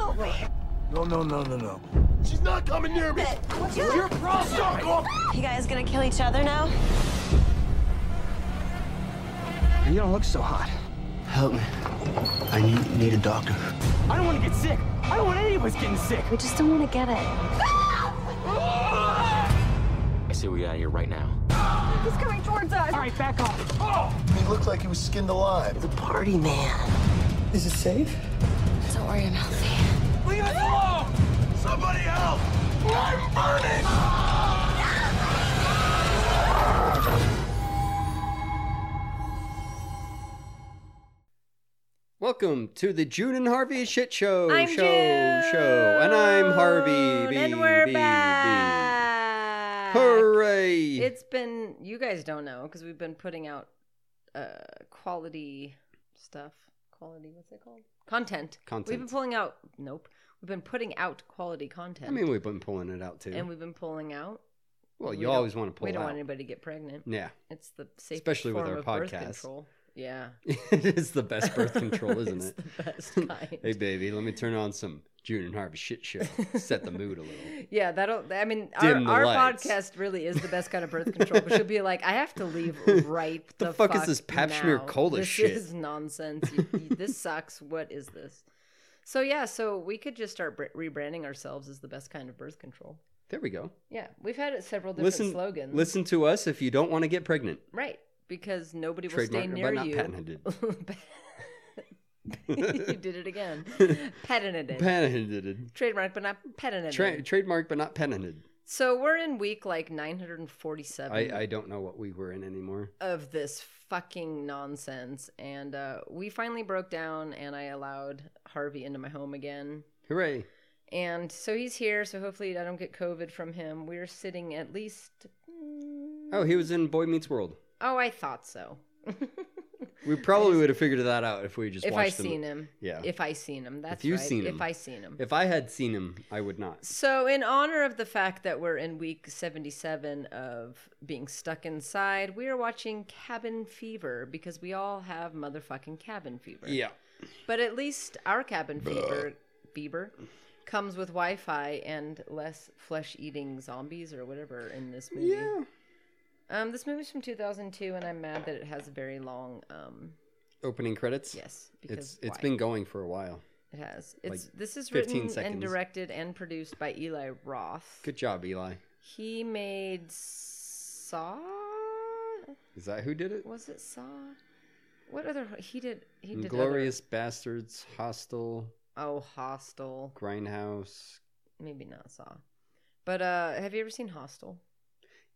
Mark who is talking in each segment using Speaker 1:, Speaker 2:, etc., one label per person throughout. Speaker 1: over here.
Speaker 2: No, no, no, no, no. She's not coming near me.
Speaker 1: What's
Speaker 2: It's your problem. Knock off.
Speaker 1: You guys gonna kill each other now?
Speaker 3: You don't look so hot.
Speaker 4: Help me. I need, need a doctor.
Speaker 3: I don't want to get sick. I don't want any of us getting sick.
Speaker 1: We just don't wanna get it.
Speaker 5: I say we get out of here right now.
Speaker 1: He's coming towards us.
Speaker 3: All right, back off.
Speaker 2: He looked like he was skinned alive.
Speaker 1: The party man.
Speaker 4: Is it safe?
Speaker 1: Don't worry, I'm healthy.
Speaker 2: Leave us alone! Somebody help! I'm burning!
Speaker 6: Welcome to the June and Harvey Shit Show.
Speaker 7: I'm
Speaker 6: show, show. And I'm Harvey.
Speaker 7: June,
Speaker 6: B,
Speaker 7: and we're
Speaker 6: B, B.
Speaker 7: back.
Speaker 6: Hooray.
Speaker 7: Uh, It's been you guys don't know because we've been putting out uh quality stuff. Quality, what's it called? Content. We've been
Speaker 6: Content.
Speaker 7: pulling out. Nope. We've been putting out quality content.
Speaker 6: I mean, we've been pulling it out too.
Speaker 7: and we've been pulling out.
Speaker 6: well,
Speaker 7: We
Speaker 6: you
Speaker 7: don't-
Speaker 6: always want to pull
Speaker 7: We don't
Speaker 6: out.
Speaker 7: want anybody to get pregnant.
Speaker 6: yeah.
Speaker 7: It's the safe,
Speaker 6: Especially with
Speaker 7: form
Speaker 6: our
Speaker 7: of birth
Speaker 6: podcast.
Speaker 7: control. Yeah.
Speaker 6: it is the best birth control, isn't
Speaker 7: It's
Speaker 6: it?
Speaker 7: the best kind.
Speaker 6: hey, baby, let me turn on some June and Harvey Shit Show. Set the mood a little.
Speaker 7: Yeah, that'll. I mean,
Speaker 6: Dim the
Speaker 7: our, our
Speaker 6: lights.
Speaker 7: podcast really is the best kind of birth control. But she'll be like, I have to leave right.
Speaker 6: the
Speaker 7: the,
Speaker 6: fuck is this pap smear
Speaker 7: now.
Speaker 6: cola
Speaker 7: This
Speaker 6: shit?"
Speaker 7: is nonsense. You- you- this sucks. What is this? So yeah, so we could just start br- rebranding ourselves as the best kind of birth control.
Speaker 6: There we go.
Speaker 7: Yeah, we've had it several different
Speaker 6: Listen,
Speaker 7: slogans.
Speaker 6: listen to us if you don't want to get pregnant.
Speaker 7: right, because nobody will stay
Speaker 6: Trademark, but
Speaker 7: near
Speaker 6: not
Speaker 7: you.
Speaker 6: patented.
Speaker 7: you did it again. Patented. it.
Speaker 6: Patented.
Speaker 7: Trademark, but not patented.
Speaker 6: Tra- trademark, but not patented.
Speaker 7: so we're in week like 947.
Speaker 6: I, I don't know what we were in anymore.
Speaker 7: of this fucking nonsense and uh, we finally broke down and i allowed harvey into my home again
Speaker 6: Hooray.
Speaker 7: and so he's here so hopefully i don't get covid from him we're sitting at least mm,
Speaker 6: Oh, he was in Boy Meets World.
Speaker 7: oh i thought so
Speaker 6: We probably would have figured that out if we just
Speaker 7: if i
Speaker 6: watched
Speaker 7: seen
Speaker 6: them.
Speaker 7: him
Speaker 6: Yeah.
Speaker 7: if i seen him that's
Speaker 6: you
Speaker 7: right
Speaker 6: seen
Speaker 7: if
Speaker 6: him.
Speaker 7: i seen him
Speaker 6: If I had seen him, I would not.
Speaker 7: So, in honor of the fact that we're in week 77 of being stuck inside, we are watching Cabin Fever because we all have motherfucking cabin fever.
Speaker 6: Yeah.
Speaker 7: But at least our cabin fever, fever comes with Wi Fi and less flesh eating zombies or whatever in this movie.
Speaker 6: Yeah.
Speaker 7: Um, this movie's from 2002, and I'm mad that it has a very long. Um,
Speaker 6: Opening credits.
Speaker 7: yes,
Speaker 6: It's
Speaker 7: because
Speaker 6: it's
Speaker 7: why?
Speaker 6: been going for a while.
Speaker 7: it has. It's
Speaker 6: like
Speaker 7: this is
Speaker 6: 15
Speaker 7: written
Speaker 6: seconds.
Speaker 7: and directed and produced by Eli Roth.
Speaker 6: Good job, Eli.
Speaker 7: He made Saw.
Speaker 6: Is that who did it?
Speaker 7: Was it Saw? What other he did? He did other-
Speaker 6: Glorious Bastards, Hostel,
Speaker 7: oh, Hostel.
Speaker 6: Grindhouse.
Speaker 7: Maybe not Saw. But uh, have you ever seen Hostel?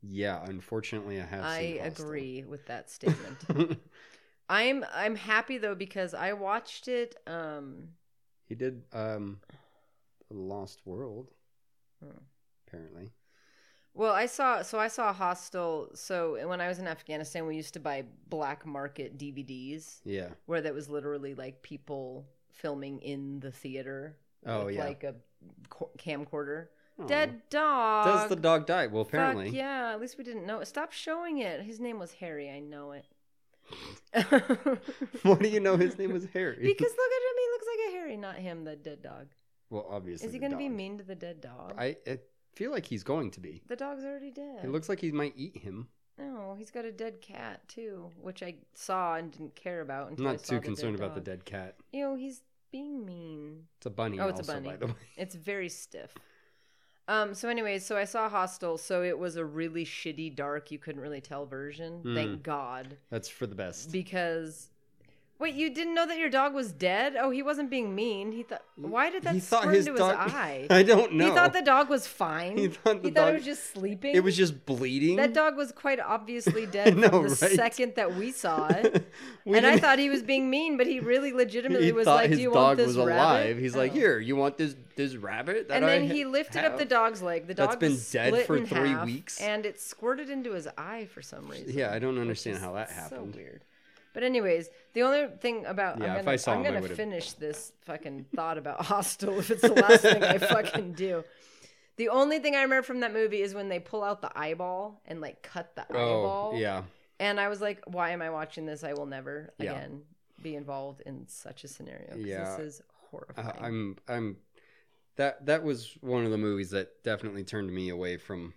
Speaker 6: Yeah, unfortunately, I have.
Speaker 7: I
Speaker 6: seen Hostel.
Speaker 7: agree with that statement. I'm I'm happy though because I watched it. Um,
Speaker 6: he did um, Lost World.
Speaker 7: Hmm.
Speaker 6: Apparently,
Speaker 7: well, I saw so I saw Hostel. So when I was in Afghanistan, we used to buy black market DVDs
Speaker 6: yeah.
Speaker 7: where that was literally like people filming in the theater.
Speaker 6: Oh,
Speaker 7: with,
Speaker 6: yeah.
Speaker 7: like a co- camcorder.
Speaker 6: Aw.
Speaker 7: Dead dog.
Speaker 6: Does the dog die? Well,
Speaker 7: Fuck,
Speaker 6: apparently.
Speaker 7: yeah. At least we didn't know. it. Stop showing it. His name was Harry. I know it.
Speaker 6: What do you know? His name was Harry.
Speaker 7: Because look at him. He looks like a Harry, not him, the dead dog.
Speaker 6: well, obviously.
Speaker 7: Is he
Speaker 6: the
Speaker 7: going to be
Speaker 6: dog.
Speaker 7: mean to the dead dog?
Speaker 6: I, I feel like he's going to be.
Speaker 7: The dog's already dead.
Speaker 6: It looks like he might eat him.
Speaker 7: No, he's got a dead cat too, which I saw and didn't care about.
Speaker 6: I'm
Speaker 7: Until I
Speaker 6: not
Speaker 7: saw
Speaker 6: too
Speaker 7: the
Speaker 6: concerned about the
Speaker 7: dog.
Speaker 6: dead cat.
Speaker 7: Ew, he's being mean.
Speaker 6: It's a bunny.
Speaker 7: Oh, it's a
Speaker 6: also,
Speaker 7: bunny.
Speaker 6: By the way.
Speaker 7: It's very stiff. Um, so anyways, so I saw Hostel, so it was a really shitty, dark, you couldn't really tell version.
Speaker 6: Hmm.
Speaker 7: Thank God.
Speaker 6: That's for the best.
Speaker 7: Because wait, you didn't know that your dog was dead? Oh, he wasn't being mean. He thought why did that
Speaker 6: he thought
Speaker 7: squirt
Speaker 6: his
Speaker 7: into
Speaker 6: dog.
Speaker 7: his eye?
Speaker 6: I don't know.
Speaker 7: He thought the dog was fine.
Speaker 6: He thought the
Speaker 7: it
Speaker 6: dog-
Speaker 7: was just sleeping.
Speaker 6: it was just bleeding.
Speaker 7: that dog was quite obviously dead
Speaker 6: know,
Speaker 7: from the
Speaker 6: right?
Speaker 7: second that we saw it.
Speaker 6: We
Speaker 7: and I
Speaker 6: didn't-
Speaker 7: thought he was being mean, but he really legitimately
Speaker 6: he
Speaker 7: was
Speaker 6: thought
Speaker 7: like,
Speaker 6: his
Speaker 7: "Do you
Speaker 6: dog
Speaker 7: want
Speaker 6: was
Speaker 7: this rabbit?"
Speaker 6: alive. He's like,
Speaker 7: Oh.
Speaker 6: here, you want this this rabbit? That
Speaker 7: and then
Speaker 6: I
Speaker 7: he
Speaker 6: ha-
Speaker 7: lifted up the
Speaker 6: have?"
Speaker 7: dog's leg. The
Speaker 6: That's
Speaker 7: dog
Speaker 6: been
Speaker 7: was
Speaker 6: dead
Speaker 7: split
Speaker 6: for
Speaker 7: in
Speaker 6: three
Speaker 7: half,
Speaker 6: weeks.
Speaker 7: and it squirted into his eye for some reason.
Speaker 6: Yeah, I don't
Speaker 7: which
Speaker 6: understand
Speaker 7: is
Speaker 6: how that
Speaker 7: So
Speaker 6: happened.
Speaker 7: weird. But anyways, the only thing about
Speaker 6: Yeah,
Speaker 7: I'm
Speaker 6: if
Speaker 7: gonna,
Speaker 6: I saw
Speaker 7: am
Speaker 6: him, I
Speaker 7: gonna
Speaker 6: would've-
Speaker 7: finish this fucking thought about Hostel if it's the last thing I fucking do. The only thing I remember from that movie is when they pull out the eyeball and like cut the eyeball.
Speaker 6: Oh, yeah.
Speaker 7: And I was like, why am I watching this? I will never
Speaker 6: Yeah.
Speaker 7: again be involved in such a scenario. 'cause
Speaker 6: Yeah.
Speaker 7: This is
Speaker 6: Uh,
Speaker 7: horrifying.
Speaker 6: I'm I'm that that was one of the movies that definitely turned me away from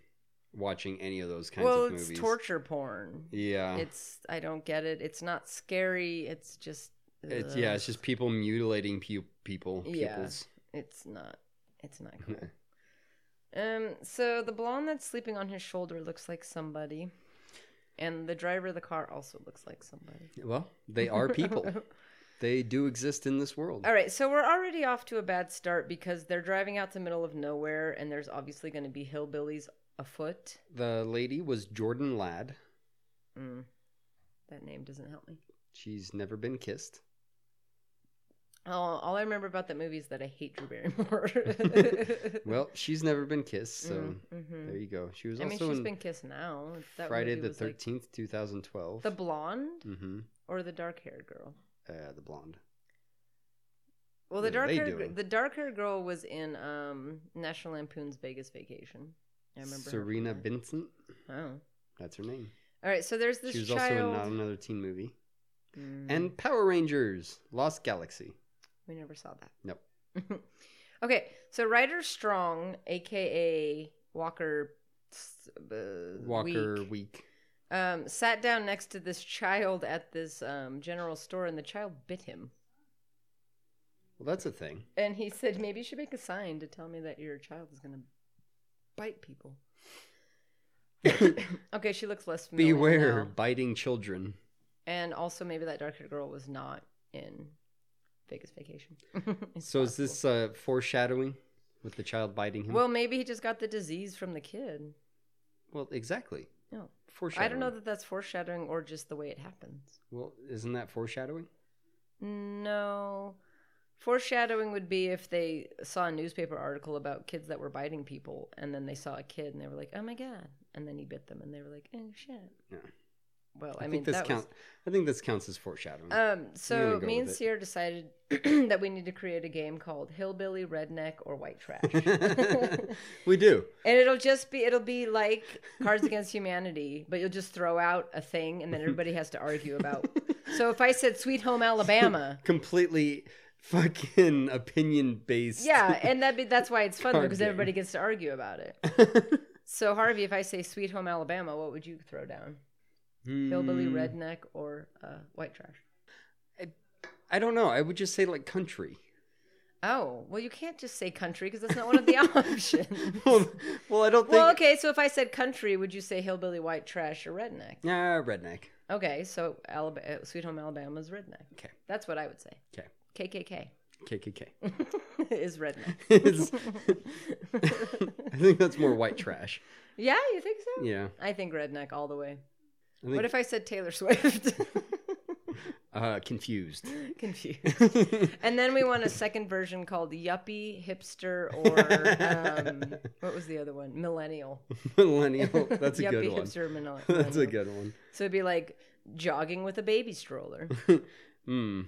Speaker 6: watching any of those kinds
Speaker 7: well,
Speaker 6: of
Speaker 7: it's
Speaker 6: movies.
Speaker 7: torture porn.
Speaker 6: Yeah, it's,
Speaker 7: It's I don't get it. It's not scary. It's just
Speaker 6: yeah,
Speaker 7: ugh.
Speaker 6: it's just people mutilating pu- people.
Speaker 7: Yeah.
Speaker 6: Pupils.
Speaker 7: It's not. It's not cool. um. So the blonde that's sleeping on his shoulder looks like somebody, and the driver of the car also looks like somebody.
Speaker 6: Well, they are people. they do exist in this world.
Speaker 7: All right. So we're already off to a bad start because they're driving out to the middle of nowhere, and there's obviously going to be hillbillies afoot.
Speaker 6: The lady was Jordan Ladd.
Speaker 7: Mm, that name doesn't help me.
Speaker 6: She's never been kissed.
Speaker 7: All, all I remember about that movie is that I hate Drew Barrymore.
Speaker 6: Well, she's never been kissed, so
Speaker 7: Mhm.
Speaker 6: there you go. She was
Speaker 7: I mean,
Speaker 6: also
Speaker 7: she's
Speaker 6: in
Speaker 7: been kissed now. That
Speaker 6: Friday
Speaker 7: movie
Speaker 6: the
Speaker 7: was, like,
Speaker 6: Thirteenth, two thousand twelve.
Speaker 7: the blonde
Speaker 6: mm-hmm.
Speaker 7: or the dark haired girl?
Speaker 6: uh, the blonde.
Speaker 7: Well, the
Speaker 6: What are
Speaker 7: dark
Speaker 6: they
Speaker 7: haired
Speaker 6: doing?
Speaker 7: the dark haired girl was in um, National Lampoon's Vegas Vacation. I remember her from
Speaker 6: Serena
Speaker 7: that.
Speaker 6: Vincent.
Speaker 7: Oh,
Speaker 6: That's her name.
Speaker 7: all right. So there's this
Speaker 6: she was also in
Speaker 7: child.
Speaker 6: not another teen movie.
Speaker 7: Mm,
Speaker 6: And Power Rangers, Lost Galaxy.
Speaker 7: we never saw that.
Speaker 6: Nope.
Speaker 7: okay, so Ryder Strong, aka Walker, s- uh,
Speaker 6: Walker
Speaker 7: Week,
Speaker 6: Week.
Speaker 7: um, sat down next to this child at this um, general store, and the child bit him.
Speaker 6: Well, that's a thing.
Speaker 7: And he said, maybe you should make a sign to tell me that your child is going to bite people. okay, she looks less familiar.
Speaker 6: Beware
Speaker 7: now.
Speaker 6: biting children.
Speaker 7: And also, maybe that dark haired girl was not in Vegas vacation. It's
Speaker 6: So is
Speaker 7: possible.
Speaker 6: this uh, foreshadowing with the child biting him?
Speaker 7: Well, maybe he just got the disease from the kid.
Speaker 6: well, exactly.
Speaker 7: No.
Speaker 6: Foreshadowing.
Speaker 7: I don't know that that's foreshadowing or just the way it happens.
Speaker 6: Well, isn't that foreshadowing?
Speaker 7: No. Foreshadowing would be if they saw a newspaper article about kids that were biting people, and then they saw a kid and they were like, "Oh my god!" and then he bit them, and they were like, "Oh shit."
Speaker 6: Yeah.
Speaker 7: Well,
Speaker 6: I,
Speaker 7: I, mean,
Speaker 6: think this
Speaker 7: that
Speaker 6: counts. I think this counts as foreshadowing.
Speaker 7: was. Um.
Speaker 6: gonna
Speaker 7: So
Speaker 6: go
Speaker 7: me
Speaker 6: with
Speaker 7: and
Speaker 6: it.
Speaker 7: Sierra decided that we need to create a game called Hillbilly, Redneck, or White Trash, and
Speaker 6: we do.
Speaker 7: it'll just be it'll be like Cards Against Humanity, but you'll just throw out a thing, and then everybody has to argue about. So if I said Sweet Home Alabama,
Speaker 6: Completely fucking opinion based.
Speaker 7: Yeah, and that be, that's why it's fun
Speaker 6: Card
Speaker 7: because
Speaker 6: game.
Speaker 7: everybody gets to argue about it.
Speaker 6: Hmm.
Speaker 7: so Harvey, if I say "Sweet Home Alabama," what would you throw down? Hillbilly,
Speaker 6: Hmm.
Speaker 7: redneck, or uh, white trash?
Speaker 6: I don't know. I would just say like country.
Speaker 7: Oh, well, you can't just say country because that's not one of the options.
Speaker 6: well, well, I don't think.
Speaker 7: well, okay, so if I said country, would you say hillbilly, white trash, or redneck?
Speaker 6: Nah, Ah, redneck.
Speaker 7: Okay, so Alabama, Sweet Home Alabama is redneck.
Speaker 6: Okay.
Speaker 7: that's what I would say.
Speaker 6: Okay.
Speaker 7: KKK
Speaker 6: KKK.
Speaker 7: is redneck.
Speaker 6: It's- I think that's more white trash.
Speaker 7: Yeah, you think so?
Speaker 6: Yeah.
Speaker 7: I think redneck all the way.
Speaker 6: I think
Speaker 7: What if I said Taylor Swift?
Speaker 6: uh, confused.
Speaker 7: confused. and then we want a second version called yuppie, hipster, or um, what was the other one? Millennial.
Speaker 6: Millennial. Oh, That's a good
Speaker 7: Yuppie,
Speaker 6: one.
Speaker 7: hipster, millennial.
Speaker 6: That's a good one.
Speaker 7: So it'd be like jogging with a baby stroller.
Speaker 6: Mm.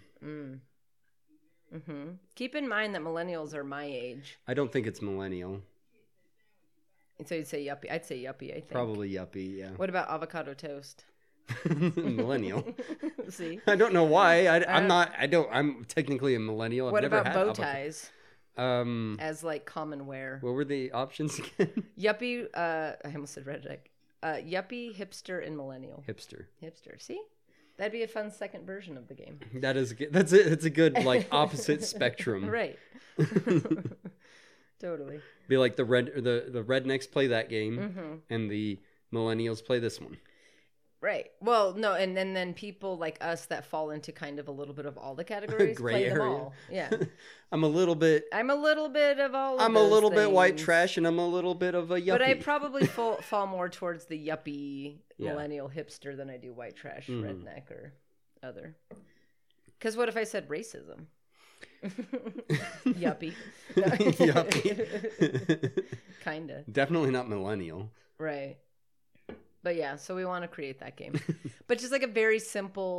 Speaker 7: hmm Keep in mind that millennials are my age,
Speaker 6: I don't think it's millennial.
Speaker 7: and so you'd say yuppie. I'd say yuppie. I think.
Speaker 6: Probably yuppie. Yeah.
Speaker 7: What about avocado toast?
Speaker 6: millennial.
Speaker 7: See.
Speaker 6: I don't know why. I,
Speaker 7: Uh,
Speaker 6: I'm not. I don't. I'm technically a millennial. I've
Speaker 7: What
Speaker 6: never
Speaker 7: about
Speaker 6: had
Speaker 7: bow
Speaker 6: avocado-
Speaker 7: ties
Speaker 6: Um.
Speaker 7: as like common wear?
Speaker 6: What were the options again?
Speaker 7: yuppie. Uh, I almost said redneck. Uh, yuppie, hipster, and millennial.
Speaker 6: Hipster.
Speaker 7: Hipster. See? That'd be a fun second version of the game.
Speaker 6: That is. a good- That's it. That's a good like opposite spectrum.
Speaker 7: Right. totally.
Speaker 6: Be like the red. The the rednecks play that game,
Speaker 7: Mm-hmm.
Speaker 6: and the millennials play this one.
Speaker 7: Right. Well, no, and then then people like us that fall into kind of a little bit of all the categories
Speaker 6: Gray
Speaker 7: play them
Speaker 6: area.
Speaker 7: all. Yeah.
Speaker 6: I'm a little bit.
Speaker 7: I'm a little bit of all of
Speaker 6: I'm a
Speaker 7: those
Speaker 6: little bit white
Speaker 7: things,
Speaker 6: trash, and I'm a little bit of a yuppie.
Speaker 7: But I probably fall, fall more towards the yuppie
Speaker 6: Yeah. Mm-hmm.
Speaker 7: millennial hipster than I do white trash redneck or other. Cuz what if I said racism? yuppie.
Speaker 6: yuppie.
Speaker 7: Kinda.
Speaker 6: Definitely not millennial.
Speaker 7: Right. But yeah, so we want to create that game. but just like a very simple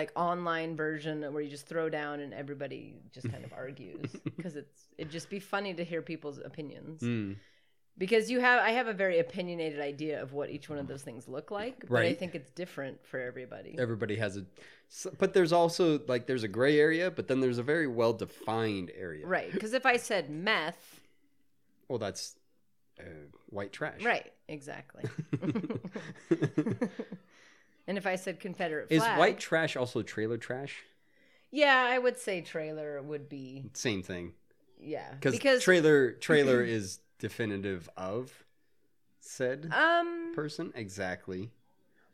Speaker 7: like online version where you just throw down and everybody just kind of argues because it's it'd just be funny to hear people's opinions.
Speaker 6: Mm.
Speaker 7: because you have I have a very opinionated idea of what each one of those things look like, but I
Speaker 6: Right.
Speaker 7: think it's different for everybody.
Speaker 6: Everybody has a, s- but there's also like there's a gray area, but then there's a very well defined area.
Speaker 7: Right? Because if I said meth,
Speaker 6: Well, that's uh, white trash.
Speaker 7: right? Exactly. and if I said Confederate
Speaker 6: Is
Speaker 7: flag,
Speaker 6: white trash also trailer trash?
Speaker 7: yeah, I would say trailer would be
Speaker 6: Same thing.
Speaker 7: yeah
Speaker 6: Because trailer trailer is definitive of said
Speaker 7: um
Speaker 6: person exactly.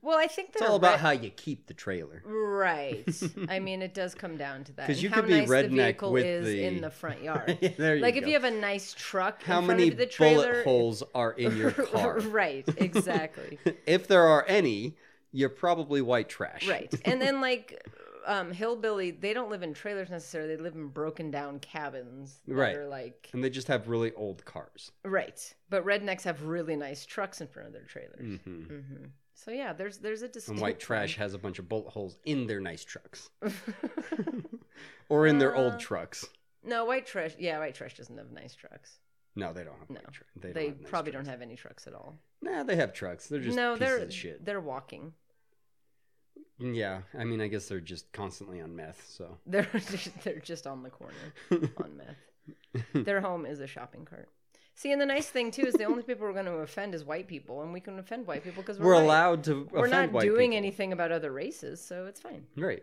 Speaker 7: well I think
Speaker 6: It's
Speaker 7: that
Speaker 6: all
Speaker 7: a
Speaker 6: about
Speaker 7: red-
Speaker 6: how you keep the trailer.
Speaker 7: Right. I mean, it does come down to that.
Speaker 6: 'Cause
Speaker 7: and
Speaker 6: you
Speaker 7: how
Speaker 6: could be
Speaker 7: nice the
Speaker 6: redneck
Speaker 7: vehicle
Speaker 6: with
Speaker 7: is
Speaker 6: the-
Speaker 7: in the front yard.
Speaker 6: There you
Speaker 7: like if
Speaker 6: go.
Speaker 7: you have a nice truck,
Speaker 6: How
Speaker 7: in front
Speaker 6: many
Speaker 7: of the trailer,
Speaker 6: bullet holes are in your car?
Speaker 7: right. Exactly.
Speaker 6: if there are any, you're probably white trash.
Speaker 7: right. And then like. Um, hillbilly, they don't live in trailers necessarily. They live in broken down cabins. that
Speaker 6: Right.
Speaker 7: Are like
Speaker 6: And they just have really old cars.
Speaker 7: right, but rednecks have really nice trucks in front of their trailers. Mm-hmm.
Speaker 6: Mhm.
Speaker 7: So yeah, there's there's a
Speaker 6: And
Speaker 7: distinct
Speaker 6: white trash has a bunch of bullet holes in their nice trucks. or in their
Speaker 7: Uh,
Speaker 6: old trucks.
Speaker 7: No, white trash. Yeah, white trash doesn't have nice trucks.
Speaker 6: No, they don't have.
Speaker 7: No,
Speaker 6: white tr-
Speaker 7: they,
Speaker 6: don't have nice
Speaker 7: probably
Speaker 6: trucks.
Speaker 7: don't have any trucks at all.
Speaker 6: Nah, they have trucks. They're just
Speaker 7: no,
Speaker 6: pieces
Speaker 7: they're
Speaker 6: of shit.
Speaker 7: they're walking.
Speaker 6: Yeah, I mean, I guess they're just constantly on meth. So
Speaker 7: They're just, they're just on the corner on meth. Their home is a shopping cart. See, and the nice thing too is the only people we're going to offend is white people, and we can offend white people because we're,
Speaker 6: we're
Speaker 7: white.
Speaker 6: allowed to.
Speaker 7: We're
Speaker 6: offend
Speaker 7: not
Speaker 6: white
Speaker 7: doing
Speaker 6: people.
Speaker 7: anything about other races, so it's fine.
Speaker 6: Right,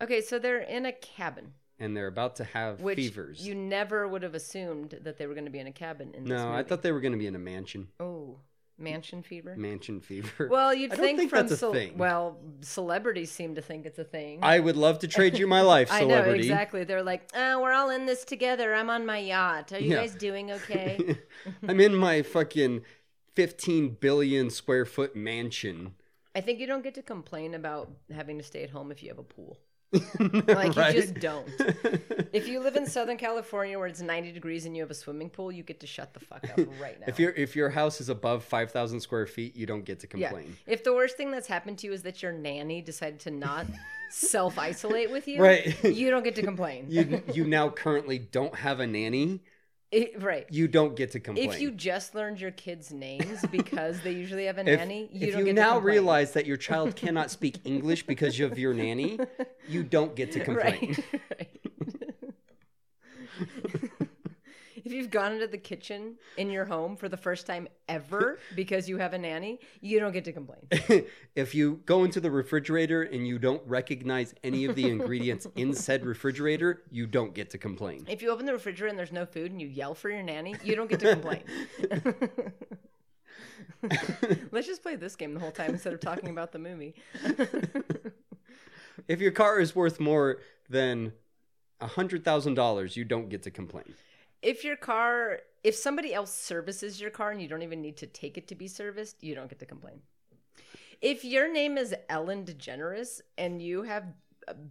Speaker 7: Okay, so they're in a cabin,
Speaker 6: and they're about to have
Speaker 7: which
Speaker 6: fevers.
Speaker 7: you never would have assumed that they were going to be in a cabin. In this
Speaker 6: no, I
Speaker 7: movie.
Speaker 6: thought they were going to be in a mansion.
Speaker 7: oh, mansion fever.
Speaker 6: Mansion fever.
Speaker 7: well, you'd
Speaker 6: I don't think,
Speaker 7: from
Speaker 6: that's
Speaker 7: cel-
Speaker 6: a thing.
Speaker 7: well, celebrities seem to think it's a thing.
Speaker 6: I would love to trade you my life,
Speaker 7: I
Speaker 6: celebrity.
Speaker 7: know exactly. They're like, oh, we're all in this together. I'm on my yacht. Are you
Speaker 6: Yeah.
Speaker 7: guys doing okay?
Speaker 6: I'm in my fucking 15 billion square foot mansion.
Speaker 7: I think you don't get to complain about having to stay at home if you have a pool. Like
Speaker 6: Right?
Speaker 7: you just don't. if you live in Southern California where it's 90 degrees and you have a swimming pool, you get to shut the fuck up right now.
Speaker 6: If your if your house is above 5,000 square feet, you don't get to
Speaker 7: yeah.
Speaker 6: complain.
Speaker 7: If the worst thing that's happened to you is that your nanny decided to not self isolate with you,
Speaker 6: Right.
Speaker 7: you don't get to complain.
Speaker 6: You you now currently don't have a nanny.
Speaker 7: It- right.
Speaker 6: You don't get to complain.
Speaker 7: If you just learned your kids' names because they usually have a
Speaker 6: If-
Speaker 7: nanny,
Speaker 6: if
Speaker 7: you don't get to
Speaker 6: now
Speaker 7: complain.
Speaker 6: realize that your child cannot speak English because of your nanny, you don't get to complain.
Speaker 7: Right. right. if you've gone into the kitchen in your home for the first time ever because you have a nanny, you don't get to complain.
Speaker 6: if you go into the refrigerator and you don't recognize any of the ingredients in said refrigerator, you don't get to complain.
Speaker 7: If you open the refrigerator and there's no food and you yell for your nanny, you don't get to complain. Let's just play this game the whole time instead of talking about the movie.
Speaker 6: If your car is worth more than $100,000, you don't get to complain.
Speaker 7: if your car, if somebody else services your car and you don't even need to take it to be serviced, you don't get to complain. If your name is Ellen DeGeneres and you have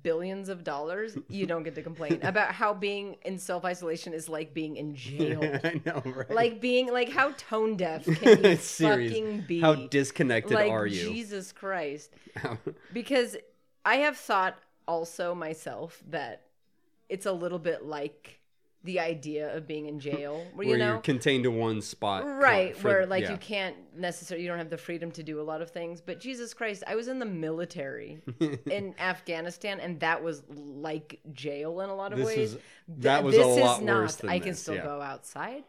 Speaker 7: billions of dollars, you don't get to complain about how being in self isolation is like being in jail.
Speaker 6: I know, right?
Speaker 7: like being like how tone deaf can you
Speaker 6: Serious.
Speaker 7: fucking be?
Speaker 6: How disconnected
Speaker 7: like,
Speaker 6: are you?
Speaker 7: Jesus Christ. because I have thought also myself that it's a little bit like the idea of being in jail, where you
Speaker 6: where
Speaker 7: know,
Speaker 6: you're contained to one spot. con-
Speaker 7: right,
Speaker 6: for-
Speaker 7: where like
Speaker 6: yeah.
Speaker 7: you can't necessarily, you don't have the freedom to do a lot of things. But Jesus Christ, I was in the military in Afghanistan, and that was like jail in a lot of
Speaker 6: This
Speaker 7: ways.
Speaker 6: is- that was a lot worse than
Speaker 7: I can
Speaker 6: this,
Speaker 7: still
Speaker 6: yeah.
Speaker 7: go outside.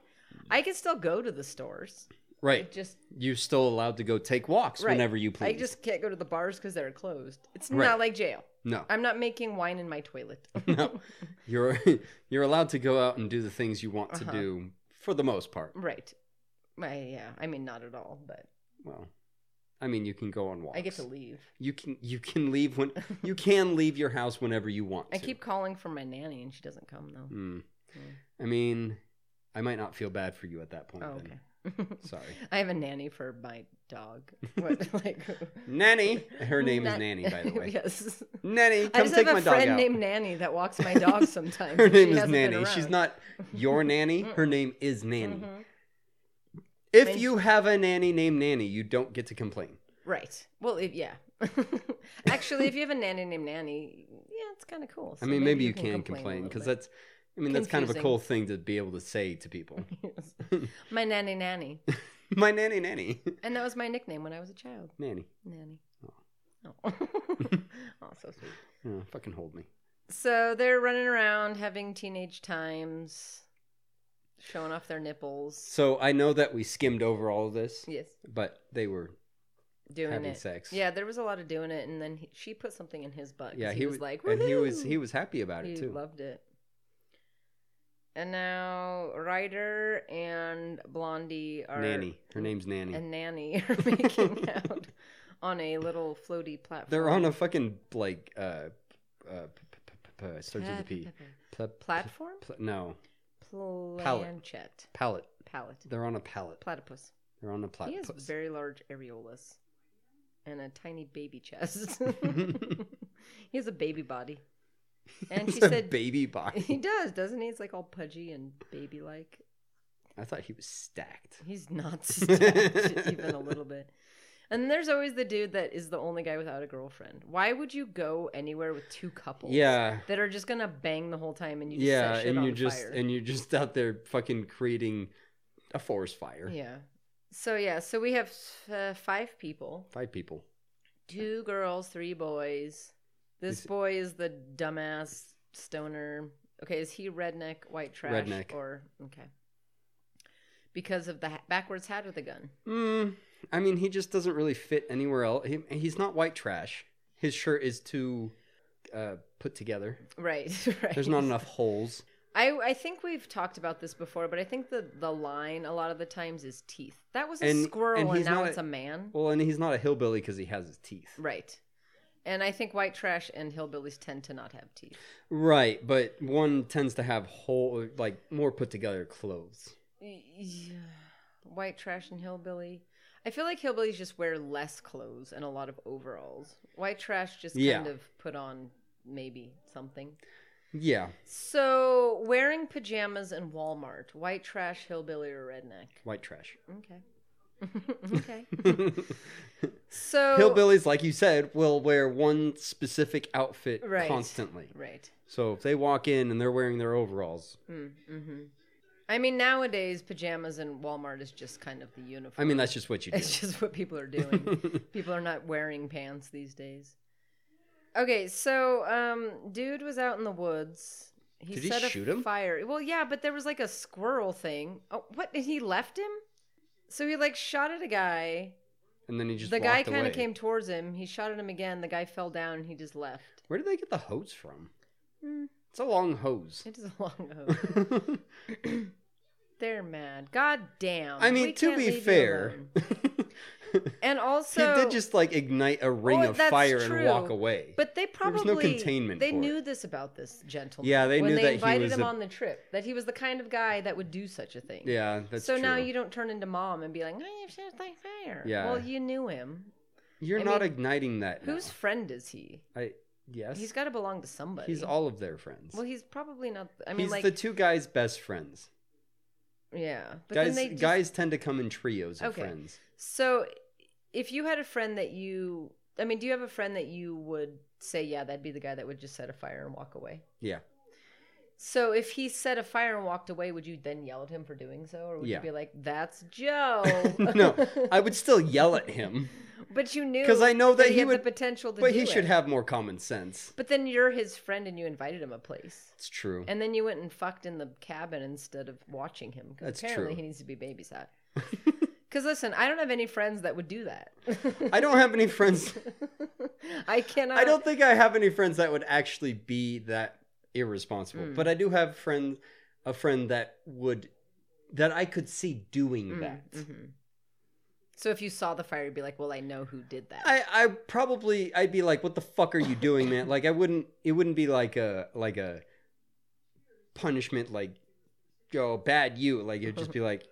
Speaker 7: I can still go to the stores.
Speaker 6: Right.
Speaker 7: Just
Speaker 6: You're still allowed to go take walks
Speaker 7: right.
Speaker 6: whenever you please.
Speaker 7: I just can't go to the bars because they're closed. It's
Speaker 6: Right.
Speaker 7: not like jail.
Speaker 6: No.
Speaker 7: I'm not making wine in my toilet.
Speaker 6: No, you're you're allowed to go out and do the things you want to
Speaker 7: Uh-huh.
Speaker 6: do for the most part.
Speaker 7: right. I, yeah, I mean not at all, but
Speaker 6: Well, I mean, you can go on walks.
Speaker 7: I get to leave.
Speaker 6: You can you can leave when you can leave your house whenever you want.
Speaker 7: I
Speaker 6: to.
Speaker 7: keep calling for my nanny and she doesn't come though.
Speaker 6: Hmm. I mean, I might not feel bad for you at that point.
Speaker 7: Oh,
Speaker 6: then.
Speaker 7: okay.
Speaker 6: Sorry,
Speaker 7: I have a nanny for my dog. What, like
Speaker 6: Nanny. Her name
Speaker 7: Na-
Speaker 6: is Nanny, by the way.
Speaker 7: yes.
Speaker 6: Nanny,
Speaker 7: I
Speaker 6: come
Speaker 7: just
Speaker 6: take
Speaker 7: have
Speaker 6: my
Speaker 7: a
Speaker 6: dog
Speaker 7: friend
Speaker 6: out.
Speaker 7: named Nanny that walks my dog sometimes.
Speaker 6: her
Speaker 7: and she
Speaker 6: name is
Speaker 7: hasn't been
Speaker 6: Nanny. She's
Speaker 7: around. Mm-hmm.
Speaker 6: not your nanny. Her name is Nanny.
Speaker 7: And
Speaker 6: If
Speaker 7: she-
Speaker 6: you have a nanny named Nanny, you don't get to complain.
Speaker 7: right. Well, if, yeah. Actually, if you have a nanny named Nanny, yeah, it's kind of cool. So
Speaker 6: I mean, maybe, you can
Speaker 7: a
Speaker 6: complain
Speaker 7: little
Speaker 6: because
Speaker 7: bit.
Speaker 6: that's I mean, that's kind of a
Speaker 7: Confusing.
Speaker 6: cool thing to be able to say to people.
Speaker 7: my nanny nanny.
Speaker 6: My nanny, nanny,
Speaker 7: And that was my nickname when I was a child.
Speaker 6: nanny.
Speaker 7: Nanny. Oh. oh, so sweet.
Speaker 6: Yeah, fucking hold me.
Speaker 7: So they're running around having teenage times, showing off their nipples.
Speaker 6: So I know that we skimmed over all of this,
Speaker 7: Yes,
Speaker 6: but they were
Speaker 7: doing
Speaker 6: having
Speaker 7: it.
Speaker 6: sex.
Speaker 7: Yeah, there was a lot of doing it, and then he, she put something in his butt. 'cause
Speaker 6: yeah.
Speaker 7: he, was, like,
Speaker 6: and he was
Speaker 7: "Woohoo!"
Speaker 6: he was happy about it
Speaker 7: He
Speaker 6: too.
Speaker 7: loved it. And now Ryder and Blondie are
Speaker 6: nanny, her name's Nanny.
Speaker 7: and Nanny are making out on a little floaty platform.
Speaker 6: They're on a fucking like uh, uh p- p- p- p- p- starts with a P. Pla-
Speaker 7: platform.
Speaker 6: pla- no, Palette.
Speaker 7: Planchet
Speaker 6: pallet.
Speaker 7: palette
Speaker 6: They're on a pallet.
Speaker 7: platypus.
Speaker 6: They're on a
Speaker 7: He has
Speaker 6: platypus.
Speaker 7: very large areolas and a tiny baby chest. he has a baby body. And
Speaker 6: It's
Speaker 7: she
Speaker 6: a
Speaker 7: said
Speaker 6: baby
Speaker 7: he
Speaker 6: body.
Speaker 7: does, doesn't he? It's like all pudgy and baby like.
Speaker 6: I thought he was stacked.
Speaker 7: He's not stacked even a little bit. And there's always the dude that is the only guy without a girlfriend. Why would you go anywhere with two couples
Speaker 6: Yeah.
Speaker 7: that are just gonna bang the whole time and you just
Speaker 6: Yeah,
Speaker 7: set shit
Speaker 6: and
Speaker 7: on
Speaker 6: you're just
Speaker 7: fire?
Speaker 6: and you're just out there fucking creating a forest fire.
Speaker 7: yeah. So yeah, so we have uh, five people
Speaker 6: Five people.
Speaker 7: two girls, three boys. This
Speaker 6: This-
Speaker 7: boy is the dumbass stoner. Okay, is he redneck, white trash,
Speaker 6: Redneck.
Speaker 7: or okay? Because of the ha- backwards hat or the gun.
Speaker 6: Mm, I mean, he just doesn't really fit anywhere else. He, he's not white trash. His shirt is too uh, put together.
Speaker 7: Right, right.
Speaker 6: There's not enough holes.
Speaker 7: I I think we've talked about this before, but I think the the line a lot of the times is teeth. That was a
Speaker 6: And-
Speaker 7: squirrel,
Speaker 6: and
Speaker 7: and,
Speaker 6: he's
Speaker 7: now
Speaker 6: not a-
Speaker 7: it's a man.
Speaker 6: Well, and he's not a hillbilly because he has his teeth.
Speaker 7: Right. And I think white trash and hillbillies tend to not have teeth.
Speaker 6: Right, but one tends to have whole, like more put together clothes.
Speaker 7: Yeah. White trash and hillbilly. I feel like hillbillies just wear less clothes and a lot of overalls. White trash just kind
Speaker 6: Yeah.
Speaker 7: of put on maybe something.
Speaker 6: Yeah,
Speaker 7: So wearing pajamas in Walmart, white trash, hillbilly, or redneck.
Speaker 6: white trash.
Speaker 7: Okay. okay. so
Speaker 6: Hillbillies, like you said, will wear one specific outfit
Speaker 7: Right.
Speaker 6: constantly.
Speaker 7: Right. Mm,
Speaker 6: So if they walk in and they're wearing their overalls,
Speaker 7: mm-hmm. I mean, nowadays pajamas in Walmart is just kind of the uniform.
Speaker 6: I mean that's just what you do.
Speaker 7: It's just what people are doing. people are not wearing pants these days. Okay, so um, dude was out in the woods. He
Speaker 6: Did he
Speaker 7: set a
Speaker 6: shoot him?
Speaker 7: Fire. Well, yeah, but there was like a squirrel thing. Oh, what? And he left him. So he like shot at a guy.
Speaker 6: And then he just
Speaker 7: the guy
Speaker 6: kind of
Speaker 7: came towards him. He shot at him again. The guy fell down. and He just left.
Speaker 6: Where did they get the hose from?
Speaker 7: Hmm.
Speaker 6: It's a long hose.
Speaker 7: It is a long hose. They're mad. God damn.
Speaker 6: I mean,
Speaker 7: We
Speaker 6: to
Speaker 7: can't
Speaker 6: be
Speaker 7: leave you
Speaker 6: fair,
Speaker 7: alone. and also
Speaker 6: he did just like ignite a ring
Speaker 7: Oh,
Speaker 6: of
Speaker 7: that's
Speaker 6: fire
Speaker 7: true.
Speaker 6: and walk away.
Speaker 7: But they
Speaker 6: There
Speaker 7: probably
Speaker 6: was no containment
Speaker 7: They
Speaker 6: for
Speaker 7: knew
Speaker 6: it.
Speaker 7: this about this gentleman.
Speaker 6: Yeah, they
Speaker 7: when
Speaker 6: knew
Speaker 7: they
Speaker 6: that he
Speaker 7: invited
Speaker 6: was
Speaker 7: him
Speaker 6: a-
Speaker 7: on the trip that he was the kind of guy that would do such a thing.
Speaker 6: yeah, that's
Speaker 7: so
Speaker 6: true.
Speaker 7: now you don't turn into mom and be like, "I have set my fire."
Speaker 6: Yeah.
Speaker 7: Well, you knew him.
Speaker 6: You're
Speaker 7: I
Speaker 6: not
Speaker 7: mean,
Speaker 6: igniting that. now.
Speaker 7: Whose friend is he?
Speaker 6: I yes.
Speaker 7: He's got to belong to somebody.
Speaker 6: He's all of their friends.
Speaker 7: Well, he's probably not. I mean,
Speaker 6: he's
Speaker 7: like,
Speaker 6: the two guys' best friends.
Speaker 7: yeah. But
Speaker 6: guys,
Speaker 7: then they just,
Speaker 6: guys tend to come in trios of
Speaker 7: Okay.
Speaker 6: friends.
Speaker 7: So, if you had a friend that you, I mean, do you have a friend that you would say, "Yeah, that'd be the guy that would just set a fire and walk away"?
Speaker 6: Yeah,
Speaker 7: So if he set a fire and walked away, would you then yell at him for doing so, or would
Speaker 6: Yeah.
Speaker 7: you be like, "That's Joe"?
Speaker 6: no, I would still yell at him,
Speaker 7: but you knew
Speaker 6: 'Cause I know that he
Speaker 7: had
Speaker 6: would-
Speaker 7: the potential to.
Speaker 6: but
Speaker 7: do
Speaker 6: he should
Speaker 7: it.
Speaker 6: have more common sense.
Speaker 7: But then you're his friend, and you invited him a place,
Speaker 6: It's true.
Speaker 7: and then you went and fucked in the cabin instead of watching him. 'cause
Speaker 6: That's
Speaker 7: apparently
Speaker 6: true.
Speaker 7: He needs to be babysat. Because listen, I don't have any friends that would do that.
Speaker 6: I don't have any friends.
Speaker 7: I cannot.
Speaker 6: I don't think I have any friends that would actually be that irresponsible. But
Speaker 7: Hmm.
Speaker 6: I do have friend a friend that would that I could see doing
Speaker 7: Hmm,
Speaker 6: that.
Speaker 7: Mm, mm-hmm. So if you saw the fire, you'd be like, "Well, I know who did that."
Speaker 6: I, I probably I'd be like, "What the fuck are you doing, man?" Like I wouldn't. It wouldn't be like a like a punishment, like yo bad you. Like it'd just be like,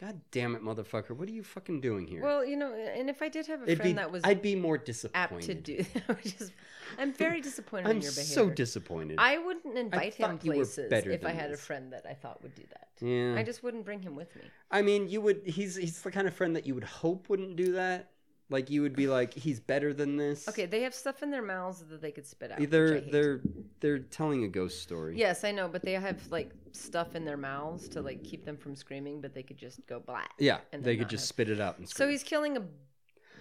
Speaker 6: "God damn it, motherfucker! What are you fucking doing here?"
Speaker 7: well, you know, and if I did have a
Speaker 6: it'd
Speaker 7: friend
Speaker 6: be
Speaker 7: that was
Speaker 6: I'd be more
Speaker 7: apt to
Speaker 6: disappointed.
Speaker 7: do. I was just, I'm very disappointed in
Speaker 6: I'm
Speaker 7: your behavior.
Speaker 6: so disappointed.
Speaker 7: I wouldn't invite him
Speaker 6: thought you were
Speaker 7: places
Speaker 6: better
Speaker 7: if I
Speaker 6: than
Speaker 7: had
Speaker 6: this.
Speaker 7: a friend that I thought would do that.
Speaker 6: yeah, I,
Speaker 7: I just wouldn't bring him with me.
Speaker 6: mean, you would. He's he's the kind of friend that you would hope wouldn't do that. Like you would be like, he's better than this.
Speaker 7: Okay, they have stuff in their mouths that they could spit out. which I
Speaker 6: They're
Speaker 7: hate.
Speaker 6: they're they're telling a ghost story.
Speaker 7: Yes, I know, but they have like stuff in their mouths to like keep them from screaming, but they could just go black.
Speaker 6: Yeah,
Speaker 7: And
Speaker 6: they
Speaker 7: then
Speaker 6: could
Speaker 7: not
Speaker 6: just
Speaker 7: have-
Speaker 6: spit it out and
Speaker 7: So
Speaker 6: scream.
Speaker 7: he's killing a.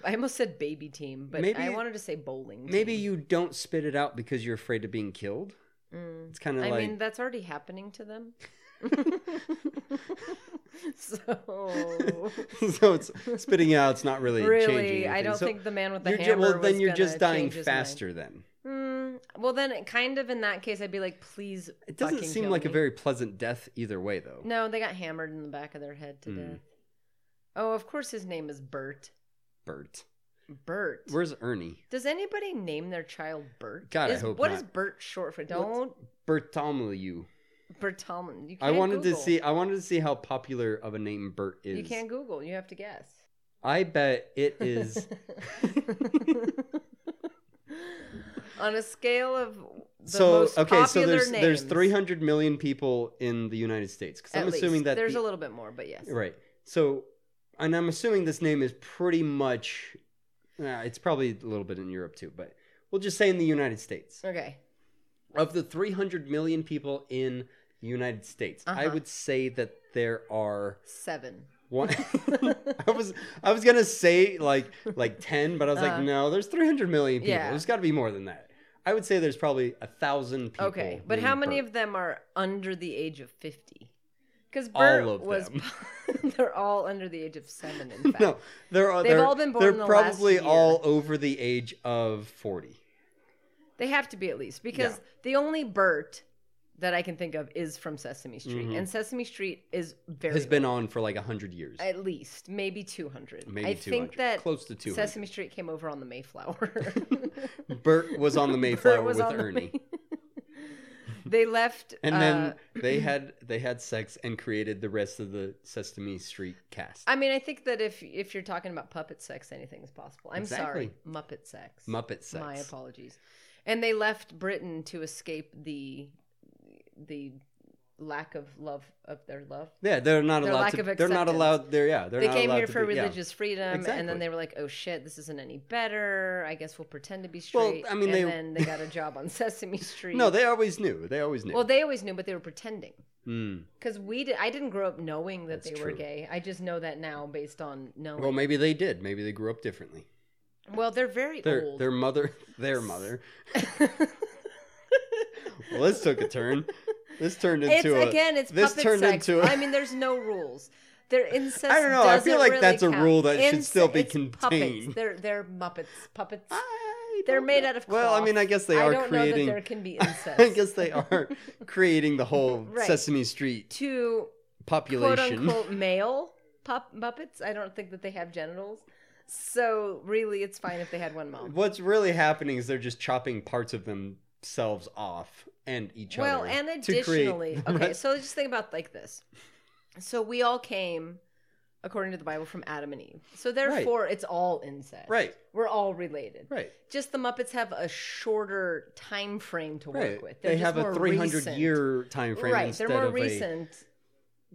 Speaker 7: I almost said baby team, but
Speaker 6: Maybe-
Speaker 7: I wanted to say bowling.
Speaker 6: Maybe
Speaker 7: team.
Speaker 6: you don't spit it out because you're afraid of being killed.
Speaker 7: Mm.
Speaker 6: It's kind of
Speaker 7: I
Speaker 6: like
Speaker 7: mean, that's already happening to them. so
Speaker 6: so it's spitting out. It's not really changing.
Speaker 7: really, I
Speaker 6: anything.
Speaker 7: don't
Speaker 6: So
Speaker 7: think the man with the
Speaker 6: you're ju-
Speaker 7: hammer.
Speaker 6: well, then
Speaker 7: was
Speaker 6: you're
Speaker 7: gonna
Speaker 6: just dying
Speaker 7: change his mind.
Speaker 6: faster. Then
Speaker 7: Mm, well, then, it- kind of in that case, I'd be like, please.
Speaker 6: it doesn't
Speaker 7: fucking
Speaker 6: seem
Speaker 7: kill
Speaker 6: like a
Speaker 7: me.
Speaker 6: very pleasant death either way, though.
Speaker 7: No, they got hammered in the back of their head to
Speaker 6: Mm.
Speaker 7: death. Oh, of course, his name is Bert.
Speaker 6: Bert,
Speaker 7: Bert.
Speaker 6: where's Ernie?
Speaker 7: Does anybody name their child Bert?
Speaker 6: God, I
Speaker 7: is,
Speaker 6: hope
Speaker 7: What
Speaker 6: not.
Speaker 7: is Bert short for? Don't
Speaker 6: Bartholomew.
Speaker 7: Bertalman. You
Speaker 6: I
Speaker 7: can't
Speaker 6: wanted
Speaker 7: Google.
Speaker 6: to see. I wanted to see how popular of a name Bert is.
Speaker 7: You can't Google. You have to guess.
Speaker 6: I bet it is.
Speaker 7: On a scale of the
Speaker 6: so
Speaker 7: most
Speaker 6: okay,
Speaker 7: popular
Speaker 6: so there's
Speaker 7: names,
Speaker 6: there's 300 million people in the United States. Because
Speaker 7: at
Speaker 6: I'm assuming
Speaker 7: least.
Speaker 6: that
Speaker 7: there's
Speaker 6: the-
Speaker 7: a little bit more, but yes.
Speaker 6: Right. So, and I'm assuming this name is pretty much, nah, it's probably a little bit in Europe too, but we'll just say in the United States.
Speaker 7: Okay.
Speaker 6: Of the 300 million people in the United States, I
Speaker 7: Uh-huh.
Speaker 6: would say that there are
Speaker 7: Seven.
Speaker 6: one. I was I was gonna say like like 10, but I was like,
Speaker 7: Uh.
Speaker 6: no, there's 300 million people.
Speaker 7: Yeah.
Speaker 6: There's got to be more than that. I would say there's probably a thousand people.
Speaker 7: Okay, but how many
Speaker 6: of
Speaker 7: of them are under the age of fifty? Because
Speaker 6: All
Speaker 7: Bert
Speaker 6: of
Speaker 7: was.
Speaker 6: them.
Speaker 7: they're all under the age of seven. In fact,
Speaker 6: No, they're, all-
Speaker 7: They've
Speaker 6: they're,
Speaker 7: all been born
Speaker 6: they're
Speaker 7: in the last
Speaker 6: probably
Speaker 7: year.
Speaker 6: all over the age of 40.
Speaker 7: They have to be at least because the only Bert that I can think of is from Sesame Street,
Speaker 6: Mhm.
Speaker 7: and Sesame Street is very
Speaker 6: has been on for like 100 years.
Speaker 7: at least maybe two hundred.
Speaker 6: Maybe
Speaker 7: I
Speaker 6: 200.
Speaker 7: think that
Speaker 6: Close to 200.
Speaker 7: Sesame Street came over on the Mayflower.
Speaker 6: Bert was on the Mayflower
Speaker 7: was
Speaker 6: with
Speaker 7: on the
Speaker 6: Ernie.
Speaker 7: they left,
Speaker 6: and
Speaker 7: uh,
Speaker 6: then they had they had sex and created the rest of the Sesame Street cast.
Speaker 7: I mean, I think that if if you're talking about puppet sex, anything is possible. I'm sorry, Muppet sex.
Speaker 6: Muppet sex.
Speaker 7: My apologies. And they left Britain to escape the the lack of love of their love.
Speaker 6: Yeah, they're not
Speaker 7: Their
Speaker 6: allowed
Speaker 7: lack
Speaker 6: to.
Speaker 7: of
Speaker 6: They're not
Speaker 7: acceptance.
Speaker 6: allowed. They're yeah. They're
Speaker 7: they
Speaker 6: not
Speaker 7: came
Speaker 6: allowed
Speaker 7: here
Speaker 6: to
Speaker 7: for
Speaker 6: be- yeah.
Speaker 7: religious freedom, and
Speaker 6: Exactly.
Speaker 7: then they were like, "Oh shit, this isn't any better. I guess we'll pretend to be
Speaker 6: Well,
Speaker 7: straight."
Speaker 6: I mean,
Speaker 7: and
Speaker 6: they-
Speaker 7: then they got a job on Sesame Street.
Speaker 6: No, they always knew. They always knew.
Speaker 7: well, they always knew, but they were pretending.
Speaker 6: Mm.
Speaker 7: Because we did, I didn't grow up knowing that
Speaker 6: That's
Speaker 7: they were
Speaker 6: true.
Speaker 7: gay. I just know that now based on knowing.
Speaker 6: Well, maybe they did. Maybe they grew up differently.
Speaker 7: Well, they're very
Speaker 6: Their
Speaker 7: old.
Speaker 6: their mother their mother. Well, this took a turn. This turned into
Speaker 7: it's
Speaker 6: a,
Speaker 7: again, it's
Speaker 6: this
Speaker 7: puppet
Speaker 6: turned
Speaker 7: sex.
Speaker 6: into a,
Speaker 7: I mean, there's no rules. They're incest.
Speaker 6: I don't know, I
Speaker 7: doesn't
Speaker 6: feel like
Speaker 7: really
Speaker 6: that's a
Speaker 7: count.
Speaker 6: rule that should
Speaker 7: Ince-
Speaker 6: still be
Speaker 7: it's
Speaker 6: contained.
Speaker 7: Puppets. They're they're Muppets puppets.
Speaker 6: I
Speaker 7: They're
Speaker 6: don't
Speaker 7: made
Speaker 6: know.
Speaker 7: out of.
Speaker 6: Well, I
Speaker 7: cloth.
Speaker 6: mean, I guess they
Speaker 7: I
Speaker 6: are
Speaker 7: don't
Speaker 6: creating.
Speaker 7: Know that there can be incest.
Speaker 6: I guess they are creating the whole
Speaker 7: Right.
Speaker 6: Sesame Street
Speaker 7: to quote
Speaker 6: population.
Speaker 7: unquote male pup- puppets. I don't think that they have genitals, so really, it's fine if they had one mom.
Speaker 6: What's really happening is they're just chopping parts of themselves off and each
Speaker 7: well,
Speaker 6: other.
Speaker 7: and
Speaker 6: to create
Speaker 7: additionally,
Speaker 6: the
Speaker 7: okay,
Speaker 6: rest-
Speaker 7: so let's just think about like this. So we all came, according to the Bible, from Adam and Eve. So therefore, it's all incest.
Speaker 6: Right.
Speaker 7: We're all related.
Speaker 6: Right.
Speaker 7: Just the Muppets have a shorter time frame to work
Speaker 6: Right.
Speaker 7: with. They're
Speaker 6: They
Speaker 7: just
Speaker 6: have a
Speaker 7: more
Speaker 6: 300
Speaker 7: recent.
Speaker 6: year time frame
Speaker 7: Right.
Speaker 6: instead
Speaker 7: They're more
Speaker 6: of
Speaker 7: recent.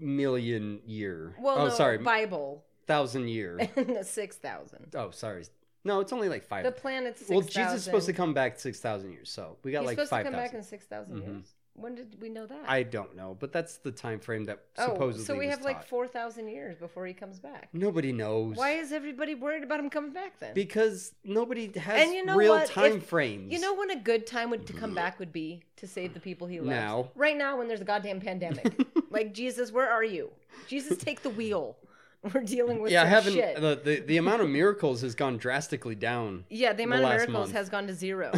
Speaker 6: a million year.
Speaker 7: Well,
Speaker 6: oh,
Speaker 7: no,
Speaker 6: sorry,
Speaker 7: Bible
Speaker 6: thousand year.
Speaker 7: and six thousand.
Speaker 6: oh, sorry. No, it's only like five.
Speaker 7: The planet's six
Speaker 6: well,
Speaker 7: thousand.
Speaker 6: Jesus is supposed to come back six thousand years, so we got
Speaker 7: He's
Speaker 6: like
Speaker 7: supposed
Speaker 6: five
Speaker 7: to come back in
Speaker 6: thousand. Mm-hmm.
Speaker 7: six years. When did we know that?
Speaker 6: I don't know, but that's the time frame that
Speaker 7: oh,
Speaker 6: supposedly.
Speaker 7: so we
Speaker 6: was
Speaker 7: have like
Speaker 6: taught.
Speaker 7: four thousand years before he comes back.
Speaker 6: Nobody knows.
Speaker 7: Why is everybody worried about him coming back then?
Speaker 6: Because nobody has
Speaker 7: And you know
Speaker 6: real
Speaker 7: what? If-
Speaker 6: time frames. Mm-hmm.
Speaker 7: you know when a good time would to come back would be to save the people he loves.
Speaker 6: Now.
Speaker 7: Right now when there's a goddamn pandemic. like Jesus, where are you? Jesus take the wheel. We're dealing with
Speaker 6: yeah, I
Speaker 7: some
Speaker 6: haven't.
Speaker 7: shit.
Speaker 6: The, the the amount of miracles has gone drastically down.
Speaker 7: yeah, the amount of
Speaker 6: last
Speaker 7: miracles
Speaker 6: month.
Speaker 7: has gone to zero.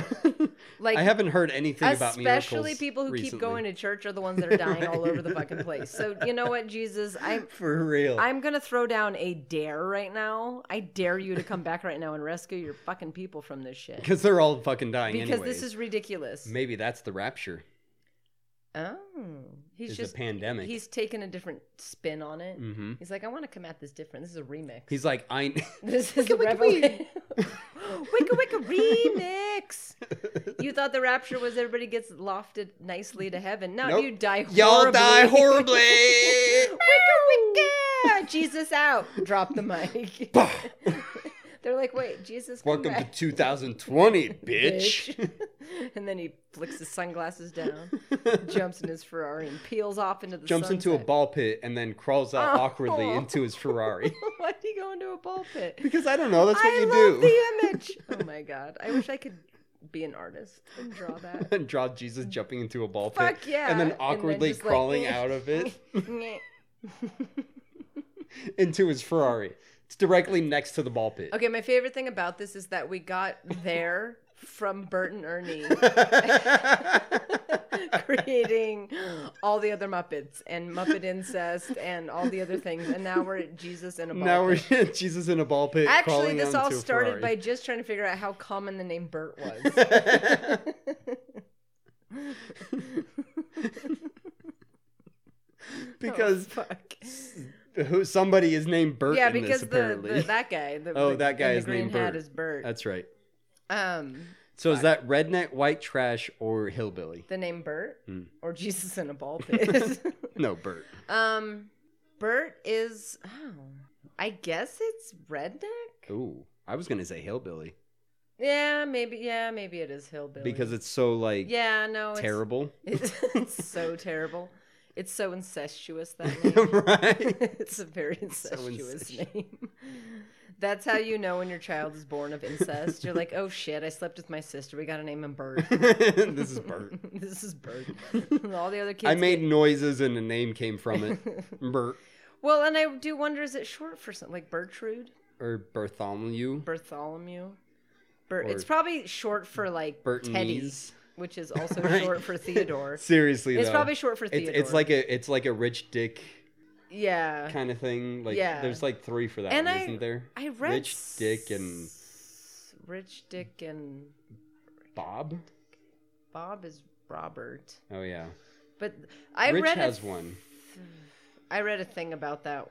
Speaker 7: like
Speaker 6: I haven't heard anything about miracles.
Speaker 7: especially people who
Speaker 6: recently.
Speaker 7: keep going to church are the ones that are dying all over the fucking place. So you know what, Jesus, I'm
Speaker 6: for real.
Speaker 7: I'm gonna throw down a dare right now. I dare you to come back right now and rescue your fucking people from this shit.
Speaker 6: because they're all fucking dying.
Speaker 7: Because
Speaker 6: anyways.
Speaker 7: this is ridiculous.
Speaker 6: maybe that's the rapture.
Speaker 7: Oh, he's
Speaker 6: Is a
Speaker 7: just
Speaker 6: pandemic.
Speaker 7: He's taken a different spin on it.
Speaker 6: Mhm.
Speaker 7: He's like, I want to come at this different. This is a remix.
Speaker 6: He's like I.
Speaker 7: this is a revelation. wicka wicka remix. You thought the rapture was everybody gets lofted nicely to heaven. Now
Speaker 6: Nope.
Speaker 7: you die horribly.
Speaker 6: Y'all die horribly.
Speaker 7: wicka wicka. Jesus out. Drop the mic. They're like, wait, Jesus, come
Speaker 6: Welcome to
Speaker 7: back,
Speaker 6: 2020, bitch.
Speaker 7: bitch. and then he flicks his sunglasses down, jumps in his Ferrari, and peels off into the
Speaker 6: Jumps into a
Speaker 7: sunset.
Speaker 6: ball pit and then crawls out
Speaker 7: Oh.
Speaker 6: awkwardly into his Ferrari.
Speaker 7: Why'd he go into a ball pit?
Speaker 6: because I don't know, that's what
Speaker 7: I
Speaker 6: you do.
Speaker 7: love the image. Oh my god, I wish I could be an artist and draw that.
Speaker 6: and draw Jesus jumping into a ball pit.
Speaker 7: Fuck yeah!
Speaker 6: And then awkwardly
Speaker 7: just like,
Speaker 6: crawling out of it into his Ferrari. It's directly next to the ball pit.
Speaker 7: okay, my favorite thing about this is that we got there from Bert and Ernie creating all the other Muppets and Muppet incest and all the other things, and now we're at Jesus and a ball
Speaker 6: now we're
Speaker 7: pit.
Speaker 6: Jesus in a ball pit.
Speaker 7: Actually,
Speaker 6: crawling
Speaker 7: this all
Speaker 6: onto a
Speaker 7: started by
Speaker 6: Ferrari.
Speaker 7: just trying to figure out how common the name Bert was.
Speaker 6: because
Speaker 7: Oh, Fuck.
Speaker 6: who- somebody is named Bert.
Speaker 7: Yeah,
Speaker 6: in
Speaker 7: because
Speaker 6: this,
Speaker 7: the,
Speaker 6: apparently.
Speaker 7: the that guy. The,
Speaker 6: Oh,
Speaker 7: the-
Speaker 6: that guy
Speaker 7: in the
Speaker 6: is named
Speaker 7: green hat
Speaker 6: Bert.
Speaker 7: Is Bert.
Speaker 6: That's right.
Speaker 7: um,
Speaker 6: So is that redneck, white trash, or hillbilly?
Speaker 7: the name Bert
Speaker 6: Hmm.
Speaker 7: or Jesus in a ball pit.
Speaker 6: No, Bert.
Speaker 7: um, Bert is. Oh, I guess it's redneck.
Speaker 6: Ooh, I was gonna say hillbilly
Speaker 7: Yeah, maybe. Yeah, maybe it is hillbilly.
Speaker 6: because it's so like
Speaker 7: yeah, no, it's,
Speaker 6: terrible,
Speaker 7: It's, it's so terrible. It's so incestuous that name.
Speaker 6: right?
Speaker 7: it's a very incestuous name. That's how you know when your child is born of incest. You're like, oh shit, I slept with my sister. We got to name him Bert.
Speaker 6: this is Bert.
Speaker 7: this is Bert. All the other kids.
Speaker 6: I made noises and the name came from it. Bert
Speaker 7: Well, and I do wonder is it short for something like Bertrude,
Speaker 6: or Bartholomew.
Speaker 7: Bartholomew? Bert. It's
Speaker 6: Or-
Speaker 7: probably short for like Teddy,
Speaker 6: Bertnese.
Speaker 7: which is also
Speaker 6: Right.
Speaker 7: short for Theodore.
Speaker 6: Seriously,
Speaker 7: It's
Speaker 6: though.
Speaker 7: probably short for
Speaker 6: It's,
Speaker 7: Theodore.
Speaker 6: it's like a it's like a rich dick
Speaker 7: yeah.
Speaker 6: kind of thing. Like
Speaker 7: Yeah.
Speaker 6: there's like three for that,
Speaker 7: And
Speaker 6: one,
Speaker 7: I-
Speaker 6: isn't there?
Speaker 7: I read
Speaker 6: rich dick and
Speaker 7: s- Rich Dick and
Speaker 6: Bob.
Speaker 7: Bob is Robert.
Speaker 6: Oh yeah,
Speaker 7: But I
Speaker 6: Rich
Speaker 7: read
Speaker 6: has
Speaker 7: a,
Speaker 6: one.
Speaker 7: I read a thing about that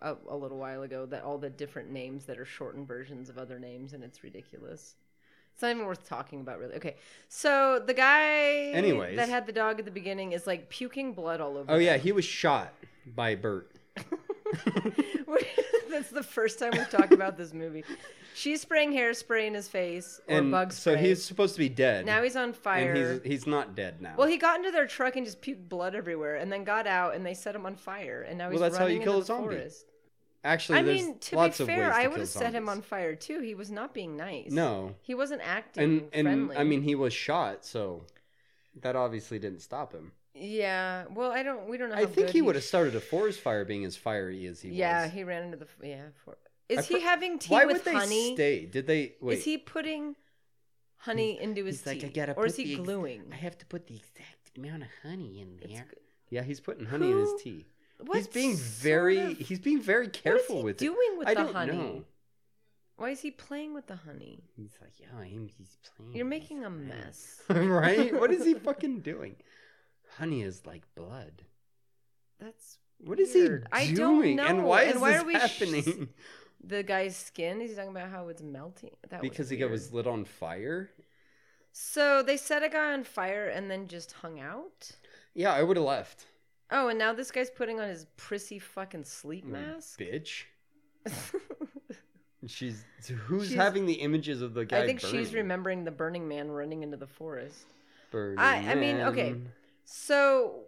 Speaker 7: a, a little while ago that all the different names that are shortened versions of other names and it's ridiculous. It's not even worth talking about really. Okay. So the guy
Speaker 6: Anyways.
Speaker 7: that had the dog at the beginning is like puking blood all over.
Speaker 6: Oh yeah, he was shot by Bert.
Speaker 7: That's the first time we've talked about this movie. She's spraying hairspray in his face or
Speaker 6: and
Speaker 7: bug
Speaker 6: so
Speaker 7: spray.
Speaker 6: he's supposed to be dead.
Speaker 7: now he's on fire.
Speaker 6: and he's he's not dead now.
Speaker 7: Well, he got into their truck and just puked blood everywhere, and then got out, and they set him on fire, and now he's
Speaker 6: that's how you
Speaker 7: running
Speaker 6: kill
Speaker 7: into
Speaker 6: a
Speaker 7: the
Speaker 6: zombie.
Speaker 7: forest.
Speaker 6: actually,
Speaker 7: I
Speaker 6: there's
Speaker 7: mean, to
Speaker 6: lots
Speaker 7: be
Speaker 6: of ways
Speaker 7: fair,
Speaker 6: to
Speaker 7: I
Speaker 6: kill
Speaker 7: would have set him on
Speaker 6: zombies.
Speaker 7: fire too. He was not being nice.
Speaker 6: No,
Speaker 7: he wasn't acting
Speaker 6: and and
Speaker 7: friendly.
Speaker 6: I mean, he was shot, so that obviously didn't stop him.
Speaker 7: yeah. Well, I don't. We don't know.
Speaker 6: I
Speaker 7: how
Speaker 6: think
Speaker 7: Oh, good
Speaker 6: he would have started a forest fire, being as fiery as he
Speaker 7: Yeah,
Speaker 6: was.
Speaker 7: he ran into the. f- Yeah. For, is
Speaker 6: I
Speaker 7: he
Speaker 6: fr-
Speaker 7: having tea
Speaker 6: Why
Speaker 7: with
Speaker 6: would they
Speaker 7: honey?
Speaker 6: stay? Did they wait?
Speaker 7: Is he putting honey into his
Speaker 6: he's like,
Speaker 7: tea,
Speaker 6: "I gotta
Speaker 7: or is
Speaker 6: put the
Speaker 7: he
Speaker 6: ex-
Speaker 7: gluing?
Speaker 6: I have to put the exact amount of honey in
Speaker 7: It's
Speaker 6: there.
Speaker 7: g-
Speaker 6: Yeah, he's putting honey in
Speaker 7: Who-
Speaker 6: his tea. he's
Speaker 7: What
Speaker 6: being
Speaker 7: sort
Speaker 6: very
Speaker 7: of-
Speaker 6: he's being very careful
Speaker 7: he
Speaker 6: with
Speaker 7: doing
Speaker 6: it.
Speaker 7: with
Speaker 6: I
Speaker 7: the
Speaker 6: don't
Speaker 7: honey?
Speaker 6: know.
Speaker 7: Why is he playing with the honey?
Speaker 6: He's like, yeah, him, he's playing.
Speaker 7: You're
Speaker 6: with
Speaker 7: making
Speaker 6: his
Speaker 7: a
Speaker 6: honey."
Speaker 7: mess.
Speaker 6: right? What is he fucking doing? Honey is like blood.
Speaker 7: That's
Speaker 6: What is
Speaker 7: Weird. I
Speaker 6: he
Speaker 7: don't
Speaker 6: doing?
Speaker 7: know.
Speaker 6: And why is
Speaker 7: And why
Speaker 6: this
Speaker 7: are we sh-
Speaker 6: happening?
Speaker 7: the guy's skin. He's talking about how it's melting. That was
Speaker 6: because he
Speaker 7: weird.
Speaker 6: was lit on fire.
Speaker 7: So they set a guy on fire and then just hung out.
Speaker 6: Yeah, I would have left.
Speaker 7: Oh, and now this guy's putting on his prissy fucking sleep
Speaker 6: Mm,
Speaker 7: mask.
Speaker 6: Bitch. She's who's
Speaker 7: She's-
Speaker 6: having the images of the guy.
Speaker 7: I think she's
Speaker 6: burning?
Speaker 7: remembering the Burning Man running into the forest.
Speaker 6: Burning
Speaker 7: I- I mean, okay.
Speaker 6: Man.
Speaker 7: So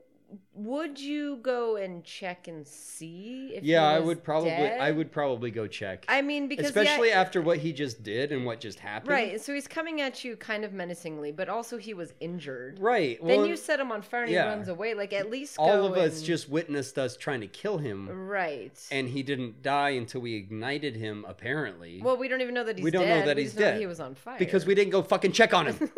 Speaker 7: would you go and check and see if he
Speaker 6: Yeah, I
Speaker 7: was
Speaker 6: would probably. I
Speaker 7: dead?
Speaker 6: would probably go check.
Speaker 7: I mean because yeah,
Speaker 6: especially after what he just did and what just happened.
Speaker 7: right, so he's coming at you kind of menacingly, but also he was injured.
Speaker 6: Right.
Speaker 7: Then
Speaker 6: well,
Speaker 7: you set him on fire and
Speaker 6: yeah.
Speaker 7: he runs away. Like at least
Speaker 6: all
Speaker 7: go
Speaker 6: of us
Speaker 7: and-
Speaker 6: just witnessed us trying to kill him,
Speaker 7: right.
Speaker 6: and he didn't die until we ignited him. Apparently,
Speaker 7: Well, we don't even know that he's
Speaker 6: We don't know
Speaker 7: dead.
Speaker 6: that
Speaker 7: We
Speaker 6: he's
Speaker 7: just know
Speaker 6: dead.
Speaker 7: he was on fire
Speaker 6: because we didn't go fucking check on him.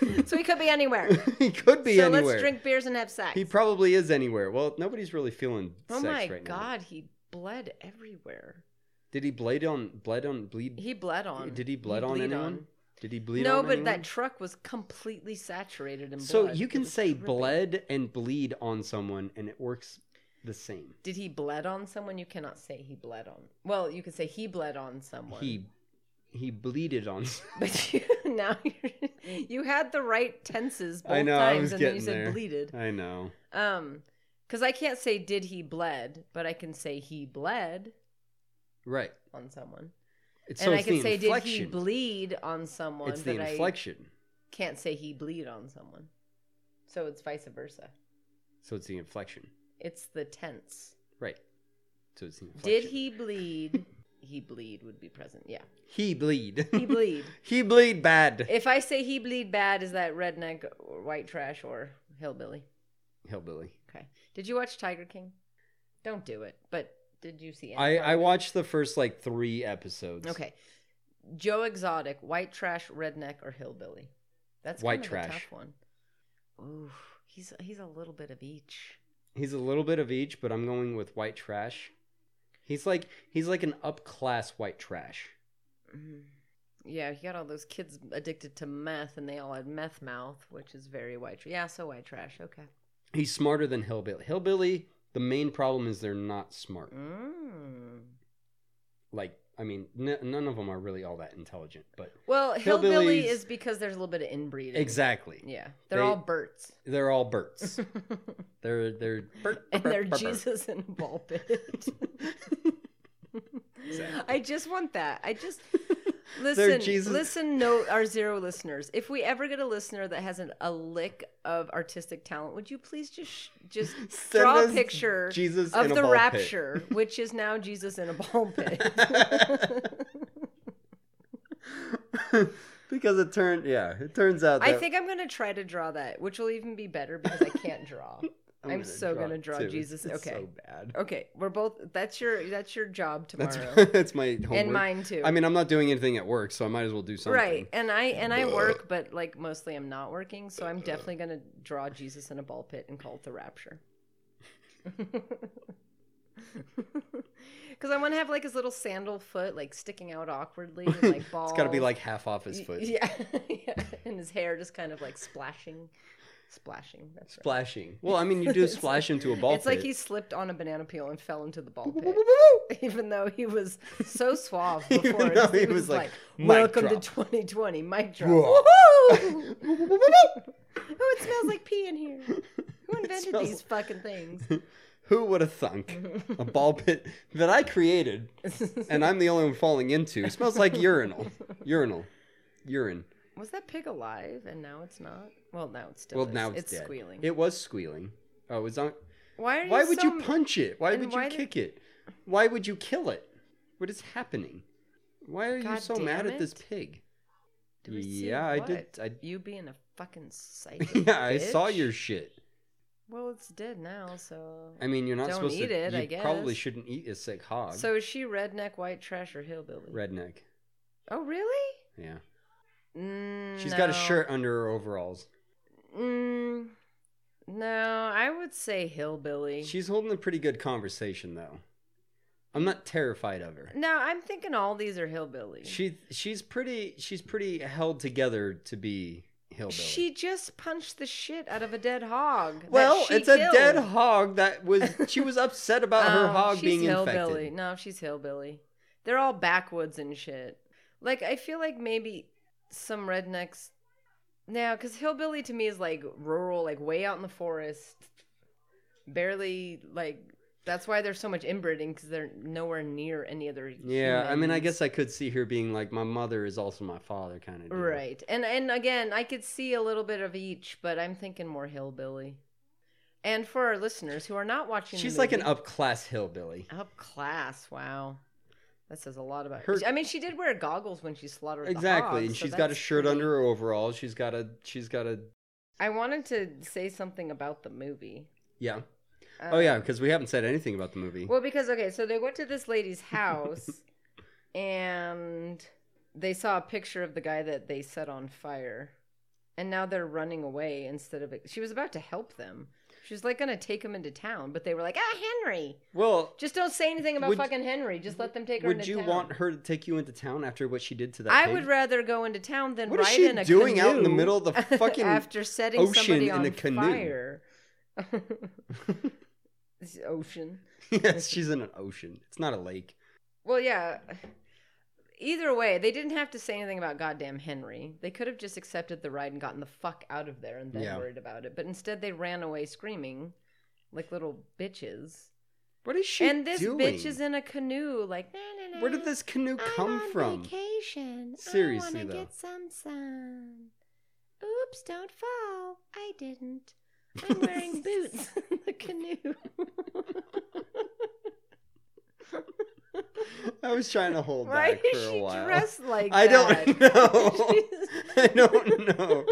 Speaker 7: so he could be anywhere.
Speaker 6: he could be
Speaker 7: so
Speaker 6: anywhere.
Speaker 7: let's drink beers and have sex.
Speaker 6: He probably is anywhere. Well, nobody's really feeling
Speaker 7: oh
Speaker 6: sex
Speaker 7: my
Speaker 6: right now.
Speaker 7: god, he bled everywhere.
Speaker 6: Did he bleed on? Bled on? Bleed?
Speaker 7: He bled on.
Speaker 6: did he bleed on
Speaker 7: bleed
Speaker 6: anyone? Did he bleed
Speaker 7: no,
Speaker 6: on
Speaker 7: but
Speaker 6: anyone?
Speaker 7: that truck was completely saturated in
Speaker 6: So
Speaker 7: blood.
Speaker 6: you
Speaker 7: It
Speaker 6: can
Speaker 7: was
Speaker 6: say
Speaker 7: dripping.
Speaker 6: bled and bleed on someone, and it works the same.
Speaker 7: Did he bled on someone? You cannot say he bled on. Well, you could say he bled on someone.
Speaker 6: He he bleeded on.
Speaker 7: But you, now you're, you had the right tenses both
Speaker 6: I know.
Speaker 7: times,
Speaker 6: I was
Speaker 7: and
Speaker 6: getting
Speaker 7: then you said
Speaker 6: there.
Speaker 7: bleeded.
Speaker 6: I know.
Speaker 7: Um, because I can't say did he bled, but I can say he bled
Speaker 6: Right.
Speaker 7: on someone.
Speaker 6: It's so
Speaker 7: and I
Speaker 6: it's the
Speaker 7: can say, did he
Speaker 6: inflection.
Speaker 7: bleed on someone?
Speaker 6: it's the
Speaker 7: but I
Speaker 6: inflection.
Speaker 7: can't say he bleed on someone. So it's vice versa.
Speaker 6: So it's the inflection.
Speaker 7: It's the tense.
Speaker 6: Right. So it's the inflection.
Speaker 7: Did he bleed? he bleed would be present. Yeah.
Speaker 6: He bleed.
Speaker 7: He bleed.
Speaker 6: he bleed bad.
Speaker 7: if I say he bleed bad, is that redneck or white trash or hillbilly?
Speaker 6: Hillbilly.
Speaker 7: Okay. Did you watch Tiger King? Don't do it. But did you see? any
Speaker 6: I,
Speaker 7: part
Speaker 6: I
Speaker 7: of it?
Speaker 6: watched the first like three episodes.
Speaker 7: Okay. Joe Exotic, white trash, redneck, or hillbilly? That's
Speaker 6: White
Speaker 7: kind of
Speaker 6: trash.
Speaker 7: A tough one. Ooh, he's he's a little bit of each.
Speaker 6: He's a little bit of each, but I'm going with white trash. He's like he's like an upclass white trash.
Speaker 7: Mm-hmm. Yeah, you got all those kids addicted to meth, and they all had meth mouth, which is very white. Tra- yeah, so white trash. Okay.
Speaker 6: He's smarter than hillbilly. Hillbilly. The main problem is they're not smart.
Speaker 7: Mm.
Speaker 6: Like I mean, n- none of them are really all that intelligent. But
Speaker 7: Well, hillbilly
Speaker 6: Hillbillies-
Speaker 7: is because there's a little bit of inbreeding.
Speaker 6: exactly,
Speaker 7: Yeah, they're
Speaker 6: They-
Speaker 7: all Berts,
Speaker 6: they're all Berts. they're they're Bert,
Speaker 7: and
Speaker 6: Bert,
Speaker 7: they're
Speaker 6: Bert, Bert.
Speaker 7: Jesus in a ball pit. I just want that. I just listen.
Speaker 6: Jesus-
Speaker 7: Listen, no, our zero listeners. If we ever get a listener that has an, a lick of artistic talent, would you please just sh- just
Speaker 6: Send
Speaker 7: draw a
Speaker 6: us
Speaker 7: picture
Speaker 6: Jesus in
Speaker 7: of
Speaker 6: a
Speaker 7: the
Speaker 6: ball pit.
Speaker 7: rapture, which is now Jesus in a ball pit.
Speaker 6: because it turned yeah, it turns out.
Speaker 7: I
Speaker 6: that-
Speaker 7: think I'm gonna try to draw that, which will even be better because I can't draw. I'm,
Speaker 6: gonna
Speaker 7: so
Speaker 6: draw
Speaker 7: gonna
Speaker 6: it,
Speaker 7: draw
Speaker 6: too.
Speaker 7: Jesus.
Speaker 6: It's
Speaker 7: okay.
Speaker 6: so bad.
Speaker 7: Okay, we're both. That's your. That's your job tomorrow.
Speaker 6: That's that's my homework.
Speaker 7: mine, too.
Speaker 6: I mean, I'm not doing anything at work, so I might as well do something.
Speaker 7: Right, and I and I work, but like mostly I'm not working, so I'm definitely gonna draw Jesus in a ball pit and call it the Rapture. Because I want to have like his little sandal foot like sticking out awkwardly, and, like balls.
Speaker 6: It's got to be like half off his foot.
Speaker 7: yeah, yeah, and his hair just kind of like splashing, splashing. That's right.
Speaker 6: Splashing. Well, I mean, you do splash into a ball
Speaker 7: It's like
Speaker 6: pit.
Speaker 7: he slipped on a banana peel and fell into the ball pit, even though he was so suave
Speaker 6: Even
Speaker 7: before.
Speaker 6: though
Speaker 7: It
Speaker 6: he
Speaker 7: he
Speaker 6: was
Speaker 7: was
Speaker 6: like,
Speaker 7: like,
Speaker 6: "Mic
Speaker 7: "Welcome
Speaker 6: drop."
Speaker 7: to 2020, mic drop."
Speaker 6: Whoa.
Speaker 7: Woohoo! oh, it smells like pee in here. Who invented
Speaker 6: smells-
Speaker 7: these fucking things?
Speaker 6: Who would have thunk a ball pit that I created and I'm the only one falling into? It smells like urinal. Urinal. Urine.
Speaker 7: Was that pig alive? And now it's not. Well, now it's still.
Speaker 6: Well,
Speaker 7: is.
Speaker 6: now it's, dead.
Speaker 7: squealing.
Speaker 6: It was squealing. Oh, it was on.
Speaker 7: why? Are
Speaker 6: Why would
Speaker 7: so-
Speaker 6: you punch it? Why
Speaker 7: and
Speaker 6: would you
Speaker 7: why did-
Speaker 6: kick it? Why would you kill it? What is happening? Why are you
Speaker 7: God
Speaker 6: so mad
Speaker 7: damn
Speaker 6: at this
Speaker 7: it.
Speaker 6: pig?
Speaker 7: Do we see
Speaker 6: Yeah, I did-
Speaker 7: what?
Speaker 6: I-
Speaker 7: You being a fucking psycho.
Speaker 6: yeah, I saw
Speaker 7: bitch.
Speaker 6: your shit.
Speaker 7: Well, it's dead now, so.
Speaker 6: I mean, you're not
Speaker 7: Don't
Speaker 6: supposed
Speaker 7: eat
Speaker 6: to.
Speaker 7: it,
Speaker 6: you
Speaker 7: I guess.
Speaker 6: probably shouldn't eat a sick hog.
Speaker 7: So is she redneck, white trash, or hillbilly?
Speaker 6: redneck.
Speaker 7: Oh, really?
Speaker 6: Yeah,
Speaker 7: Mm,
Speaker 6: she's got a
Speaker 7: no.
Speaker 6: shirt under her overalls.
Speaker 7: Mm, no, I would say hillbilly.
Speaker 6: She's holding a pretty good conversation though. I'm not terrified of her.
Speaker 7: No, I'm thinking all these are hillbilly.
Speaker 6: She she's pretty she's pretty held together to be hillbilly.
Speaker 7: She just punched the shit out of a dead hog. that
Speaker 6: well,
Speaker 7: she
Speaker 6: it's a
Speaker 7: killed.
Speaker 6: dead hog that was she was upset about her
Speaker 7: Oh,
Speaker 6: hog
Speaker 7: she's
Speaker 6: being
Speaker 7: hillbilly.
Speaker 6: infected.
Speaker 7: No, she's hillbilly. They're all backwoods and shit. Like I feel like maybe some rednecks now because hillbilly to me is like rural, like way out in the forest, barely like. That's why there's so much inbreeding because they're nowhere near any other.
Speaker 6: Yeah, I mean, I
Speaker 7: humans.
Speaker 6: guess I could see her being like, "My mother is also my father," kind of.
Speaker 7: Right. And and again, I could see a little bit of each, but I'm thinking more hillbilly. And for our listeners who are not watching, the
Speaker 6: She's like an
Speaker 7: movie-
Speaker 6: upclass hillbilly.
Speaker 7: up class. Wow, that says a lot about
Speaker 6: Her-
Speaker 7: her. I mean, she did wear goggles when she slaughtered
Speaker 6: Exactly,
Speaker 7: the hogs,
Speaker 6: and
Speaker 7: so
Speaker 6: she's got a
Speaker 7: that's
Speaker 6: shirt
Speaker 7: pretty-
Speaker 6: under her overalls. She's got a she's got a
Speaker 7: I wanted to say something about the movie. Um,
Speaker 6: yeah. oh yeah, because we haven't said anything about the movie.
Speaker 7: Uh, Well, because okay, so they went to this lady's house, and they saw a picture of the guy that they set on fire, and now they're running away instead of. She was about to help them. She was like gonna take him into town, but they were like, "Ah, Henry,
Speaker 6: Well,
Speaker 7: just don't say anything about
Speaker 6: Would-
Speaker 7: fucking Henry. Just let them take her."
Speaker 6: would
Speaker 7: into
Speaker 6: you
Speaker 7: town."
Speaker 6: want her to take you into town after what she did to that?
Speaker 7: I
Speaker 6: pig?
Speaker 7: would rather go into town than
Speaker 6: What is
Speaker 7: ride
Speaker 6: she
Speaker 7: in a
Speaker 6: doing out in the
Speaker 7: canoe
Speaker 6: middle of the fucking
Speaker 7: after setting
Speaker 6: ocean
Speaker 7: somebody
Speaker 6: in
Speaker 7: on
Speaker 6: a canoe?
Speaker 7: fire. This ocean.
Speaker 6: yes, she's in an ocean. It's not a lake.
Speaker 7: Well, yeah. Either way, they didn't have to say anything about goddamn Henry. They could have just accepted the ride and gotten the fuck out of there and then
Speaker 6: Yeah.
Speaker 7: worried about it. But instead, they ran away screaming like little bitches.
Speaker 6: What is she
Speaker 7: And this
Speaker 6: doing?
Speaker 7: bitch is in a canoe, like. "Na, na, na,
Speaker 6: Where did this canoe
Speaker 7: I'm
Speaker 6: come
Speaker 7: on
Speaker 6: from?
Speaker 7: Vacation.
Speaker 6: Seriously,
Speaker 7: I wanna
Speaker 6: though.
Speaker 7: get some sun. Oops! Don't fall. I didn't. I'm wearing boots in the canoe.
Speaker 6: I was trying to hold
Speaker 7: Why
Speaker 6: back for
Speaker 7: is
Speaker 6: a
Speaker 7: she
Speaker 6: while.
Speaker 7: dressed like
Speaker 6: I
Speaker 7: that?
Speaker 6: don't know.
Speaker 7: She's-
Speaker 6: I don't know.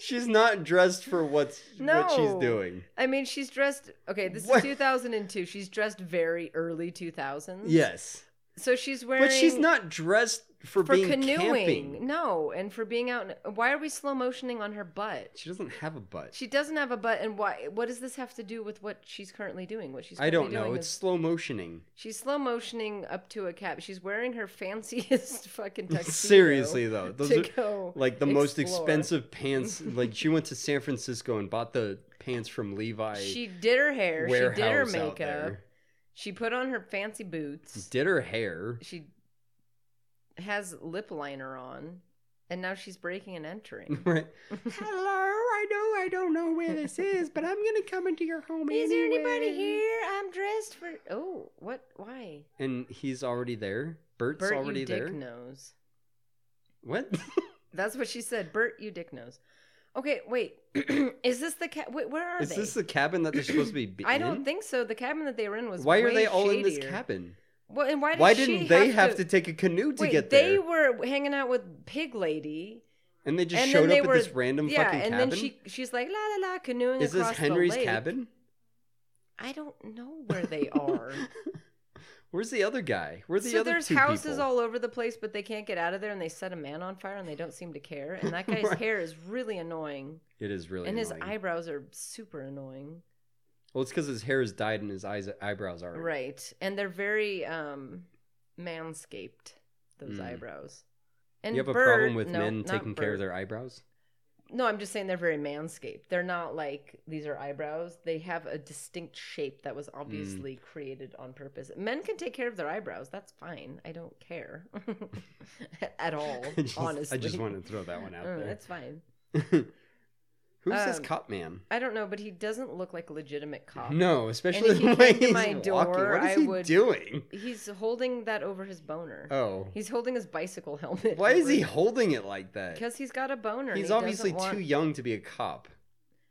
Speaker 6: She's not dressed for what's what she's
Speaker 7: No.
Speaker 6: doing.
Speaker 7: I mean, she's dressed. Okay, this is
Speaker 6: What?
Speaker 7: 2002. She's dressed very early 2000s.
Speaker 6: Yes,
Speaker 7: So she's wearing.
Speaker 6: but she's not dressed for,
Speaker 7: for
Speaker 6: being
Speaker 7: canoeing.
Speaker 6: camping.
Speaker 7: No, and for being out. Why are we slow motioning on her butt?
Speaker 6: She doesn't have a butt.
Speaker 7: She doesn't have a butt, and why? What does this have to do with what she's currently doing? What she's
Speaker 6: I don't
Speaker 7: currently
Speaker 6: know.
Speaker 7: doing
Speaker 6: It's
Speaker 7: is-
Speaker 6: slow motioning.
Speaker 7: she's slow motioning up to a cap. She's wearing her fanciest fucking tuxedo.
Speaker 6: Seriously though, those
Speaker 7: to
Speaker 6: are
Speaker 7: go
Speaker 6: like the most
Speaker 7: explore.
Speaker 6: expensive pants. like she went to San Francisco and bought the pants from Levi.
Speaker 7: She did her hair. She
Speaker 6: warehouse
Speaker 7: did her
Speaker 6: out
Speaker 7: makeup.
Speaker 6: there.
Speaker 7: She put on her fancy boots.
Speaker 6: Did her hair?
Speaker 7: She has lip liner on, and now she's breaking and entering.
Speaker 6: Right. Hello, I know I don't know where this is, but I'm gonna come into your home
Speaker 7: Is there anybody
Speaker 6: anyway.
Speaker 7: here? I'm dressed for. Oh, what? Why?
Speaker 6: And he's already there. Bert's
Speaker 7: Bert,
Speaker 6: already
Speaker 7: you
Speaker 6: there.
Speaker 7: dick nose.
Speaker 6: What?
Speaker 7: That's what she said. Bert, you dick nose. Okay, wait. is this the cat? Wait, where are
Speaker 6: is
Speaker 7: they?
Speaker 6: this the cabin that they're supposed to be? be
Speaker 7: I don't
Speaker 6: in?
Speaker 7: think so. The cabin that they were in was
Speaker 6: Why are
Speaker 7: way
Speaker 6: they all in this
Speaker 7: shadier.
Speaker 6: cabin?
Speaker 7: Well, and why, did
Speaker 6: Why
Speaker 7: she
Speaker 6: didn't they have to,
Speaker 7: to
Speaker 6: take a canoe to
Speaker 7: wait,
Speaker 6: get there?
Speaker 7: They were hanging out with Pig Lady,
Speaker 6: and they just
Speaker 7: and
Speaker 6: showed
Speaker 7: then they
Speaker 6: up
Speaker 7: were
Speaker 6: at this random
Speaker 7: yeah,
Speaker 6: fucking
Speaker 7: and
Speaker 6: cabin.
Speaker 7: then she she's like la la la canoeing
Speaker 6: is this
Speaker 7: across
Speaker 6: Henry's
Speaker 7: the lake.
Speaker 6: cabin?
Speaker 7: I don't know where they are.
Speaker 6: Where's the other guy? Where's the
Speaker 7: so
Speaker 6: other
Speaker 7: there's
Speaker 6: two
Speaker 7: houses
Speaker 6: people?
Speaker 7: all over the place, but they can't get out of there, and they set a man on fire, and they don't seem to care. And that guy's
Speaker 6: Right.
Speaker 7: hair is really annoying,
Speaker 6: It is really
Speaker 7: and his
Speaker 6: annoying.
Speaker 7: eyebrows are super annoying.
Speaker 6: Well, it's because his hair is dyed and his eyes eyebrows are
Speaker 7: Right. And they're very um manscaped, those
Speaker 6: Mm.
Speaker 7: eyebrows. And
Speaker 6: you have a
Speaker 7: Bert-
Speaker 6: problem with
Speaker 7: no,
Speaker 6: men
Speaker 7: not
Speaker 6: taking care of
Speaker 7: Bert.
Speaker 6: their eyebrows?
Speaker 7: No, I'm just saying they're very manscaped. They're not like these are eyebrows. They have a distinct shape that was
Speaker 6: Mm.
Speaker 7: obviously created on purpose. Men can take care of their eyebrows. That's fine. I don't care at all.
Speaker 6: I just,
Speaker 7: honestly,
Speaker 6: I just wanted to throw that one out
Speaker 7: Mm,
Speaker 6: there.
Speaker 7: It's fine.
Speaker 6: Who's this
Speaker 7: Um,
Speaker 6: cop man?
Speaker 7: I don't know, but he doesn't look like a legitimate cop.
Speaker 6: No, especially
Speaker 7: if he
Speaker 6: the way
Speaker 7: came to
Speaker 6: he's
Speaker 7: my
Speaker 6: walking.
Speaker 7: door,
Speaker 6: what is
Speaker 7: I
Speaker 6: he
Speaker 7: would-
Speaker 6: doing?
Speaker 7: He's holding that over his boner.
Speaker 6: Oh,
Speaker 7: He's holding his bicycle helmet.
Speaker 6: why is
Speaker 7: over
Speaker 6: he
Speaker 7: his-
Speaker 6: holding it like that?
Speaker 7: Because he's got a boner. and
Speaker 6: he's
Speaker 7: he
Speaker 6: obviously
Speaker 7: doesn't want-
Speaker 6: too young to be a cop.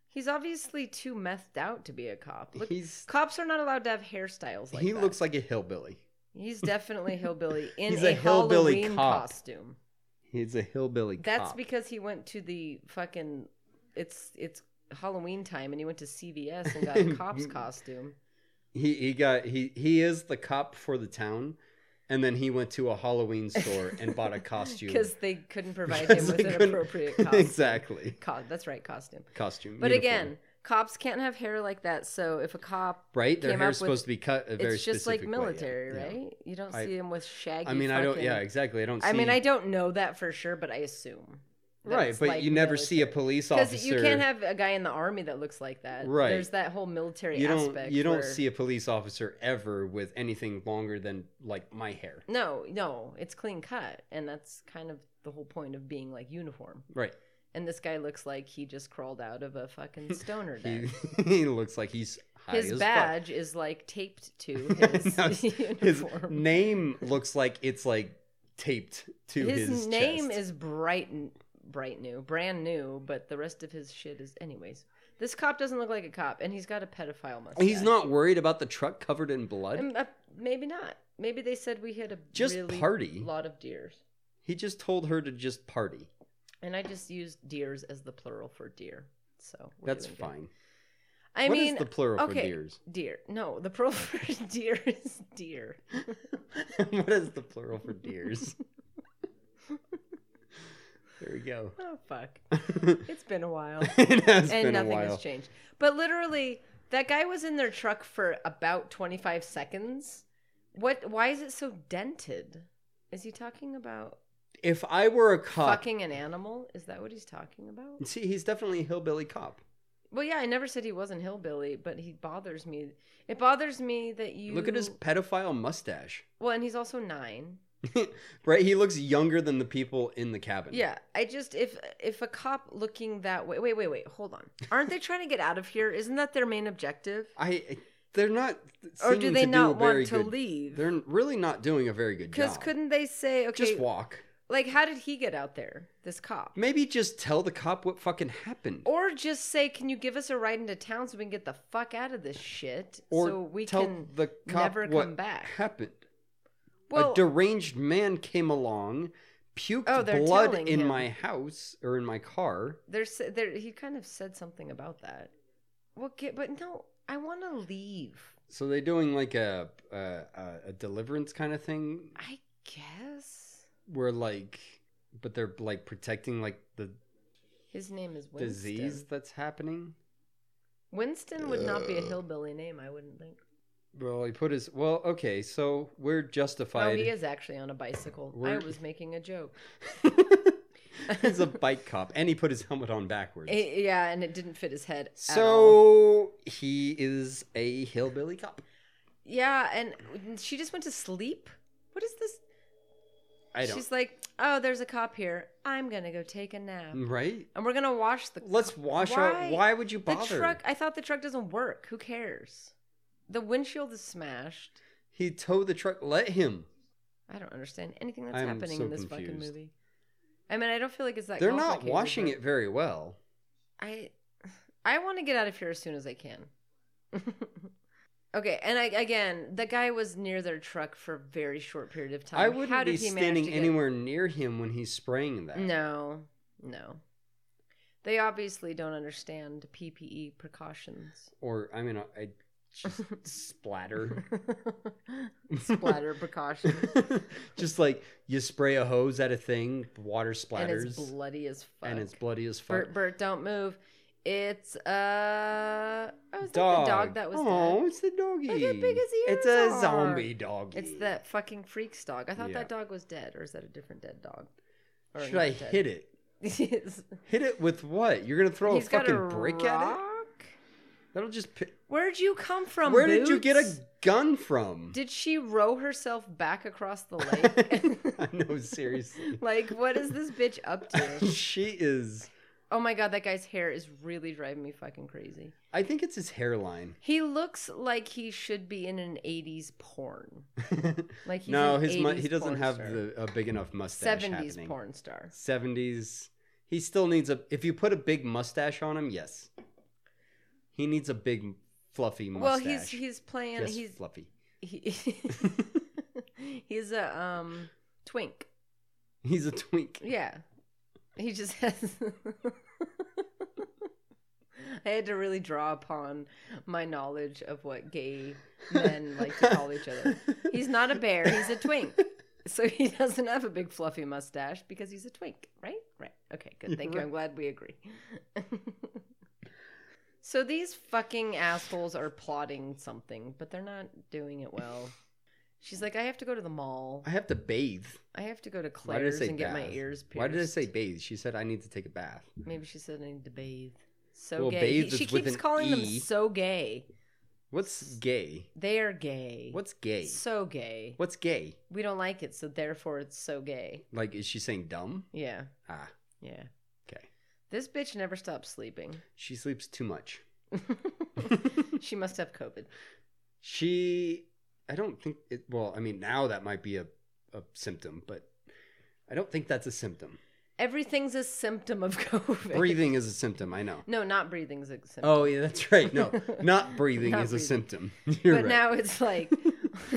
Speaker 7: He's obviously too methed out to be a cop. Look,
Speaker 6: He's-
Speaker 7: cops are not allowed to have hairstyles like
Speaker 6: he
Speaker 7: that.
Speaker 6: looks like a hillbilly.
Speaker 7: He's definitely hillbilly in
Speaker 6: He's
Speaker 7: a,
Speaker 6: a hillbilly
Speaker 7: Halloween
Speaker 6: cop.
Speaker 7: costume.
Speaker 6: He's a hillbilly
Speaker 7: That's
Speaker 6: cop.
Speaker 7: because he went to the fucking. It's it's Halloween time, and he went to CVS and got a cop's costume.
Speaker 6: he he got he he is the cop for the town, and then he went to a Halloween store and bought a costume
Speaker 7: Because they couldn't provide him
Speaker 6: Because
Speaker 7: with
Speaker 6: they
Speaker 7: an
Speaker 6: couldn't-
Speaker 7: appropriate costume.
Speaker 6: exactly
Speaker 7: Co- that's right, costume.
Speaker 6: costume.
Speaker 7: But
Speaker 6: uniform.
Speaker 7: again, cops can't have hair like that. So if a cop
Speaker 6: right? Their
Speaker 7: came up
Speaker 6: hair's
Speaker 7: with-
Speaker 6: supposed to be cut a very
Speaker 7: it's just like
Speaker 6: specific way, yeah,
Speaker 7: military,
Speaker 6: yeah.
Speaker 7: right? You don't
Speaker 6: I-
Speaker 7: see him with shaggy.
Speaker 6: I mean, I don't. Yeah,
Speaker 7: fucking-
Speaker 6: exactly. I don't. See,
Speaker 7: I mean, I don't know that for sure, but I assume. that
Speaker 6: Right,
Speaker 7: it's
Speaker 6: but
Speaker 7: like
Speaker 6: you never see a
Speaker 7: military.
Speaker 6: police
Speaker 7: Because
Speaker 6: officer.
Speaker 7: you can't have a guy in the army that looks like that.
Speaker 6: Right.
Speaker 7: There's that whole military
Speaker 6: You don't.
Speaker 7: aspect.
Speaker 6: you don't
Speaker 7: where-
Speaker 6: see a police officer ever with anything longer than like my hair.
Speaker 7: No, no, it's clean cut, and that's kind of the whole point of being like uniform.
Speaker 6: Right.
Speaker 7: And this guy looks like he just crawled out of a fucking stoner
Speaker 6: He,
Speaker 7: den.
Speaker 6: he looks like he's high
Speaker 7: His
Speaker 6: as
Speaker 7: badge is like taped to
Speaker 6: fuck.
Speaker 7: his
Speaker 6: No, his
Speaker 7: uniform.
Speaker 6: name looks like it's like taped to his,
Speaker 7: his, name
Speaker 6: chest.
Speaker 7: is bright n- bright new brand new but the rest of his shit is anyways this cop doesn't look like a cop and he's got a pedophile mustache
Speaker 6: He's not worried about the truck covered in blood.
Speaker 7: Um, uh, maybe not maybe they said we hit a
Speaker 6: Just
Speaker 7: really
Speaker 6: party.
Speaker 7: lot of deers
Speaker 6: He just told her to just party.
Speaker 7: and i just used deers as the plural for deer so we're
Speaker 6: That's
Speaker 7: doing good.
Speaker 6: fine.
Speaker 7: i
Speaker 6: What is
Speaker 7: mean
Speaker 6: the plural for
Speaker 7: okay,
Speaker 6: deers?
Speaker 7: deer no the plural for deer is deer
Speaker 6: what is the plural for deers? there we go.
Speaker 7: oh fuck it's been a while
Speaker 6: it has
Speaker 7: and
Speaker 6: been a
Speaker 7: nothing
Speaker 6: while.
Speaker 7: has changed. But literally, that guy was in their truck for about 25 seconds. What? Why is it so dented? Is he talking about
Speaker 6: If I were a cop,
Speaker 7: fucking an animal? Is that what he's talking about?
Speaker 6: see, he's definitely a hillbilly cop.
Speaker 7: Well, yeah, I never said he wasn't hillbilly, but he bothers me. It bothers me that you
Speaker 6: Look at his pedophile mustache.
Speaker 7: Well, and he's also nine.
Speaker 6: right, he looks younger than the people in the cabin.
Speaker 7: Yeah, I just if if a cop looking that way. Wait, wait, wait. Hold on. Aren't they trying to get out of here? Isn't that their main objective?
Speaker 6: I they're not.
Speaker 7: Or do
Speaker 6: seeming
Speaker 7: they
Speaker 6: to
Speaker 7: not
Speaker 6: a very
Speaker 7: want to
Speaker 6: good-
Speaker 7: leave?
Speaker 6: They're really not doing a very good job.
Speaker 7: Because couldn't they say, okay,
Speaker 6: just walk.
Speaker 7: like how did he get out there, this cop?
Speaker 6: Maybe just tell the cop what fucking happened.
Speaker 7: Or just say, can you give us a ride into town so we can get the fuck out of this shit?
Speaker 6: Or
Speaker 7: so we
Speaker 6: tell
Speaker 7: can
Speaker 6: the cop
Speaker 7: never
Speaker 6: what
Speaker 7: come back.
Speaker 6: happened.
Speaker 7: Well,
Speaker 6: a deranged man came along, puked
Speaker 7: Oh, they're
Speaker 6: blood
Speaker 7: telling
Speaker 6: in
Speaker 7: him.
Speaker 6: my house or in my car.
Speaker 7: there's there he kind of said something about that. Well, get, but no, I want to leave.
Speaker 6: So they're doing like a a, a, a deliverance kind of thing
Speaker 7: I guess
Speaker 6: where like, but they're like protecting like the
Speaker 7: his name is Winston.
Speaker 6: disease that's happening.
Speaker 7: Winston would not
Speaker 6: Uh,
Speaker 7: be a hillbilly name, I wouldn't think.
Speaker 6: Well, he put his well. Okay, so we're
Speaker 7: Oh,
Speaker 6: justified.
Speaker 7: he is actually on a bicycle.
Speaker 6: We're-
Speaker 7: I was making a joke.
Speaker 6: He's a bike cop, and he put his helmet on backwards.
Speaker 7: Eh, yeah, and it didn't fit his head. at all.
Speaker 6: so he is a hillbilly cop.
Speaker 7: yeah, and she just went to sleep. What is this?
Speaker 6: I don't
Speaker 7: She's like, oh, there's a cop here. I'm gonna go take a nap,
Speaker 6: right.
Speaker 7: and we're gonna wash the.
Speaker 6: Mm. Let's wash our. Why would you bother?
Speaker 7: The truck. I thought the truck doesn't work. Who cares? The windshield is smashed.
Speaker 6: He towed the truck. Let him.
Speaker 7: I don't understand anything that's
Speaker 6: I'm
Speaker 7: happening
Speaker 6: so
Speaker 7: in this fucking
Speaker 6: confused.
Speaker 7: movie. I mean, I don't feel like it's that.
Speaker 6: They're not
Speaker 7: complicated,
Speaker 6: washing
Speaker 7: but-
Speaker 6: it very well.
Speaker 7: I I want to get out of here as soon as I can. okay, and I again, the guy was near their truck for a very short period of time.
Speaker 6: I
Speaker 7: How
Speaker 6: wouldn't
Speaker 7: did
Speaker 6: be
Speaker 7: he manage
Speaker 6: standing
Speaker 7: to get-
Speaker 6: anywhere near him when he's spraying that.
Speaker 7: No, no. They obviously don't understand PPE precautions.
Speaker 6: Or I mean, I just splatter.
Speaker 7: Splatter precautions.
Speaker 6: just like you spray a hose at a thing, water
Speaker 7: And
Speaker 6: splatters,
Speaker 7: it's bloody as fuck.
Speaker 6: and it's bloody as fuck.
Speaker 7: Bert, Bert, don't move. It's uh oh, is That the dog that was
Speaker 6: oh,
Speaker 7: dead?
Speaker 6: it's the doggy.
Speaker 7: Look how big his
Speaker 6: It's a
Speaker 7: ears are.
Speaker 6: zombie doggy.
Speaker 7: It's that fucking freaks dog. I thought
Speaker 6: Yeah.
Speaker 7: that dog was dead, or is that a different dead dog?
Speaker 6: Should I hit it? Hit it with what? You're gonna throw
Speaker 7: He's
Speaker 6: a
Speaker 7: got
Speaker 6: fucking
Speaker 7: a
Speaker 6: brick
Speaker 7: rock?
Speaker 6: at it? That'll just. Pi-
Speaker 7: Where'd you come from?
Speaker 6: Where did you get a
Speaker 7: Boots?
Speaker 6: gun from?
Speaker 7: Did she row herself back across the lake?
Speaker 6: I know, seriously.
Speaker 7: like, what is this bitch up to?
Speaker 6: she is.
Speaker 7: Oh my god, that guy's hair is really driving me fucking crazy.
Speaker 6: I think it's his hairline.
Speaker 7: He looks like he should be in an '80s porn. Like he's
Speaker 6: no,
Speaker 7: an
Speaker 6: his mu-
Speaker 7: 80s
Speaker 6: he doesn't
Speaker 7: porn
Speaker 6: have
Speaker 7: star.
Speaker 6: the, a big enough mustache.
Speaker 7: '70s
Speaker 6: happening.
Speaker 7: porn star.
Speaker 6: Seventies. He still needs a. If you put a big mustache on him, yes. He needs a big fluffy mustache.
Speaker 7: Well, he's he's playing.
Speaker 6: Yes,
Speaker 7: he's
Speaker 6: fluffy.
Speaker 7: he, he's a um twink.
Speaker 6: He's a twink.
Speaker 7: Yeah. He just has I had to really draw upon my knowledge of what gay men like to call each other. He's not a bear, he's a twink. So he doesn't have a big fluffy mustache because he's a twink, right? Right. Okay, good. Thank you. I'm glad we agree. so these fucking assholes are plotting something, but they're not doing it well. She's like, I have to go to the mall.
Speaker 6: I have to bathe.
Speaker 7: I have to go to
Speaker 6: Why did I
Speaker 7: Claire's
Speaker 6: say
Speaker 7: and get my
Speaker 6: bath?
Speaker 7: ears pierced.
Speaker 6: Why did I say bathe? She said I need to take a bath.
Speaker 7: Maybe she said I need to bathe. So
Speaker 6: Well,
Speaker 7: gay.
Speaker 6: bathe
Speaker 7: she
Speaker 6: is with
Speaker 7: keeps
Speaker 6: an
Speaker 7: calling
Speaker 6: E.
Speaker 7: them so gay.
Speaker 6: What's gay?
Speaker 7: They are gay.
Speaker 6: What's E? gay?
Speaker 7: so gay?
Speaker 6: What's gay?
Speaker 7: We don't like it, so therefore it's so gay.
Speaker 6: Like, is she saying dumb?
Speaker 7: Yeah,
Speaker 6: Ah,
Speaker 7: yeah.
Speaker 6: okay.
Speaker 7: This bitch never stops sleeping.
Speaker 6: She sleeps too much.
Speaker 7: she must have COVID.
Speaker 6: She, I don't think it. Well, I mean, now that might be a, a symptom, but I don't think that's a symptom.
Speaker 7: Everything's a symptom of COVID.
Speaker 6: breathing is a symptom. I know.
Speaker 7: No, not breathing's a symptom.
Speaker 6: Oh yeah, that's right. No, not breathing
Speaker 7: Not
Speaker 6: is a
Speaker 7: breathing.
Speaker 6: symptom.
Speaker 7: but
Speaker 6: You're right.
Speaker 7: now it's like,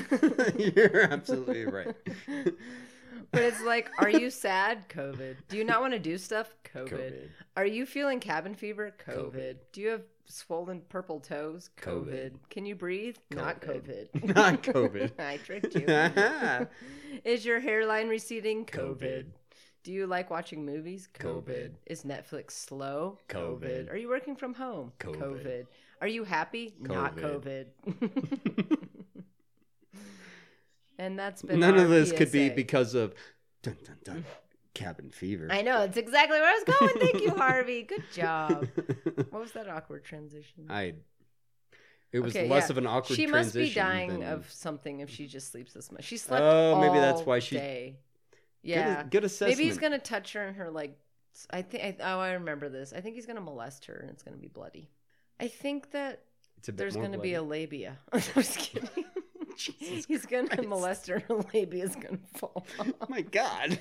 Speaker 6: You're absolutely right.
Speaker 7: but it's like, are you sad? COVID. Do you not want to do stuff? COVID.
Speaker 6: COVID.
Speaker 7: Are you feeling cabin fever? COVID.
Speaker 6: COVID.
Speaker 7: Do you have swollen purple toes? COVID.
Speaker 6: COVID.
Speaker 7: Can you breathe? Not
Speaker 6: COVID.
Speaker 7: COVID.
Speaker 6: Not COVID.
Speaker 7: I tricked you. Is your hairline receding? COVID.
Speaker 6: COVID.
Speaker 7: Do you like watching movies?
Speaker 6: COVID.
Speaker 7: Is Netflix slow?
Speaker 6: COVID.
Speaker 7: Are you working from home?
Speaker 6: COVID.
Speaker 7: Are you happy? Not
Speaker 6: COVID.
Speaker 7: COVID. and that's been
Speaker 6: None
Speaker 7: our
Speaker 6: of this could be
Speaker 7: PSA.
Speaker 6: because of dun dun dun cabin fever.
Speaker 7: I know it's exactly where I was going. Thank you, Harvey. Good job. What was that awkward transition?
Speaker 6: I. It was
Speaker 7: Okay,
Speaker 6: less
Speaker 7: yeah.
Speaker 6: of an awkward.
Speaker 7: She must
Speaker 6: transition
Speaker 7: be dying
Speaker 6: than-
Speaker 7: of something if she just sleeps this much. She slept.
Speaker 6: Oh, maybe that's
Speaker 7: all
Speaker 6: why she-
Speaker 7: Day.
Speaker 6: Good,
Speaker 7: Yeah.
Speaker 6: good assessment.
Speaker 7: maybe he's gonna touch her and her like. s- I think. I, oh, I remember this. I think he's gonna molest her and it's gonna be bloody. I think that
Speaker 6: It's It's a bit
Speaker 7: There's
Speaker 6: more
Speaker 7: going to be a
Speaker 6: bloody.
Speaker 7: labia. I'm just kidding. He's going to molest her. Her labia's going to fall off.
Speaker 6: Oh my god!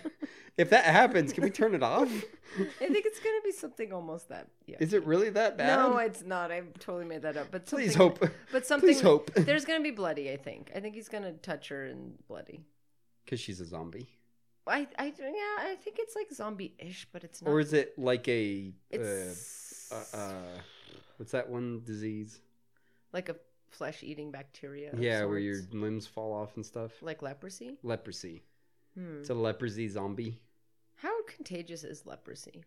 Speaker 6: If that happens, can we turn it off?
Speaker 7: I think it's going to be something almost that. Yeah.
Speaker 6: Is it really that bad?
Speaker 7: No, it's not. I totally made that up. But something,
Speaker 6: Please hope.
Speaker 7: But something.
Speaker 6: hope.
Speaker 7: There's gonna be bloody. I think. I think he's gonna touch her and bloody.
Speaker 6: Because she's a zombie.
Speaker 7: I, I, yeah, I think it's like zombie-ish, but it's not.
Speaker 6: Or is it like a uh,
Speaker 7: It's
Speaker 6: uh, uh, what's that one disease?
Speaker 7: like a flesh-eating bacteria. of
Speaker 6: yeah, where your
Speaker 7: sorts.
Speaker 6: limbs fall off and stuff.
Speaker 7: like leprosy.
Speaker 6: Leprosy.
Speaker 7: Hmm.
Speaker 6: It's a leprosy zombie.
Speaker 7: How contagious is leprosy?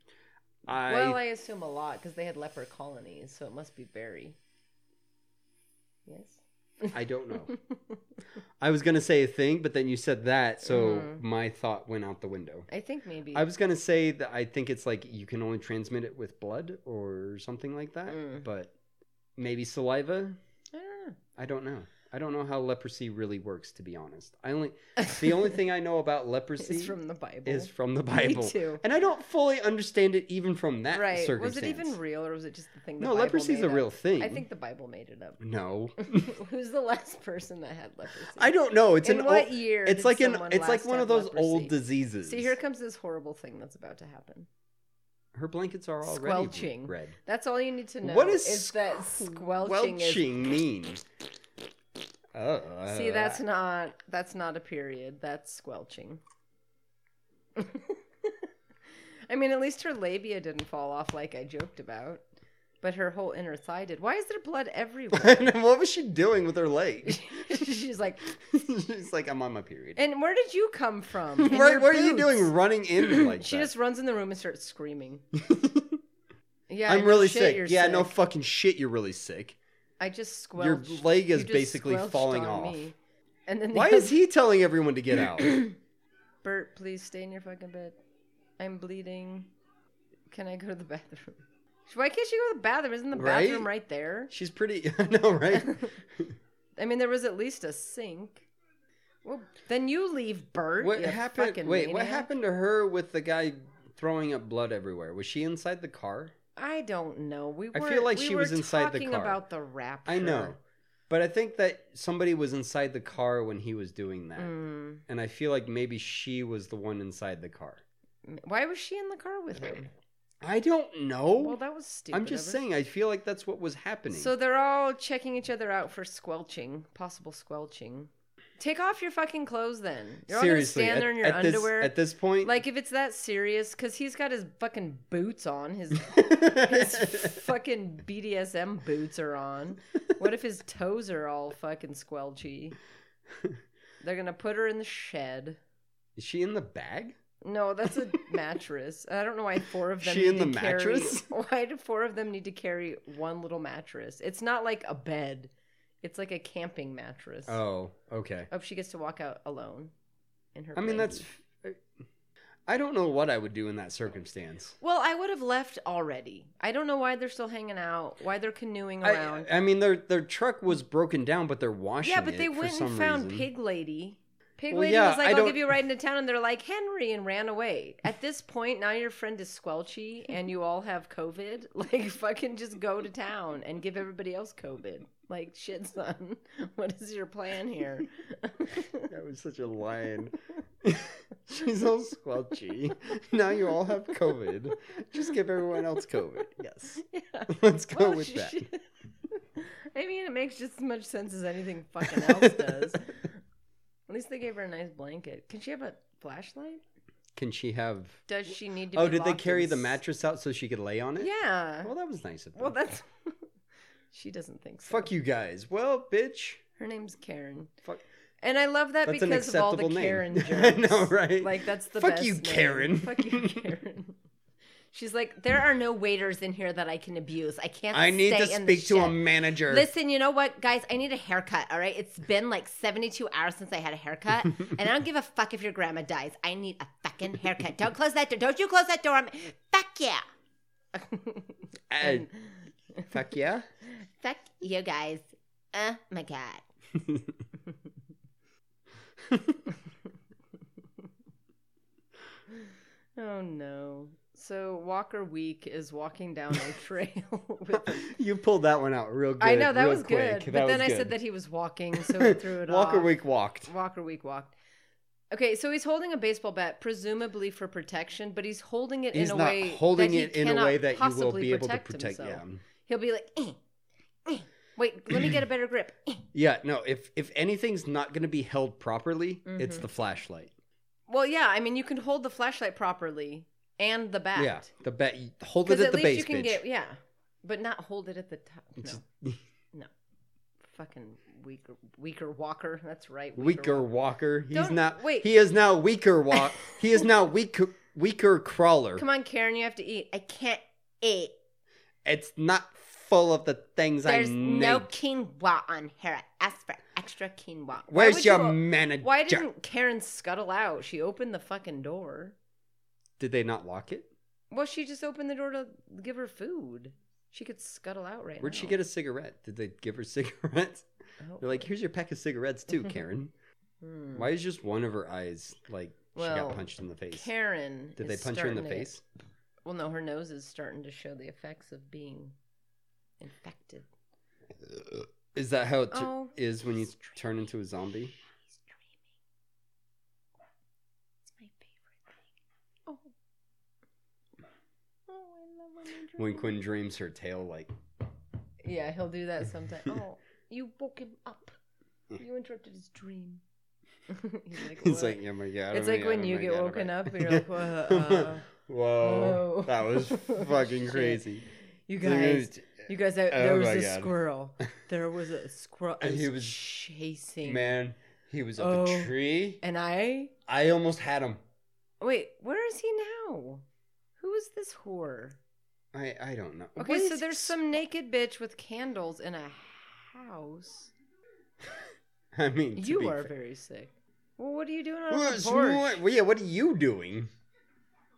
Speaker 6: I,
Speaker 7: Well, I assume a lot because they had leper colonies, so it must be very. Yes.
Speaker 6: I don't know. I was gonna say a thing, but then you said that, so
Speaker 7: Mm-hmm.
Speaker 6: my thought went out the window.
Speaker 7: I think maybe.
Speaker 6: I was gonna say that I think it's like you can only transmit it with blood or something like that,
Speaker 7: Mm.
Speaker 6: but maybe saliva.
Speaker 7: I
Speaker 6: I don't
Speaker 7: don't know.
Speaker 6: know. I don't know how leprosy really works, to be honest. I only the only thing I know about leprosy
Speaker 7: It's from the Bible.
Speaker 6: is from the Bible,
Speaker 7: too.
Speaker 6: and I don't fully understand it even from that
Speaker 7: right. Was it
Speaker 6: circumstance.
Speaker 7: even real, or was it just the thing? The
Speaker 6: No,
Speaker 7: Bible
Speaker 6: leprosy's
Speaker 7: made
Speaker 6: a real
Speaker 7: up?
Speaker 6: thing.
Speaker 7: I think the Bible made it up.
Speaker 6: No,
Speaker 7: Who's the last person that had leprosy?
Speaker 6: I don't know. It's
Speaker 7: In
Speaker 6: an
Speaker 7: what
Speaker 6: old,
Speaker 7: year
Speaker 6: It's
Speaker 7: did
Speaker 6: like an.
Speaker 7: someone
Speaker 6: It's like
Speaker 7: last
Speaker 6: one
Speaker 7: have
Speaker 6: of those
Speaker 7: leprosy?
Speaker 6: old diseases.
Speaker 7: See, here comes this horrible thing that's about to happen.
Speaker 6: her blankets are already
Speaker 7: Squelching.
Speaker 6: red.
Speaker 7: That's all you need to know.
Speaker 6: What is
Speaker 7: that squelching? Is,
Speaker 6: Squelching mean? Oh,
Speaker 7: see, that's not that's not a period. That's squelching. I mean, at least her labia didn't fall off like I joked about, but her whole inner thigh did. Why is there blood everywhere?
Speaker 6: what was she doing with her leg?
Speaker 7: She's like,
Speaker 6: She's like, I'm on my period.
Speaker 7: and where did you come from? In
Speaker 6: Where,
Speaker 7: your
Speaker 6: what are you
Speaker 7: boots?"
Speaker 6: doing running in like
Speaker 7: She
Speaker 6: that?
Speaker 7: just runs in the room and starts screaming. yeah,
Speaker 6: I'm
Speaker 7: no
Speaker 6: really
Speaker 7: shit,
Speaker 6: sick.
Speaker 7: you're
Speaker 6: Yeah, no
Speaker 7: sick.
Speaker 6: fucking shit. You're really sick.
Speaker 7: I just
Speaker 6: Your
Speaker 7: squelched.
Speaker 6: leg is
Speaker 7: You just
Speaker 6: basically
Speaker 7: squelched
Speaker 6: falling
Speaker 7: on
Speaker 6: off.
Speaker 7: me. And then the
Speaker 6: Why
Speaker 7: other-
Speaker 6: is he telling everyone to get out?
Speaker 7: Bert? Please stay in your fucking bed. I'm bleeding. Can I go to the bathroom? Why can't she go to the bathroom? Isn't the
Speaker 6: Right?
Speaker 7: bathroom right there?
Speaker 6: She's pretty. I know, right?
Speaker 7: I mean, there was at least a sink. Well, then you leave, Bert.
Speaker 6: What
Speaker 7: you
Speaker 6: happened? Wait,
Speaker 7: fucking
Speaker 6: what
Speaker 7: maniac.
Speaker 6: happened to her with the guy throwing up blood everywhere? Was she inside the car?
Speaker 7: I don't know. We were.
Speaker 6: I feel like
Speaker 7: we
Speaker 6: she
Speaker 7: were
Speaker 6: was inside the
Speaker 7: talking
Speaker 6: car.
Speaker 7: about the rapture.
Speaker 6: I know. But I think that somebody was inside the car when he was doing that.
Speaker 7: Mm.
Speaker 6: And I feel like maybe she was the one inside the car.
Speaker 7: Why was she in the car with him?
Speaker 6: I don't know.
Speaker 7: Well, that was stupid.
Speaker 6: Oh, I'm just
Speaker 7: of her.
Speaker 6: saying, I feel like that's what was happening.
Speaker 7: So they're all checking each other out for squelching, possible squelching. Take off your fucking clothes then. You're
Speaker 6: Seriously,
Speaker 7: all gonna stand
Speaker 6: at,
Speaker 7: there in your
Speaker 6: at this-
Speaker 7: underwear.
Speaker 6: at this point,
Speaker 7: like if it's that serious, because he's got his fucking boots on, his his fucking BDSM boots are on. What if his toes are all fucking squelchy? They're gonna put her in the shed.
Speaker 6: is she in the bag?
Speaker 7: No, that's a mattress. I don't know why four of them.
Speaker 6: She
Speaker 7: need
Speaker 6: in the
Speaker 7: to carry-
Speaker 6: mattress?
Speaker 7: Why do four of them need to carry one little mattress? It's not like a bed. It's like a camping mattress.
Speaker 6: Oh, okay.
Speaker 7: I hope she gets to walk out alone. In her.
Speaker 6: I mean, that's.
Speaker 7: blankie.
Speaker 6: I don't know what I would do in that circumstance.
Speaker 7: Well, I would have left already. I don't know why they're still hanging out. Why they're canoeing
Speaker 6: I,
Speaker 7: around.
Speaker 6: I mean, their their truck was broken down, but they're washing.
Speaker 7: yeah, but
Speaker 6: it
Speaker 7: they
Speaker 6: for
Speaker 7: went and
Speaker 6: some
Speaker 7: found
Speaker 6: reason.
Speaker 7: Pig Lady. Pig
Speaker 6: Well,
Speaker 7: Lady
Speaker 6: yeah,
Speaker 7: was like,
Speaker 6: I
Speaker 7: "I'll
Speaker 6: don't-
Speaker 7: give you a ride into town," and they're like, "Henry," and ran away. At this point, now your friend is squelchy, and you all have COVID. Like, fucking, just go to town and give everybody else COVID. Like, shit, son, what is your plan here?
Speaker 6: That was such a lion. She's all squelchy. now you all have COVID. Just give everyone else COVID. Yes.
Speaker 7: yeah.
Speaker 6: Let's go
Speaker 7: Well,
Speaker 6: with that.
Speaker 7: shit. I mean, it makes just as much sense as anything fucking else does. At least they gave her a nice blanket. Can she have a flashlight?
Speaker 6: Can she have?
Speaker 7: Does she need to?
Speaker 6: Oh,
Speaker 7: be
Speaker 6: did they
Speaker 7: locked
Speaker 6: carry
Speaker 7: in
Speaker 6: the
Speaker 7: s-
Speaker 6: mattress out so she could lay on it?
Speaker 7: Yeah.
Speaker 6: Well, that was nice of them.
Speaker 7: Well, that's. she doesn't think so.
Speaker 6: Fuck you guys. Well, bitch.
Speaker 7: Her name's Karen.
Speaker 6: Fuck.
Speaker 7: And I love that
Speaker 6: That's an
Speaker 7: because of all the
Speaker 6: acceptable name.
Speaker 7: Karen jokes.
Speaker 6: I know, right?
Speaker 7: Like that's the
Speaker 6: Fuck
Speaker 7: best
Speaker 6: you,
Speaker 7: name.
Speaker 6: Karen.
Speaker 7: Fuck you, Karen. She's like, there are no waiters in here that I can abuse. I can't.
Speaker 6: I need
Speaker 7: stay
Speaker 6: to
Speaker 7: in the
Speaker 6: speak to a
Speaker 7: shed."
Speaker 6: manager.
Speaker 8: Listen, you know what, guys? I need a haircut, all right? It's been like 72 hours since I had a haircut, and I don't give a fuck if your grandma dies. I need a fucking haircut. Don't close that door. Don't you close that door. I'm... Fuck yeah.
Speaker 6: Uh, fuck yeah.
Speaker 8: Fuck you guys. Oh my God.
Speaker 7: Oh no. So Walker Week is walking down a trail with
Speaker 6: You pulled that one out real good.
Speaker 7: I know that
Speaker 6: real
Speaker 7: was
Speaker 6: quick.
Speaker 7: good, but
Speaker 6: That
Speaker 7: then
Speaker 6: was
Speaker 7: I said
Speaker 6: good.
Speaker 7: that he was walking, so he threw it
Speaker 6: Walker
Speaker 7: off.
Speaker 6: Week walked.
Speaker 7: Walker Week walked. Okay, so he's holding a baseball bat, presumably for protection, but he's holding it
Speaker 6: He's
Speaker 7: in a
Speaker 6: not
Speaker 7: way
Speaker 6: holding
Speaker 7: that he
Speaker 6: it in a
Speaker 7: cannot
Speaker 6: way that you will
Speaker 7: possibly
Speaker 6: be able to
Speaker 7: protect
Speaker 6: protect.
Speaker 7: Himself.
Speaker 6: Yeah.
Speaker 7: He'll be like, "Eh, eh, wait, let me get a better grip. Eh."
Speaker 6: Yeah, no, if if anything's not going to be held properly, it's
Speaker 7: Mm-hmm.
Speaker 6: the flashlight.
Speaker 7: Well, yeah, I mean, you can hold the flashlight properly and the bat.
Speaker 6: Yeah, the bat. Hold
Speaker 7: because
Speaker 6: it at,
Speaker 7: at
Speaker 6: the
Speaker 7: least
Speaker 6: base,
Speaker 7: you can
Speaker 6: bitch.
Speaker 7: get yeah, but not hold it at the top.
Speaker 6: Just-
Speaker 7: No, no, fucking weaker, weaker Walker. That's right,
Speaker 6: weaker walker.
Speaker 7: Walker.
Speaker 6: He's
Speaker 7: Don't-
Speaker 6: not.
Speaker 7: wait.
Speaker 6: He is now weaker walk. he is now weaker weaker crawler.
Speaker 7: Come on, Karen, you have to eat.
Speaker 8: I can't eat.
Speaker 6: It's not full of the things
Speaker 8: There's
Speaker 6: I need.
Speaker 8: no quinoa on here. Ask for extra quinoa.
Speaker 6: Where's
Speaker 7: would
Speaker 6: your
Speaker 7: you-
Speaker 6: manager?
Speaker 7: Why didn't Karen scuttle out? She opened the fucking door.
Speaker 6: Did they not lock it?
Speaker 7: Well, she just opened the door to give her food. She could scuttle out right
Speaker 6: Where'd
Speaker 7: now. Oh.
Speaker 6: she get a cigarette? Did they give her cigarettes? They're like, here's your pack of cigarettes too, Karen.
Speaker 7: Hmm.
Speaker 6: Why is just one of her eyes like she
Speaker 7: Mm. Well,
Speaker 6: got punched in the face?
Speaker 7: Karen.
Speaker 6: Did they
Speaker 7: is
Speaker 6: punch her in the
Speaker 7: starting to-
Speaker 6: face?
Speaker 7: Well, no, her nose is starting to show the effects of being infected.
Speaker 6: Is that how it tu-
Speaker 7: Oh.
Speaker 6: is when you turn into a zombie? When Quinn dreams her tail, like
Speaker 7: Yeah, he'll do that sometime. oh, you woke him up. You interrupted his dream. He's like,
Speaker 6: it's
Speaker 7: "What?"
Speaker 6: like, oh my god!
Speaker 7: It's
Speaker 6: oh my
Speaker 7: like
Speaker 6: God,
Speaker 7: when
Speaker 6: oh
Speaker 7: you
Speaker 6: my
Speaker 7: get
Speaker 6: God, oh
Speaker 7: woken
Speaker 6: my-
Speaker 7: up and you're like, "Whoa,
Speaker 6: whoa,
Speaker 7: whoa."
Speaker 6: that was fucking
Speaker 7: Shit.
Speaker 6: crazy.
Speaker 7: You
Speaker 6: Like, it was-
Speaker 7: guys, you guys, there
Speaker 6: Oh
Speaker 7: there was
Speaker 6: my
Speaker 7: a
Speaker 6: God.
Speaker 7: squirrel. There was a squirrel.
Speaker 6: And he
Speaker 7: he
Speaker 6: was-
Speaker 7: was chasing.
Speaker 6: man, he was up a
Speaker 7: Oh.
Speaker 6: tree.
Speaker 7: And I
Speaker 6: I almost had him.
Speaker 7: wait. Where is he now? Who is this whore?
Speaker 6: I I don't know.
Speaker 7: Okay,
Speaker 6: What
Speaker 7: so
Speaker 6: is-
Speaker 7: there's some naked bitch with candles in a house.
Speaker 6: I mean, to be
Speaker 7: You are
Speaker 6: fair-
Speaker 7: very sick. Well, what are you doing on
Speaker 6: Well,
Speaker 7: the
Speaker 6: it's
Speaker 7: porch?
Speaker 6: more- well, yeah, what are you doing?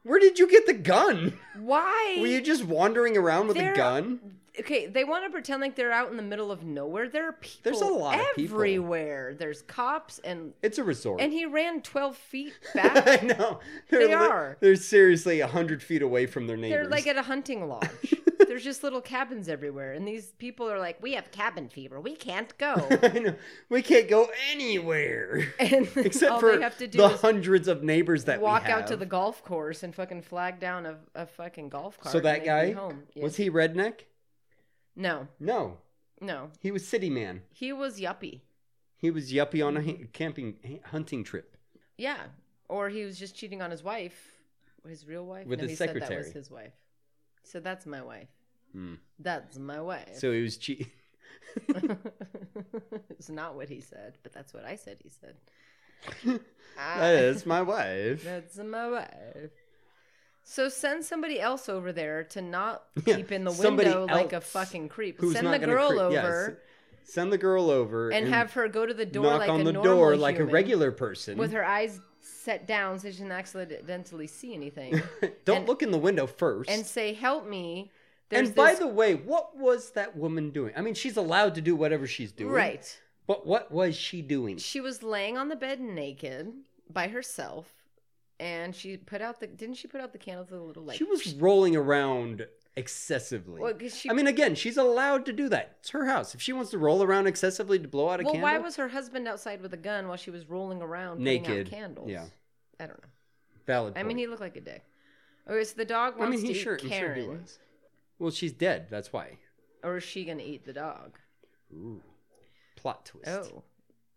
Speaker 6: Where did you get the gun?
Speaker 7: Why?
Speaker 6: Were you just wandering around with a
Speaker 7: There-
Speaker 6: gun?
Speaker 7: Okay, they want to pretend like they're out in the middle of nowhere. There are people.
Speaker 6: There's a lot of people.
Speaker 7: everywhere. There's cops and
Speaker 6: It's a resort.
Speaker 7: and he ran twelve feet
Speaker 6: I
Speaker 7: back.
Speaker 6: know.
Speaker 7: They
Speaker 6: li-
Speaker 7: are.
Speaker 6: They're seriously a hundred feet away from their neighbors.
Speaker 7: they're like at a hunting lodge. There's just little cabins everywhere, and these people are like,
Speaker 8: We have cabin fever. We can't go.
Speaker 6: I know. We can't go anywhere
Speaker 7: and
Speaker 6: except
Speaker 7: all
Speaker 6: for
Speaker 7: they have to do
Speaker 6: the
Speaker 7: is
Speaker 6: hundreds of neighbors that we
Speaker 7: walk out to
Speaker 6: have.
Speaker 7: the golf course and fucking flag down a, a fucking golf cart.
Speaker 6: So
Speaker 7: and
Speaker 6: that
Speaker 7: they'd be
Speaker 6: guy
Speaker 7: home. Yeah.
Speaker 6: was he redneck?
Speaker 7: No,
Speaker 6: No,
Speaker 7: no,
Speaker 6: he was city man.
Speaker 7: he was yuppie.
Speaker 6: He was yuppie on a ha- camping ha- hunting trip.
Speaker 7: Yeah, or he was just cheating on his wife, his real wife.
Speaker 6: With
Speaker 7: no,
Speaker 6: his
Speaker 7: he said that
Speaker 6: secretary.
Speaker 7: was his wife. So that's my wife.
Speaker 6: Hmm.
Speaker 7: That's my wife.
Speaker 6: So he was cheating.
Speaker 7: it's not what he said, but that's what I said. He said,
Speaker 6: that is my wife.
Speaker 7: "That's my wife." So send somebody else over there to not
Speaker 6: Yeah,
Speaker 7: keep in the
Speaker 6: somebody
Speaker 7: window like a
Speaker 6: else
Speaker 7: fucking creep.
Speaker 6: Who's
Speaker 7: Send
Speaker 6: not
Speaker 7: the
Speaker 6: gonna
Speaker 7: girl
Speaker 6: creep- yeah,
Speaker 7: over
Speaker 6: s- send the girl over
Speaker 7: and, have her go to the door
Speaker 6: knock
Speaker 7: like
Speaker 6: on
Speaker 7: a
Speaker 6: the
Speaker 7: normal
Speaker 6: door like a
Speaker 7: human
Speaker 6: regular person.
Speaker 7: with her eyes set down so she doesn't accidentally see anything,
Speaker 6: Don't
Speaker 7: and-
Speaker 6: look in the window first.
Speaker 7: and say, "Help me." There's
Speaker 6: And by
Speaker 7: this-
Speaker 6: the way, what was that woman doing? I mean, she's allowed to do whatever she's doing.
Speaker 7: right.
Speaker 6: But what was she doing?
Speaker 7: She was laying on the bed naked by herself, and she put out the didn't she put out the candles with a little light?
Speaker 6: she was rolling around excessively.
Speaker 7: Well, 'cause she-
Speaker 6: I mean, again, she's allowed to do that. It's her house. If she wants to roll around excessively to blow out a
Speaker 7: well.
Speaker 6: candle,
Speaker 7: Why was her husband outside with a gun while she was rolling around putting
Speaker 6: Naked.
Speaker 7: out candles?
Speaker 6: Yeah.
Speaker 7: I don't know.
Speaker 6: valid?
Speaker 7: I mean,
Speaker 6: point.
Speaker 7: he looked like a dick. Okay, so the dog
Speaker 6: I
Speaker 7: wants
Speaker 6: mean, he
Speaker 7: to
Speaker 6: sure,
Speaker 7: eat
Speaker 6: I'm sure
Speaker 7: Karen,
Speaker 6: he was. Well, she's dead. That's why.
Speaker 7: or is she gonna eat the dog?
Speaker 6: Ooh, plot twist.
Speaker 7: Oh,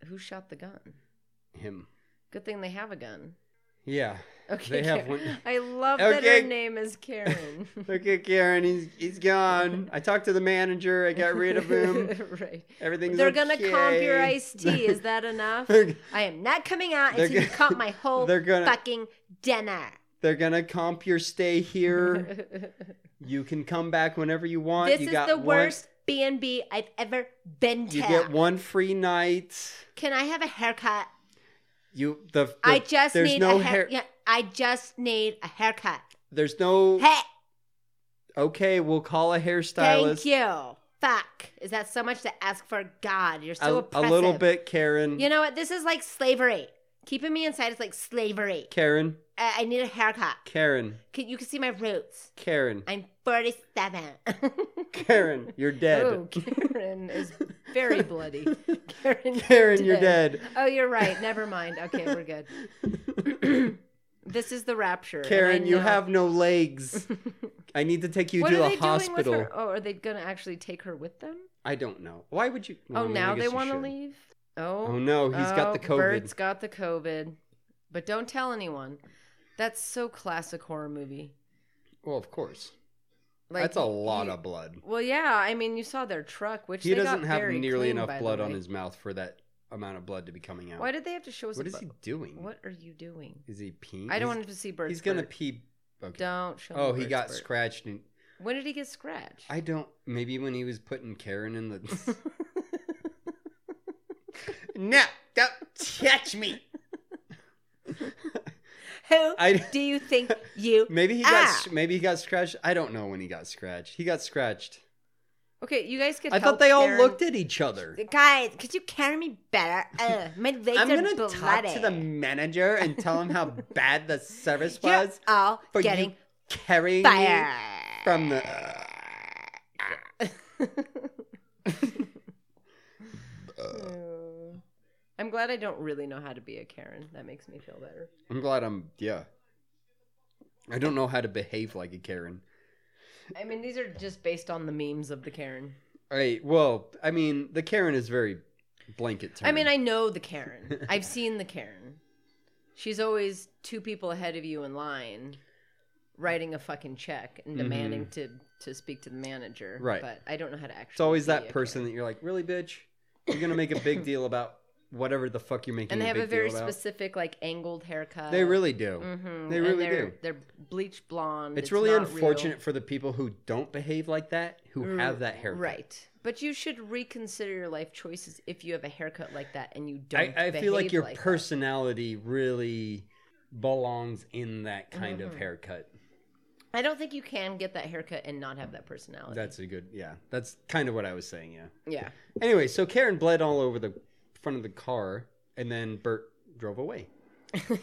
Speaker 7: who shot the gun? Oh.
Speaker 6: him.
Speaker 7: Good thing they have a gun.
Speaker 6: Yeah.
Speaker 7: Okay,
Speaker 6: They have
Speaker 7: Karen.
Speaker 6: one.
Speaker 7: I love that
Speaker 6: Okay.
Speaker 7: her name is Karen.
Speaker 6: Okay, Karen, he's he's gone. I talked to the manager. I got rid of him.
Speaker 7: right.
Speaker 6: Everything's
Speaker 8: They're gonna comp your
Speaker 6: okay.
Speaker 8: iced tea. Is that enough?
Speaker 6: They're-
Speaker 8: I am not coming out
Speaker 6: They're
Speaker 8: until you
Speaker 6: gonna-
Speaker 8: comp my whole
Speaker 6: they're gonna-
Speaker 8: fucking dinner.
Speaker 6: They're gonna comp your stay here. you can come back whenever you want.
Speaker 8: This
Speaker 6: you
Speaker 8: is
Speaker 6: got
Speaker 8: the
Speaker 6: one-
Speaker 8: worst B and B I've ever been to.
Speaker 6: You get one free night.
Speaker 8: Can I have a haircut?
Speaker 6: You the, the-
Speaker 8: I just
Speaker 6: there's
Speaker 8: need
Speaker 6: no
Speaker 8: a hair. Yeah, I just need a haircut.
Speaker 6: There's no
Speaker 8: Hey,
Speaker 6: okay. We'll call a hairstylist.
Speaker 8: thank you. Fuck, is that so much to ask for? God, you're so
Speaker 6: A, a
Speaker 8: oppressive.
Speaker 6: little bit, Karen.
Speaker 8: You know what? This is like slavery. Keeping me inside is like slavery.
Speaker 6: Karen,
Speaker 8: I, I need a haircut.
Speaker 6: Karen,
Speaker 8: Can, you can see my roots.
Speaker 6: Karen,
Speaker 8: I'm 47.
Speaker 6: Karen, you're dead.
Speaker 7: Oh, Karen is very bloody. Karen,
Speaker 6: Karen, you're dead.
Speaker 7: Oh, you're right. Never mind. Okay, we're good. this is the rapture. and I
Speaker 6: Karen, you
Speaker 7: know-
Speaker 6: have no legs. I need to take you
Speaker 7: What
Speaker 6: to
Speaker 7: are
Speaker 6: a
Speaker 7: they
Speaker 6: hospital.
Speaker 7: doing with her? Oh, are they gonna actually take her with them?
Speaker 6: I don't know. Why would you?
Speaker 7: oh,
Speaker 6: Mm, I mean, I
Speaker 7: now
Speaker 6: guess
Speaker 7: they
Speaker 6: you
Speaker 7: want to
Speaker 6: should.
Speaker 7: leave. Oh,
Speaker 6: Oh no, he's got the
Speaker 7: oh,
Speaker 6: COVID.
Speaker 7: Bert's got the COVID, but don't tell anyone. That's so classic horror movie.
Speaker 6: Well, of course.
Speaker 7: Like
Speaker 6: That's a lot
Speaker 7: you-
Speaker 6: of blood.
Speaker 7: Well, yeah. I mean, you saw their truck, which
Speaker 6: He
Speaker 7: they got
Speaker 6: doesn't have
Speaker 7: very
Speaker 6: nearly
Speaker 7: clean, by
Speaker 6: enough
Speaker 7: the
Speaker 6: blood on
Speaker 7: way.
Speaker 6: his mouth for that amount of blood to be coming out.
Speaker 7: Why did they have to show us?
Speaker 6: what
Speaker 7: a
Speaker 6: is
Speaker 7: bu-
Speaker 6: he doing?
Speaker 7: What are you doing?
Speaker 6: is he peeing?
Speaker 7: I don't
Speaker 6: He's-
Speaker 7: want to see Bert's.
Speaker 6: He's gonna
Speaker 7: Bert.
Speaker 6: pee. Okay.
Speaker 7: Don't show.
Speaker 6: oh,
Speaker 7: me
Speaker 6: he
Speaker 7: Bert's
Speaker 6: got
Speaker 7: Bert.
Speaker 6: scratched. And,
Speaker 7: When did he get scratched?
Speaker 6: I don't. Maybe when he was putting Karen in the. no, don't touch me.
Speaker 8: Who
Speaker 6: I.
Speaker 8: do you think you
Speaker 6: Maybe he got.
Speaker 8: Ah.
Speaker 6: s- Maybe he got scratched. I don't know when he got scratched. He got scratched.
Speaker 7: okay, you guys could.
Speaker 6: I
Speaker 7: help
Speaker 6: thought they all
Speaker 7: Karen.
Speaker 6: looked at each other.
Speaker 8: guys? Could you carry me better? Ugh, my legs
Speaker 6: I'm
Speaker 8: are
Speaker 6: gonna
Speaker 8: bloody.
Speaker 6: talk to the manager and tell him how bad the service
Speaker 8: You're
Speaker 6: was
Speaker 8: all
Speaker 6: for you
Speaker 8: getting
Speaker 6: carrying me
Speaker 8: fired.
Speaker 6: from the.
Speaker 7: Oh. I'm glad I don't really know how to be a Karen. That makes me feel better.
Speaker 6: I'm glad I'm. Yeah. I don't know how to behave like a Karen.
Speaker 7: I mean, these are just based on the memes of the Karen.
Speaker 6: Hey, well, I mean, the Karen is very blanket term.
Speaker 7: I mean, I know the Karen. I've seen the Karen. She's always two people ahead of you in line, writing a fucking check and demanding to to speak to the manager.
Speaker 6: Mm-hmm. Right.
Speaker 7: But I don't know how to actually.
Speaker 6: It's always
Speaker 7: be a
Speaker 6: that
Speaker 7: Karen.
Speaker 6: person that you're like, really, bitch? You're gonna make a big deal about whatever the fuck you're making.
Speaker 7: And they have
Speaker 6: big
Speaker 7: a very
Speaker 6: deal about.
Speaker 7: specific, like angled haircut.
Speaker 6: They really do.
Speaker 7: Mhm.
Speaker 6: They
Speaker 7: And
Speaker 6: really
Speaker 7: they're-
Speaker 6: do.
Speaker 7: They're bleach blonde.
Speaker 6: It's, really
Speaker 7: not
Speaker 6: unfortunate
Speaker 7: real. Mm,
Speaker 6: for the people who don't behave like that, who have that haircut.
Speaker 7: Right. But you should reconsider your life choices if you have a haircut like that and you don't.
Speaker 6: I, I feel like
Speaker 7: behave
Speaker 6: your
Speaker 7: that.
Speaker 6: personality really belongs in that kind
Speaker 7: Mm-hmm.
Speaker 6: of haircut.
Speaker 7: I don't think you can get that haircut and not have that personality.
Speaker 6: That's a good, yeah. That's kind of what I was saying, yeah.
Speaker 7: yeah.
Speaker 6: Anyway, so Karen bled all over the front of the car, and then Bert drove away.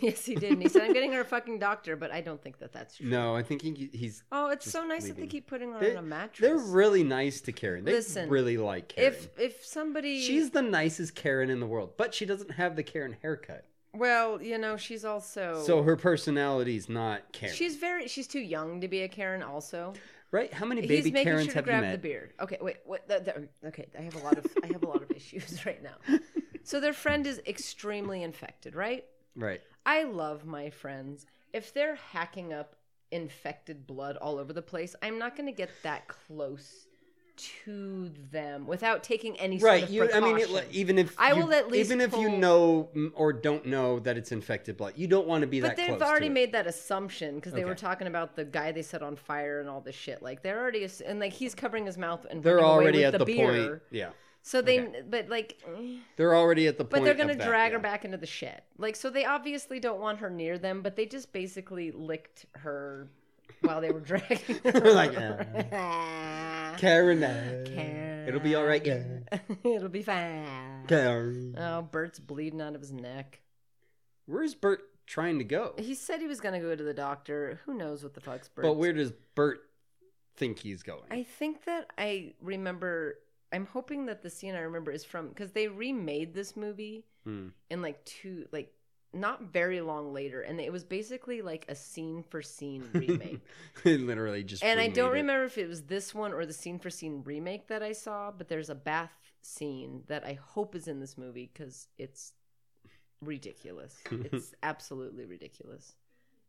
Speaker 7: yes, he did. And he said, "I'm getting her a fucking doctor," but I don't think that that's true.
Speaker 6: No, I think he, he's.
Speaker 7: Oh, it's so nice that they
Speaker 6: leaving.
Speaker 7: keep putting her
Speaker 6: They,
Speaker 7: on a mattress.
Speaker 6: they're really nice to Karen. They
Speaker 7: Listen,
Speaker 6: really like Karen.
Speaker 7: if if somebody
Speaker 6: She's the nicest Karen in the world, but she doesn't have the Karen haircut.
Speaker 7: well, you know, she's also
Speaker 6: So her personality's not Karen.
Speaker 7: she's very she's too young to be a Karen. Also,
Speaker 6: right? How many baby
Speaker 7: he's making
Speaker 6: Karens
Speaker 7: sure to
Speaker 6: have you
Speaker 7: grab the
Speaker 6: met?
Speaker 7: beard. Okay, wait, what? The, the, okay, I have a lot of I have a lot of issues right now. So their friend is extremely infected, right?
Speaker 6: Right.
Speaker 7: I love my friends. If they're hacking up infected blood all over the place, I'm not going to get that close to them without taking any sort
Speaker 6: Right.
Speaker 7: of
Speaker 6: You. I mean, it,
Speaker 7: precaution.
Speaker 6: even if
Speaker 7: I
Speaker 6: you-
Speaker 7: will at least
Speaker 6: even if you
Speaker 7: pull-
Speaker 6: know mm, or don't know that it's infected blood, you don't want to be
Speaker 7: but
Speaker 6: that close.
Speaker 7: they've
Speaker 6: to
Speaker 7: already
Speaker 6: it.
Speaker 7: made that assumption because they were
Speaker 6: Okay.
Speaker 7: talking about the guy they set on fire and all this shit. Like they're already ass- and like he's covering his mouth and
Speaker 6: They're
Speaker 7: running away
Speaker 6: already
Speaker 7: with
Speaker 6: at the,
Speaker 7: beer.
Speaker 6: point. Yeah.
Speaker 7: So they,
Speaker 6: Okay.
Speaker 7: but like, eh.
Speaker 6: They're already at the point.
Speaker 7: but they're
Speaker 6: going
Speaker 7: gonna
Speaker 6: to
Speaker 7: drag her back into the shit. Like, so they obviously don't want her near them, but they just basically licked her while they were dragging. her.
Speaker 6: They're like, uh, Karen. uh, It'll be all right. Yeah.
Speaker 7: It'll be fine.
Speaker 6: Karen.
Speaker 7: Oh, Bert's bleeding out of his neck.
Speaker 6: Where's Bert trying to go?
Speaker 7: He said he was gonna go to the doctor. Who knows what the fuck's Bert's?
Speaker 6: But where does Bert think he's going?
Speaker 7: I think that I remember. I'm hoping that the scene I remember is from because they remade this movie
Speaker 6: Hmm.
Speaker 7: in like two, like not very long later, and it was basically like a scene for scene remake.
Speaker 6: They literally just.
Speaker 7: and I
Speaker 6: remade
Speaker 7: don't
Speaker 6: it.
Speaker 7: remember if it was this one or the scene for scene remake that I saw, but there's a bath scene that I hope is in this movie because it's ridiculous. it's absolutely ridiculous.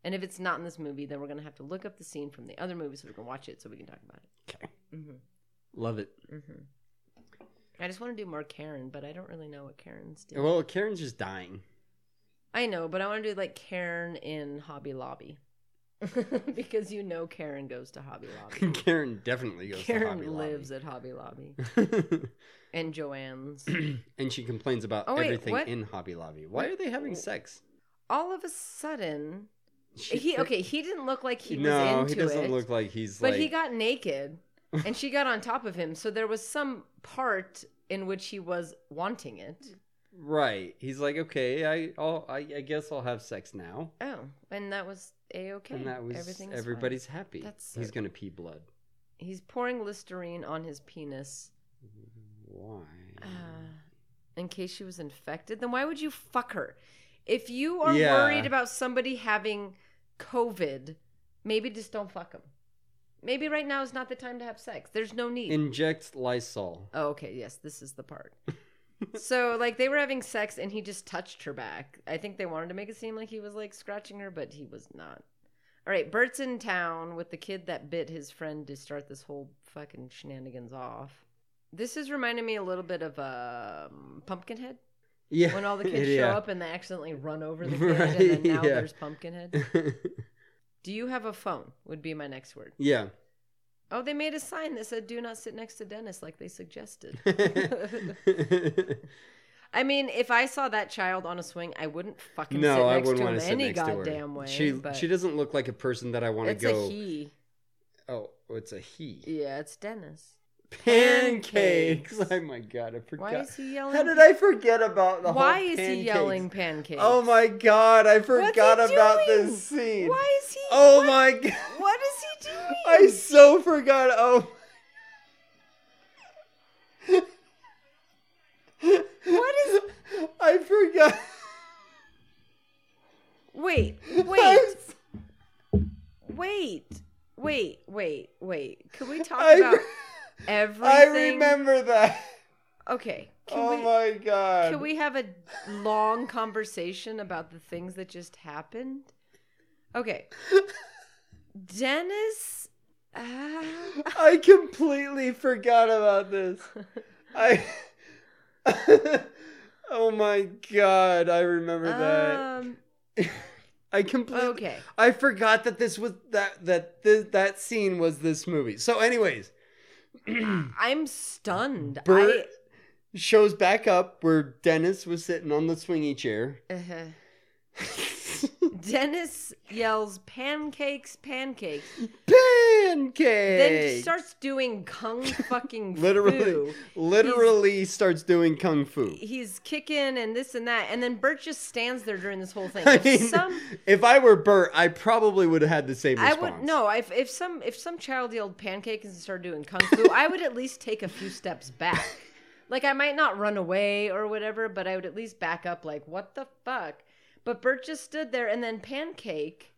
Speaker 7: And if it's not in this movie, then we're gonna have to look up the scene from the other movie so we can watch it so we can talk about it.
Speaker 6: Okay.
Speaker 7: hmm
Speaker 6: Love it.
Speaker 7: I just want to do more Karen, but I don't really know what Karen's do.
Speaker 6: Well, Karen's just dying.
Speaker 7: I know, but I want to do like Karen in Hobby Lobby because you know Karen goes to Hobby Lobby.
Speaker 6: Karen definitely goes. to Hobby
Speaker 7: Karen
Speaker 6: Lobby.
Speaker 7: lives at Hobby Lobby and Joanne's.
Speaker 6: and she complains about
Speaker 7: Oh, wait,
Speaker 6: everything
Speaker 7: what?
Speaker 6: in Hobby Lobby. Why are they having sex?
Speaker 7: All of a sudden,
Speaker 6: She-
Speaker 7: he okay, he didn't look like he
Speaker 6: no,
Speaker 7: was into
Speaker 6: he doesn't
Speaker 7: it,
Speaker 6: look like he's
Speaker 7: but
Speaker 6: like.
Speaker 7: he got naked and she got on top of him, so there was some part in which he was wanting it.
Speaker 6: right. He's like, okay, I, I'll, I, I guess I'll have sex now,
Speaker 7: Oh, and that was a okay.
Speaker 6: and that was
Speaker 7: Everything's fine.
Speaker 6: everybody's happy.
Speaker 7: That's so-
Speaker 6: he's gonna pee blood.
Speaker 7: He's pouring Listerine on his penis
Speaker 6: Why?
Speaker 7: uh, in case she was infected. Then why would you fuck her? If you are
Speaker 6: Yeah.
Speaker 7: worried about somebody having COVID, maybe just don't fuck them. Maybe right now is not the time to have sex. There's no need.
Speaker 6: Inject Lysol.
Speaker 7: Oh, okay. Yes, this is the part. so, like, they were having sex and he just touched her back. I think they wanted to make it seem like he was, like, scratching her, but he was not. All right. Bert's in town with the kid that bit his friend to start this whole fucking shenanigans off. This is reminding me a little bit of um, Pumpkinhead.
Speaker 6: Yeah.
Speaker 7: When all the kids show
Speaker 6: yeah.
Speaker 7: up and they accidentally run over the kid,
Speaker 6: Right,
Speaker 7: and then now
Speaker 6: yeah.
Speaker 7: there's Pumpkinhead. Do you have a phone? Would be my next word.
Speaker 6: yeah.
Speaker 7: Oh, they made a sign that said, do not sit next to Dennis like they suggested. I mean, if I saw that child on a swing, I wouldn't fucking
Speaker 6: no, I
Speaker 7: sit next
Speaker 6: wouldn't
Speaker 7: to
Speaker 6: want
Speaker 7: him
Speaker 6: to sit
Speaker 7: any
Speaker 6: next to her.
Speaker 7: goddamn way.
Speaker 6: she
Speaker 7: but
Speaker 6: she doesn't look like a person that I want to
Speaker 7: it's
Speaker 6: go.
Speaker 7: a he.
Speaker 6: Oh, it's a he.
Speaker 7: Yeah, it's Dennis.
Speaker 6: Pancakes.
Speaker 7: Pancakes.
Speaker 6: Oh my god, I forgot.
Speaker 7: Why is he yelling?
Speaker 6: How did I forget about the
Speaker 7: Why
Speaker 6: whole
Speaker 7: is he
Speaker 6: pancakes?
Speaker 7: yelling pancakes?
Speaker 6: Oh my god, I forgot
Speaker 7: he
Speaker 6: about
Speaker 7: doing?
Speaker 6: this scene.
Speaker 7: Why is he?
Speaker 6: Oh
Speaker 7: what-
Speaker 6: my god.
Speaker 7: What is he doing?
Speaker 6: I so forgot. Oh. What is I forgot.
Speaker 7: Wait,
Speaker 6: I'm
Speaker 7: wait,
Speaker 6: s-
Speaker 7: wait, wait, wait, wait. Could we talk
Speaker 6: I
Speaker 7: about
Speaker 6: re-
Speaker 7: everything?
Speaker 6: I remember that.
Speaker 7: Okay. Can
Speaker 6: oh
Speaker 7: we,
Speaker 6: my god.
Speaker 7: Can we have a long conversation about the things that just happened? Okay. Dennis. Uh,
Speaker 6: I completely forgot about this. I. oh my god, I remember that.
Speaker 7: um,
Speaker 6: I completely.
Speaker 7: okay.
Speaker 6: I forgot that this was that that this, that scene was this movie. So, anyways,
Speaker 7: I'm stunned.
Speaker 6: Bert shows back up where Dennis was sitting on the swingy chair.
Speaker 7: I, uh, Dennis yells pancakes, pancakes, then
Speaker 6: Pancake.
Speaker 7: just starts doing kung fucking
Speaker 6: literally,
Speaker 7: fu.
Speaker 6: literally starts doing kung fu.
Speaker 7: He's kicking and this and that, and then Bert just stands there during this whole thing.
Speaker 6: I
Speaker 7: If
Speaker 6: mean,
Speaker 7: some
Speaker 6: if I were Bert, I probably would have had the same
Speaker 7: I
Speaker 6: response.
Speaker 7: would no. If if some if some child yelled pancakes and started doing kung fu, I would at least take a few steps back. Like I might not run away or whatever, but I would at least back up. Like what the fuck? But Bert just stood there, and then Pancake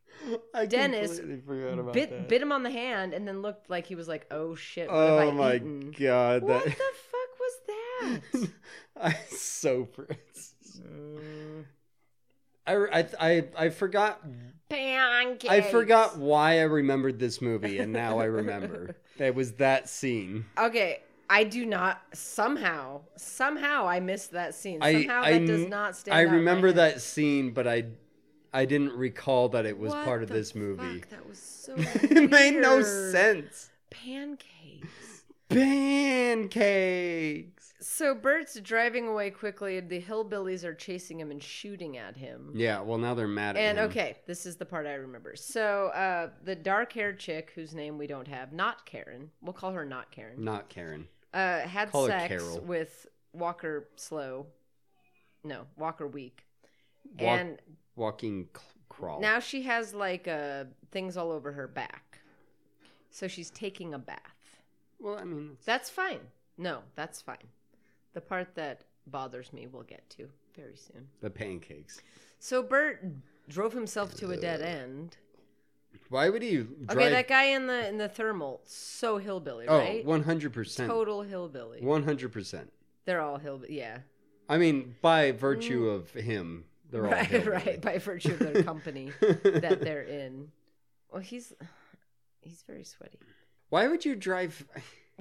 Speaker 6: I
Speaker 7: Dennis
Speaker 6: completely forgot about
Speaker 7: bit
Speaker 6: that.
Speaker 7: bit him on the hand, and then looked like he was like, "Oh shit, what
Speaker 6: oh
Speaker 7: have I
Speaker 6: my
Speaker 7: eaten?"
Speaker 6: god,
Speaker 7: What the
Speaker 6: that
Speaker 7: fuck was that?
Speaker 6: I so pissed. I, I I I forgot
Speaker 7: Pancake.
Speaker 6: I forgot why I remembered this movie, and now I remember it was that scene.
Speaker 7: Okay, I do not. Somehow, somehow I missed that scene.
Speaker 6: I
Speaker 7: Somehow
Speaker 6: I
Speaker 7: that does
Speaker 6: kn-
Speaker 7: not stand.
Speaker 6: I
Speaker 7: out in my
Speaker 6: remember
Speaker 7: head.
Speaker 6: that scene, but I I didn't recall that it was
Speaker 7: What
Speaker 6: part of
Speaker 7: the
Speaker 6: this movie.
Speaker 7: fuck? That was so.
Speaker 6: it made no
Speaker 7: weird.
Speaker 6: sense.
Speaker 7: Pancakes.
Speaker 6: Pancakes.
Speaker 7: So Bert's driving away quickly, and the hillbillies are chasing him and shooting at him.
Speaker 6: Yeah, well now they're mad at
Speaker 7: And
Speaker 6: him.
Speaker 7: okay, this is the part I remember. So uh, the dark-haired chick, whose name we don't have, not Karen, we'll call her not Karen,
Speaker 6: Not Karen.
Speaker 7: uh, had
Speaker 6: Call her
Speaker 7: sex
Speaker 6: Carol.
Speaker 7: with Walker Slow. No, Walker Weak.
Speaker 6: Walk,
Speaker 7: and
Speaker 6: walking cl- crawl.
Speaker 7: now she has like uh, things all over her back. So she's taking a bath.
Speaker 6: well, I mean,
Speaker 7: That's fine. No, that's fine. The part that bothers me we'll get to very soon.
Speaker 6: the pancakes.
Speaker 7: So Bert drove himself to a dead end.
Speaker 6: Why would he Uh, drive?
Speaker 7: Okay, that guy in the in the thermal, so hillbilly,
Speaker 6: oh,
Speaker 7: right?
Speaker 6: one hundred percent.
Speaker 7: Total hillbilly.
Speaker 6: One hundred percent.
Speaker 7: They're all hillbilly. Yeah.
Speaker 6: I mean, by virtue of him, they're all
Speaker 7: Mm. Right,
Speaker 6: hillbilly.
Speaker 7: right, by virtue of their company that they're in. Well, he's he's very sweaty.
Speaker 6: Why would you drive?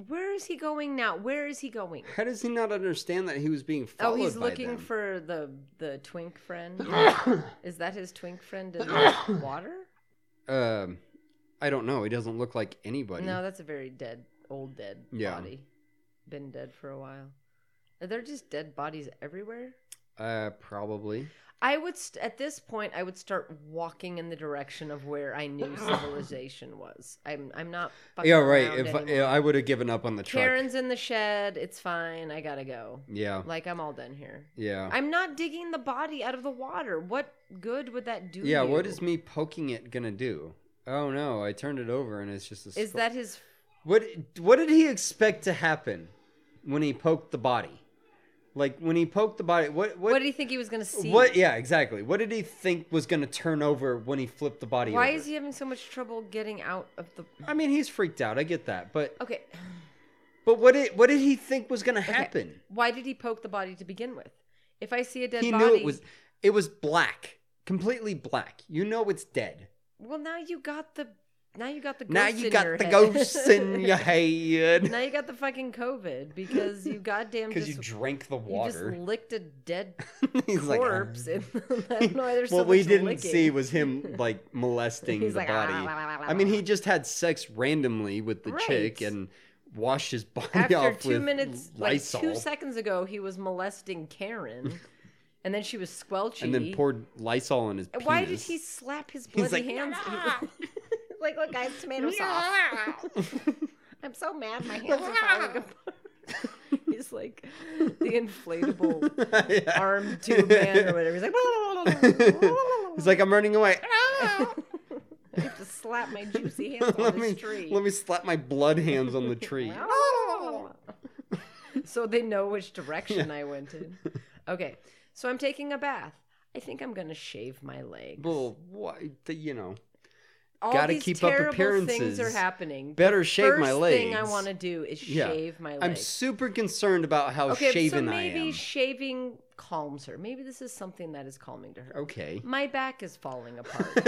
Speaker 7: Where is he going now? Where is he going?
Speaker 6: How does he not understand that he was being
Speaker 7: Oh,
Speaker 6: followed?
Speaker 7: he's
Speaker 6: by
Speaker 7: looking
Speaker 6: them?
Speaker 7: for the the twink friend. is that his twink friend in the water?
Speaker 6: Um, I don't know. He doesn't look like anybody.
Speaker 7: No, that's a very dead, old dead
Speaker 6: Yeah.
Speaker 7: body. Been dead for a while. Are there just dead bodies everywhere?
Speaker 6: Uh, probably.
Speaker 7: I would st- at this point I would start walking in the direction of where I knew civilization was. I'm I'm not. Fucking
Speaker 6: Yeah, right.
Speaker 7: around
Speaker 6: If I,
Speaker 7: anymore.
Speaker 6: I would have given up on the truck.
Speaker 7: Karen's in the shed, it's fine. I gotta go.
Speaker 6: yeah,
Speaker 7: Like I'm all done here.
Speaker 6: yeah,
Speaker 7: I'm not digging the body out of the water. What good would that do?
Speaker 6: yeah. What
Speaker 7: you?
Speaker 6: is me poking it gonna do? Oh no! I turned it over and it's just a.
Speaker 7: Is
Speaker 6: skull.
Speaker 7: that his?
Speaker 6: What what did he expect to happen when he poked the body? Like when he poked the body, what what
Speaker 7: What do you think he was gonna see?
Speaker 6: what yeah, exactly. What did he think was going to turn over when he flipped the body
Speaker 7: Why
Speaker 6: over?
Speaker 7: is he having so much trouble getting out of the?
Speaker 6: I mean, he's freaked out. I get that. But
Speaker 7: Okay,
Speaker 6: but what did what did he think was going to happen?
Speaker 7: why did he poke the body to begin with? If I see a dead
Speaker 6: He
Speaker 7: body,
Speaker 6: knew it was it was black. Completely black. You know it's dead.
Speaker 7: well now you got the now you got the ghost
Speaker 6: now you
Speaker 7: in
Speaker 6: got
Speaker 7: your
Speaker 6: the
Speaker 7: head.
Speaker 6: ghosts in your head
Speaker 7: now you got the fucking COVID because you goddamn
Speaker 6: cuz
Speaker 7: just
Speaker 6: you drank the
Speaker 7: you just
Speaker 6: water.
Speaker 7: licked a dead
Speaker 6: he's like "Ah."
Speaker 7: corpse. in the, I don't know why there's so
Speaker 6: what we
Speaker 7: much
Speaker 6: didn't
Speaker 7: licking.
Speaker 6: see was him like molesting
Speaker 7: He's
Speaker 6: the
Speaker 7: like,
Speaker 6: body.
Speaker 7: "Ah, la, la, la, la,
Speaker 6: I mean,
Speaker 7: la."
Speaker 6: he just had sex randomly with the chick
Speaker 7: Right.
Speaker 6: and washed his body
Speaker 7: after
Speaker 6: off
Speaker 7: two
Speaker 6: with
Speaker 7: minutes,
Speaker 6: Lysol,
Speaker 7: like two seconds ago, he was molesting Karen, and then she was squelchy.
Speaker 6: and then poured Lysol on his. Penis.
Speaker 7: Why did he slap his bloody
Speaker 6: like,
Speaker 7: hands?
Speaker 8: Like, look, guys, tomato sauce. I'm so mad. My hands are falling apart.
Speaker 7: He's like the inflatable
Speaker 6: Yeah.
Speaker 7: arm tube man or whatever. He's like,
Speaker 6: He's like, I'm running away.
Speaker 7: Ah. I have to slap my juicy hands on
Speaker 6: let
Speaker 7: this
Speaker 6: me
Speaker 7: tree.
Speaker 6: let me slap my blood hands on the tree.
Speaker 7: so they know which direction I went in. Okay, so I'm taking a bath. I think I'm gonna shave my legs.
Speaker 6: well, Oh, why? The, you know,
Speaker 7: All
Speaker 6: gotta
Speaker 7: these
Speaker 6: keep up
Speaker 7: terrible Things
Speaker 6: appearances.
Speaker 7: are happening.
Speaker 6: better
Speaker 7: The
Speaker 6: shave my
Speaker 7: first thing I
Speaker 6: legs.
Speaker 7: want to do is
Speaker 6: Yeah.
Speaker 7: shave my legs.
Speaker 6: I'm super concerned about how
Speaker 7: okay,
Speaker 6: shaven
Speaker 7: so
Speaker 6: I
Speaker 7: maybe
Speaker 6: am.
Speaker 7: shaving calms her. Maybe this is something that is calming to her.
Speaker 6: okay.
Speaker 7: My back is falling apart.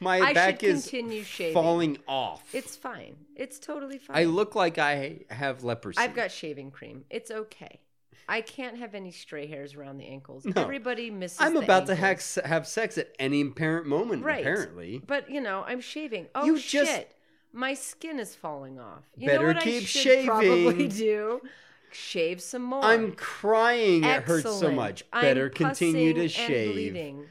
Speaker 6: my
Speaker 7: I
Speaker 6: back
Speaker 7: should
Speaker 6: is
Speaker 7: continue shaving.
Speaker 6: falling off.
Speaker 7: It's fine. It's totally fine.
Speaker 6: I look like I have leprosy.
Speaker 7: I've got shaving cream. It's okay. I can't have any stray hairs around the ankles. Everybody misses.
Speaker 6: I'm
Speaker 7: the
Speaker 6: about to
Speaker 7: ankles.
Speaker 6: hack, have sex at any apparent moment.
Speaker 7: Right.
Speaker 6: Apparently,
Speaker 7: But you know, I'm shaving. Oh
Speaker 6: You
Speaker 7: shit!
Speaker 6: just-
Speaker 7: My skin is falling off. You know
Speaker 6: Better
Speaker 7: what I
Speaker 6: keep
Speaker 7: should
Speaker 6: shaving.
Speaker 7: Probably do. Shave some more.
Speaker 6: I'm crying. It hurts so
Speaker 7: Excellent.
Speaker 6: much.
Speaker 7: I'm
Speaker 6: Better continue
Speaker 7: pussing
Speaker 6: to
Speaker 7: and
Speaker 6: shave.
Speaker 7: bleeding.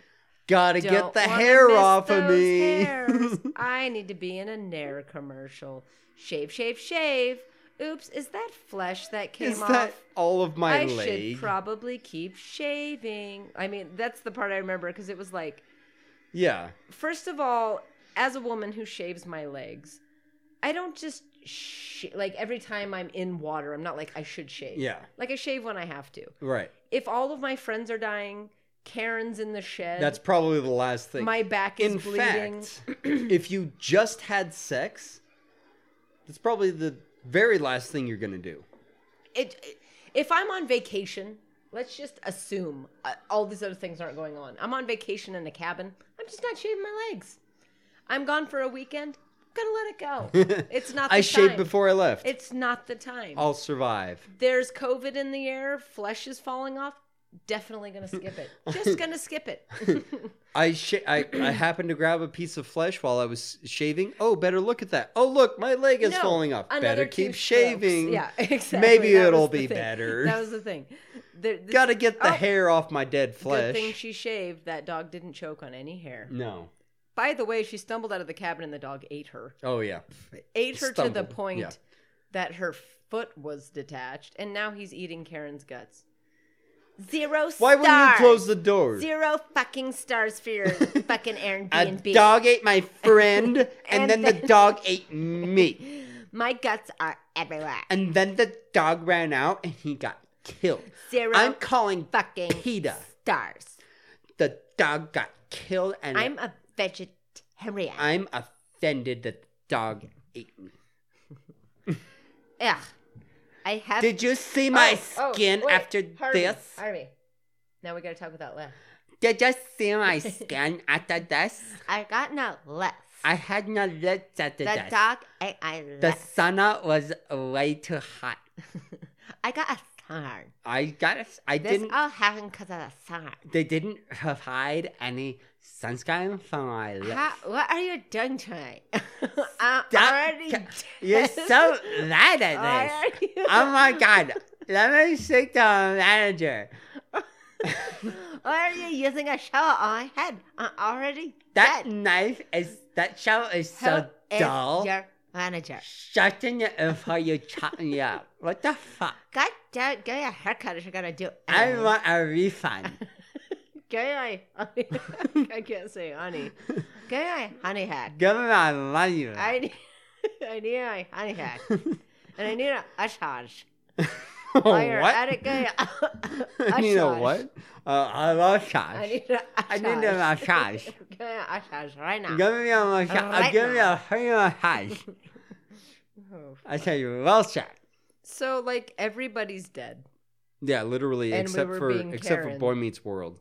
Speaker 6: Gotta get
Speaker 7: Don't
Speaker 6: the
Speaker 7: wanna
Speaker 6: hair
Speaker 7: miss
Speaker 6: off of
Speaker 7: those
Speaker 6: me.
Speaker 7: hairs. I need to be in a Nair commercial. Shave, shave, shave. Oops, is that flesh that came
Speaker 6: Is
Speaker 7: off?
Speaker 6: that all of my
Speaker 7: I
Speaker 6: leg?
Speaker 7: should probably keep shaving. I mean, that's the part I remember because it was like,
Speaker 6: yeah.
Speaker 7: first of all, as a woman who shaves my legs, I don't just sh- like every time I'm in water, I'm not like I should shave.
Speaker 6: Yeah.
Speaker 7: Like I shave when I have to.
Speaker 6: Right.
Speaker 7: If all of my friends are dying, Karen's in the shed.
Speaker 6: That's probably the last thing.
Speaker 7: my back is
Speaker 6: In
Speaker 7: bleeding.
Speaker 6: fact, if you just had sex, that's probably the very last thing you're gonna do.
Speaker 7: it, if I'm on vacation, let's just assume uh, all these other things aren't going on. I'm on vacation in a cabin. I'm just not shaving my legs. I'm gone for a weekend. Gonna let it go. It's not. The
Speaker 6: I shaved
Speaker 7: time.
Speaker 6: before I left.
Speaker 7: It's not the time.
Speaker 6: I'll survive.
Speaker 7: There's COVID in the air. Flesh is falling off. Definitely gonna skip it. Just gonna skip it.
Speaker 6: I, sh- I I happened to grab a piece of flesh while I was shaving. Oh, better look at that. Oh, look, my leg is
Speaker 7: No,
Speaker 6: falling off.
Speaker 7: another
Speaker 6: Better
Speaker 7: two
Speaker 6: keep
Speaker 7: strokes.
Speaker 6: shaving.
Speaker 7: Yeah, exactly.
Speaker 6: Maybe
Speaker 7: That was
Speaker 6: it'll
Speaker 7: the
Speaker 6: be
Speaker 7: thing.
Speaker 6: better.
Speaker 7: That was the thing. The- the-
Speaker 6: Got to get the
Speaker 7: Oh,
Speaker 6: hair off my dead
Speaker 7: Good
Speaker 6: flesh.
Speaker 7: thing she shaved. That dog didn't choke on any hair.
Speaker 6: no.
Speaker 7: By the way, she stumbled out of the cabin and the dog ate her.
Speaker 6: Oh yeah.
Speaker 7: Ate her to the
Speaker 6: Stumbled,
Speaker 7: point
Speaker 6: yeah.
Speaker 7: that her foot was detached, and now he's eating Karen's guts. Zero
Speaker 6: Why wouldn't you
Speaker 8: Stars.
Speaker 6: close the door?
Speaker 8: Zero fucking stars for your fucking
Speaker 6: A
Speaker 8: Airbnb.
Speaker 6: dog ate my friend, and, then the dog ate me,
Speaker 8: My guts are everywhere.
Speaker 6: and then the dog ran out, and he got killed.
Speaker 8: Zero
Speaker 6: I'm calling
Speaker 8: fucking
Speaker 6: PETA.
Speaker 8: stars.
Speaker 6: The dog got killed, and
Speaker 8: I'm a vegetarian.
Speaker 6: I'm offended that the dog ate me.
Speaker 8: Ugh. I have.
Speaker 6: Did you see my
Speaker 7: Oh,
Speaker 6: skin
Speaker 7: wait,
Speaker 6: after
Speaker 7: Harvey,
Speaker 6: this?
Speaker 7: Harvey. Now we gotta talk without laugh.
Speaker 6: Did you see my skin after this?
Speaker 8: I got no less.
Speaker 6: I had no lips after
Speaker 8: the
Speaker 6: this.
Speaker 8: dog ate my
Speaker 6: the
Speaker 8: lips.
Speaker 6: sauna was way too hot.
Speaker 8: I got a sun.
Speaker 6: I got. it. I
Speaker 8: This
Speaker 6: didn't.
Speaker 8: all happened because of the sun.
Speaker 6: they didn't provide any sunscreen for my lips.
Speaker 8: How, what are you doing tonight? I'm
Speaker 6: Stop
Speaker 8: already
Speaker 6: ca- You're so loud at this.
Speaker 8: tired.
Speaker 6: Oh my god. Let me speak to a manager.
Speaker 8: Why are you using a shower on my head? I'm already
Speaker 6: That
Speaker 8: dead.
Speaker 6: knife is that shower is
Speaker 8: Who
Speaker 6: so
Speaker 8: is
Speaker 6: dull.
Speaker 8: your manager?
Speaker 6: Shutting it up how you chop me up. What the fuck?
Speaker 8: God damn it, get your haircut if you're gonna do
Speaker 6: I
Speaker 8: anything.
Speaker 6: want a refund.
Speaker 8: Get my I can't say honey. Get my honey hat.
Speaker 6: Give me my money. back.
Speaker 8: I need, I need my honey hat. and I need a massage.
Speaker 6: Oh,
Speaker 8: While you're
Speaker 6: what?
Speaker 8: at it, get a
Speaker 6: I need a
Speaker 8: massage.
Speaker 6: what? Uh, I love shots.
Speaker 8: I need a
Speaker 6: I need a massage.
Speaker 8: Get a massage right now.
Speaker 6: Give me a massage. Uh,
Speaker 8: All Oh, right
Speaker 6: give me
Speaker 8: now.
Speaker 6: a free massage.
Speaker 7: Oh.
Speaker 6: I tell you, well shot.
Speaker 7: So like everybody's dead.
Speaker 6: Yeah, literally,
Speaker 7: And we
Speaker 6: except
Speaker 7: were
Speaker 6: for
Speaker 7: being
Speaker 6: except for
Speaker 7: Karen.
Speaker 6: Boy Meets World.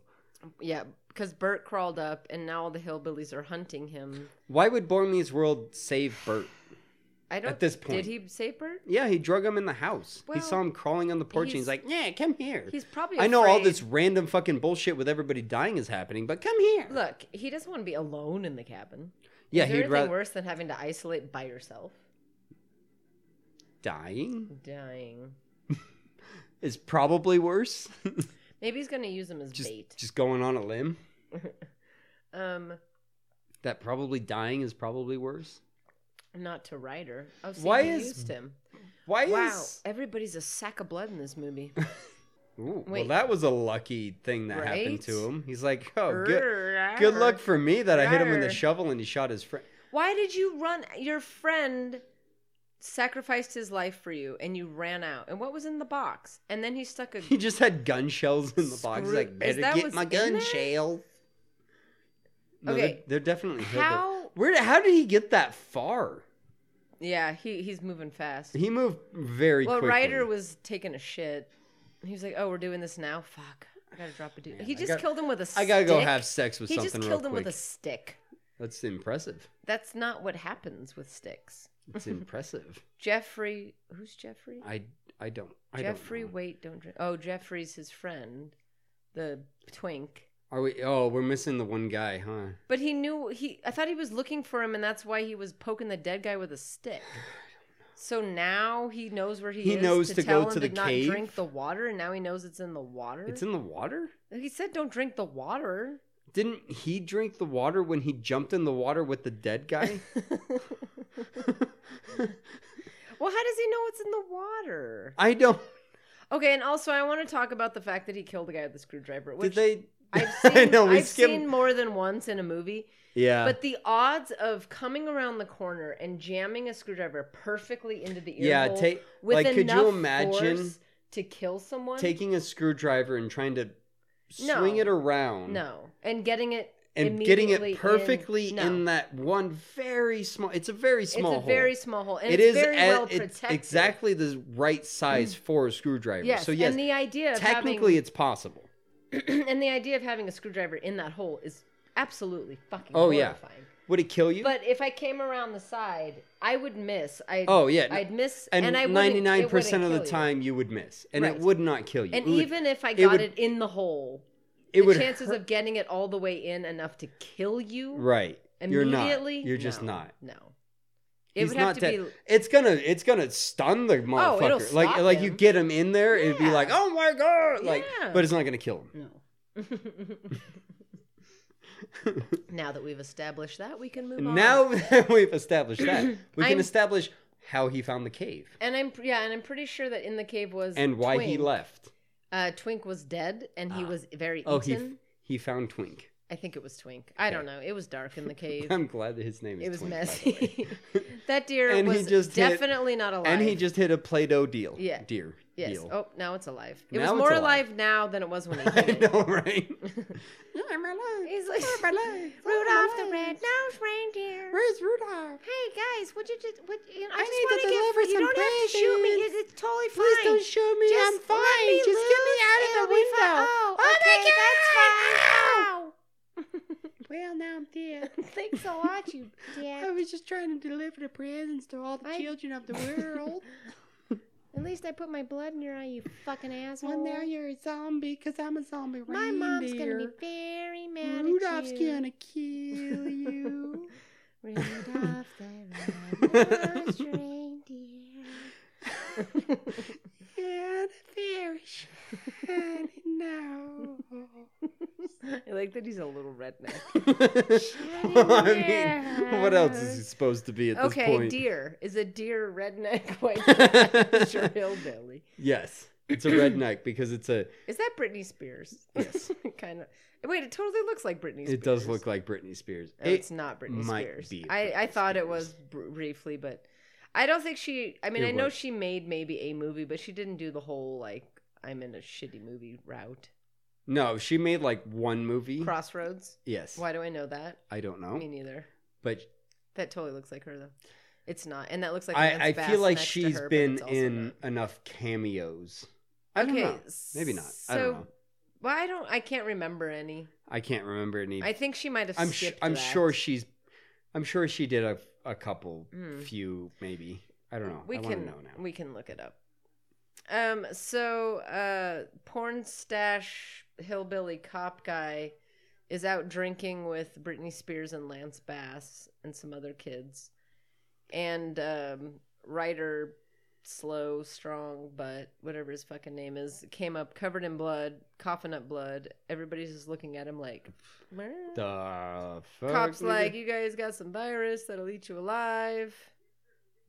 Speaker 7: Yeah, because Bert crawled up, and now all the hillbillies are hunting him.
Speaker 6: Why would Boy Meets World save Bert?
Speaker 7: I don't.
Speaker 6: At this point.
Speaker 7: did he say Bert?
Speaker 6: Yeah, he drug him in the house. he
Speaker 7: Well,
Speaker 6: saw him crawling on the porch, and he's
Speaker 7: he's-
Speaker 6: like, "Yeah, come here."
Speaker 7: He's probably.
Speaker 6: I know all
Speaker 7: afraid-
Speaker 6: this random fucking bullshit with everybody dying is happening, but come here.
Speaker 7: Look, he doesn't want to be alone in the cabin.
Speaker 6: yeah,
Speaker 7: Is there
Speaker 6: he'd
Speaker 7: anything
Speaker 6: rather
Speaker 7: worse than having to isolate by yourself?
Speaker 6: dying
Speaker 7: Dying.
Speaker 6: is probably worse.
Speaker 7: Maybe he's gonna use him as
Speaker 6: just
Speaker 7: bait.
Speaker 6: just going on a limb.
Speaker 7: Um,
Speaker 6: That probably dying is probably worse.
Speaker 7: not to Ryder. Oh, see,
Speaker 6: Why
Speaker 7: he
Speaker 6: is-
Speaker 7: used him?
Speaker 6: Why
Speaker 7: Wow,
Speaker 6: is?
Speaker 7: everybody's a sack of blood in this movie.
Speaker 6: Ooh, well,
Speaker 7: Wait.
Speaker 6: that was a lucky thing that happened
Speaker 7: Right?
Speaker 6: to him. He's like, "Oh, good, good luck for me that I hit him with the
Speaker 7: Rawr.
Speaker 6: shovel and he shot his friend."
Speaker 7: Why did you run? Your friend sacrificed his life for you, and you ran out. And what was in the box? And then he stuck a.
Speaker 6: He just had gun shells in the box. He's
Speaker 7: Screw-
Speaker 6: like,
Speaker 7: is
Speaker 6: better
Speaker 7: that
Speaker 6: get
Speaker 7: what's
Speaker 6: my
Speaker 7: in
Speaker 6: gun
Speaker 7: there?
Speaker 6: shell. No,
Speaker 7: Okay.
Speaker 6: they're, they're definitely hillbilly-
Speaker 7: How?
Speaker 6: Where? did- How did he get that far?
Speaker 7: Yeah, he he's moving fast.
Speaker 6: He moved very
Speaker 7: well,
Speaker 6: quickly.
Speaker 7: Ryder was taking a shit. He was like, "Oh, we're doing this now. Fuck, I gotta drop a dude." he
Speaker 6: I
Speaker 7: just
Speaker 6: gotta-
Speaker 7: killed him with a.
Speaker 6: I gotta go
Speaker 7: stick.
Speaker 6: have sex with
Speaker 7: He
Speaker 6: something
Speaker 7: just
Speaker 6: real
Speaker 7: killed him
Speaker 6: quick.
Speaker 7: with a stick.
Speaker 6: That's impressive.
Speaker 7: That's not what happens with sticks.
Speaker 6: It's impressive.
Speaker 7: Jeffrey, who's Jeffrey?
Speaker 6: I I don't. I
Speaker 7: Jeffrey,
Speaker 6: Don't know.
Speaker 7: wait, don't drink. Oh, Jeffrey's his friend, the twink.
Speaker 6: Are we? Oh, we're missing the one guy, huh?
Speaker 7: But he knew he. I thought he was looking for him, and that's why he was poking the dead guy with a stick. So now he knows where he,
Speaker 6: He
Speaker 7: is.
Speaker 6: knows to go
Speaker 7: tell him
Speaker 6: to the
Speaker 7: not
Speaker 6: cave?
Speaker 7: drink the water, and now he knows it's in the water.
Speaker 6: It's in the water.
Speaker 7: he said, "Don't drink the water."
Speaker 6: Didn't he drink the water when he jumped in the water with the dead guy?
Speaker 7: Well, how does he know it's in the water?
Speaker 6: I don't.
Speaker 7: Okay, and also I want to talk about the fact that he killed the guy with the screwdriver.
Speaker 6: Did
Speaker 7: Which
Speaker 6: they?
Speaker 7: I've
Speaker 6: I
Speaker 7: seen, I
Speaker 6: know, we
Speaker 7: have
Speaker 6: skipped-
Speaker 7: seen more than once in a movie,
Speaker 6: Yeah.
Speaker 7: but the odds of coming around the corner and jamming a screwdriver perfectly into the ear
Speaker 6: Yeah,
Speaker 7: hole
Speaker 6: take-
Speaker 7: with
Speaker 6: like, could you
Speaker 7: enough
Speaker 6: imagine
Speaker 7: force to kill someone?
Speaker 6: taking a screwdriver and trying to
Speaker 7: No.
Speaker 6: swing it around.
Speaker 7: no, and getting it
Speaker 6: And getting
Speaker 7: immediately in-
Speaker 6: it perfectly in,
Speaker 7: no.
Speaker 6: that one very small. It's a very
Speaker 7: It's a
Speaker 6: small. hole.
Speaker 7: very small hole, and
Speaker 6: It
Speaker 7: it's
Speaker 6: is
Speaker 7: very
Speaker 6: at-
Speaker 7: well
Speaker 6: it's
Speaker 7: protected. Mm.
Speaker 6: exactly the right size for a screwdriver.
Speaker 7: Yes,
Speaker 6: so yes,
Speaker 7: and the idea of
Speaker 6: technically
Speaker 7: having,
Speaker 6: it's possible.
Speaker 7: and the idea of having a screwdriver in that hole is absolutely fucking
Speaker 6: Oh, yeah.
Speaker 7: horrifying.
Speaker 6: Would it kill you?
Speaker 7: But if I came around the side, I would miss. I
Speaker 6: Oh, yeah.
Speaker 7: I'd miss,
Speaker 6: and
Speaker 7: I wouldn't-
Speaker 6: ninety
Speaker 7: it
Speaker 6: nine percent of
Speaker 7: wouldn't
Speaker 6: the
Speaker 7: kill you.
Speaker 6: time you would miss, and
Speaker 7: Right.
Speaker 6: it would not kill you.
Speaker 7: And
Speaker 6: It would-
Speaker 7: even if I got it,
Speaker 6: would-
Speaker 7: in the hole,
Speaker 6: it
Speaker 7: the
Speaker 6: would
Speaker 7: chances
Speaker 6: hurt-
Speaker 7: of getting it all the way in enough to kill you
Speaker 6: right, you're not.
Speaker 7: immediately,
Speaker 6: You're just
Speaker 7: no,
Speaker 6: not.
Speaker 7: No, it
Speaker 6: He's
Speaker 7: would have
Speaker 6: not
Speaker 7: to
Speaker 6: dead.
Speaker 7: be. Oh,
Speaker 6: It's gonna it's gonna stun the motherfucker.
Speaker 7: it'll
Speaker 6: like
Speaker 7: stop
Speaker 6: like you
Speaker 7: him.
Speaker 6: get him in there, it'd be
Speaker 7: Yeah.
Speaker 6: like, oh my god, like,
Speaker 7: Yeah.
Speaker 6: but it's not gonna kill him.
Speaker 7: now that we've established that, we can move on.
Speaker 6: Now that we've established that, we can
Speaker 7: I'm-
Speaker 6: establish how he found the cave
Speaker 7: and I'm yeah, and I'm pretty sure that in the cave was
Speaker 6: and why he
Speaker 7: Twink.
Speaker 6: left.
Speaker 7: Uh, Twink was dead, and he was very eaten.
Speaker 6: Oh, he f- he found Twink.
Speaker 7: I think it was Twink. I don't know. It was dark in the cave.
Speaker 6: I'm glad that his name is.
Speaker 7: it was
Speaker 6: Twink, by the way.
Speaker 7: messy. that deer
Speaker 6: And he
Speaker 7: was
Speaker 6: just hit-
Speaker 7: definitely not alive.
Speaker 6: And he just hit a Play-Doh deal.
Speaker 7: Yeah.
Speaker 6: Deer.
Speaker 7: yes.
Speaker 6: Deal.
Speaker 7: Oh, now it's alive. It
Speaker 6: Now
Speaker 7: was
Speaker 6: it's
Speaker 7: more
Speaker 6: alive.
Speaker 7: alive. now than it was when he
Speaker 6: I
Speaker 7: hit it.
Speaker 6: know, right?
Speaker 8: He's
Speaker 7: like-
Speaker 6: Oh,
Speaker 8: Rudolph the red-nosed reindeer.
Speaker 6: Where's Rudolph?
Speaker 8: Hey guys, would you just? Would, you know, I,
Speaker 6: I
Speaker 8: just
Speaker 6: need to
Speaker 8: want to get.
Speaker 6: deliver
Speaker 8: free- You
Speaker 6: some
Speaker 8: don't have to shoot me.
Speaker 6: presents.
Speaker 8: It's, it's totally fine.
Speaker 6: Please don't show me.
Speaker 8: Just
Speaker 6: I'm fine.
Speaker 8: let me
Speaker 6: Just get me
Speaker 8: loose.
Speaker 6: out of the
Speaker 8: It'll be fine.
Speaker 6: window.
Speaker 8: Oh,
Speaker 6: Oh my
Speaker 8: okay, That's
Speaker 6: God.
Speaker 8: fine. Ow.
Speaker 6: Well, now I'm dead.
Speaker 8: Thanks a lot, you dick.
Speaker 6: I was just trying to deliver the presents to all the children of the world.
Speaker 8: At least I put my blood in your eye, you fucking asshole.
Speaker 6: well, now you're a zombie because I'm a zombie reindeer.
Speaker 8: my mom's gonna be very mad
Speaker 6: Rudolph's
Speaker 8: at you.
Speaker 6: gonna kill you.
Speaker 8: Rudolph the red-nosed reindeer.
Speaker 6: You're down very shiny now.
Speaker 7: I like that he's a little redneck.
Speaker 6: well, I mean, what else is he supposed to be at this
Speaker 7: okay,
Speaker 6: point?
Speaker 7: deer is a deer redneck white sure hillbilly.
Speaker 6: yes, it's a redneck because it's a.
Speaker 7: Is that Britney Spears?
Speaker 6: Yes.
Speaker 7: kind of. Wait, it totally looks like Britney Spears.
Speaker 6: It does look like Britney Spears.
Speaker 7: No,
Speaker 6: It-
Speaker 7: it's not Britney
Speaker 6: might
Speaker 7: Spears.
Speaker 6: be
Speaker 7: I, I
Speaker 6: Britney
Speaker 7: thought it
Speaker 6: Spears.
Speaker 7: was br- briefly, but I don't think she. I mean,
Speaker 6: It
Speaker 7: I know
Speaker 6: was.
Speaker 7: she made maybe a movie, but she didn't do the whole like I'm in a shitty movie route.
Speaker 6: No, she made like one movie.
Speaker 7: Crossroads.
Speaker 6: yes,
Speaker 7: Why do I know that?
Speaker 6: I don't know,
Speaker 7: Me neither.
Speaker 6: but
Speaker 7: That totally looks like her though. It's not, and that looks like Lance
Speaker 6: I, I
Speaker 7: Bass
Speaker 6: feel like
Speaker 7: next to
Speaker 6: she's
Speaker 7: her, but
Speaker 6: been
Speaker 7: it's also
Speaker 6: in
Speaker 7: not.
Speaker 6: enough cameos. I don't
Speaker 7: okay,
Speaker 6: know. Maybe not. I
Speaker 7: so-
Speaker 6: don't know.
Speaker 7: Well, I don't. I can't remember any.
Speaker 6: I can't remember any.
Speaker 7: I think she might have.
Speaker 6: I'm sh-
Speaker 7: skipped
Speaker 6: I'm
Speaker 7: that.
Speaker 6: sure she's. I'm sure she did a a couple,
Speaker 7: Hmm.
Speaker 6: few maybe. I don't know.
Speaker 7: we
Speaker 6: I want to
Speaker 7: can
Speaker 6: know now.
Speaker 7: we can look it up. Um. So, uh, porn stash hillbilly cop guy is out drinking with Britney Spears and Lance Bass and some other kids, and um, writer slow strong but whatever his fucking name is came up covered in blood coughing up blood everybody's just looking at him like "Meh."
Speaker 6: the fuck
Speaker 7: Cops
Speaker 6: we
Speaker 7: like,
Speaker 6: do-
Speaker 7: you guys got some virus that'll eat you alive.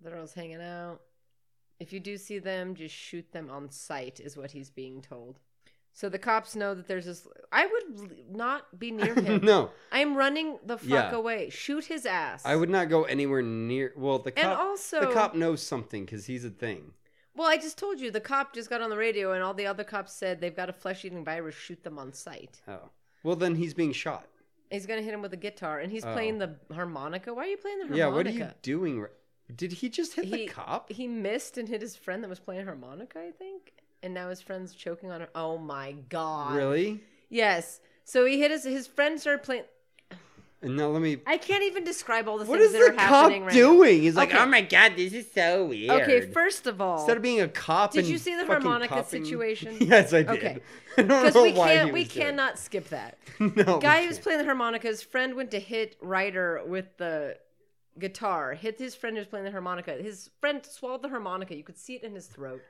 Speaker 7: They're all hanging out. If you do see them, just shoot them on sight, is what he's being told. So the cops know that there's this. I would l- not be near him.
Speaker 6: no,
Speaker 7: I'm running the fuck
Speaker 6: Yeah.
Speaker 7: away. Shoot his ass.
Speaker 6: I would not go anywhere near. Well, the cop.
Speaker 7: And also,
Speaker 6: the cop knows something because he's a thing.
Speaker 7: well, I just told you the cop just got on the radio, and all the other cops said they've got a flesh-eating virus. Shoot them on sight.
Speaker 6: Oh, well then he's being shot.
Speaker 7: He's gonna hit him with a guitar, and he's
Speaker 6: Oh.
Speaker 7: playing the harmonica. Why are you playing the harmonica?
Speaker 6: Yeah, what are you doing? ri- Did he just hit the cop?
Speaker 7: He missed and hit his friend that was playing harmonica, I think. And now his friend's choking on her. Oh my god.
Speaker 6: Really?
Speaker 7: Yes. So he hit his his friend started playing
Speaker 6: And now let me.
Speaker 7: I can't even describe all the
Speaker 6: What
Speaker 7: things
Speaker 6: is
Speaker 7: that
Speaker 6: the
Speaker 7: are
Speaker 6: cop
Speaker 7: happening right
Speaker 6: doing? He's like,
Speaker 7: Okay.
Speaker 6: oh my god, this is so weird.
Speaker 7: now. Okay, first of all
Speaker 6: instead of being a cop,
Speaker 7: Did
Speaker 6: and
Speaker 7: you see the
Speaker 6: fucking
Speaker 7: harmonica
Speaker 6: copping-
Speaker 7: situation?
Speaker 6: yes, I did.
Speaker 7: Okay.
Speaker 6: I don't
Speaker 7: because
Speaker 6: know
Speaker 7: we
Speaker 6: why
Speaker 7: can't
Speaker 6: he
Speaker 7: we
Speaker 6: was doing it.
Speaker 7: cannot skip that.
Speaker 6: no, we
Speaker 7: Guy who was
Speaker 6: can't.
Speaker 7: playing the harmonica, his friend went to hit Ryder with the guitar, hit his friend who was playing the harmonica. His friend swallowed the harmonica. You could see it in his throat.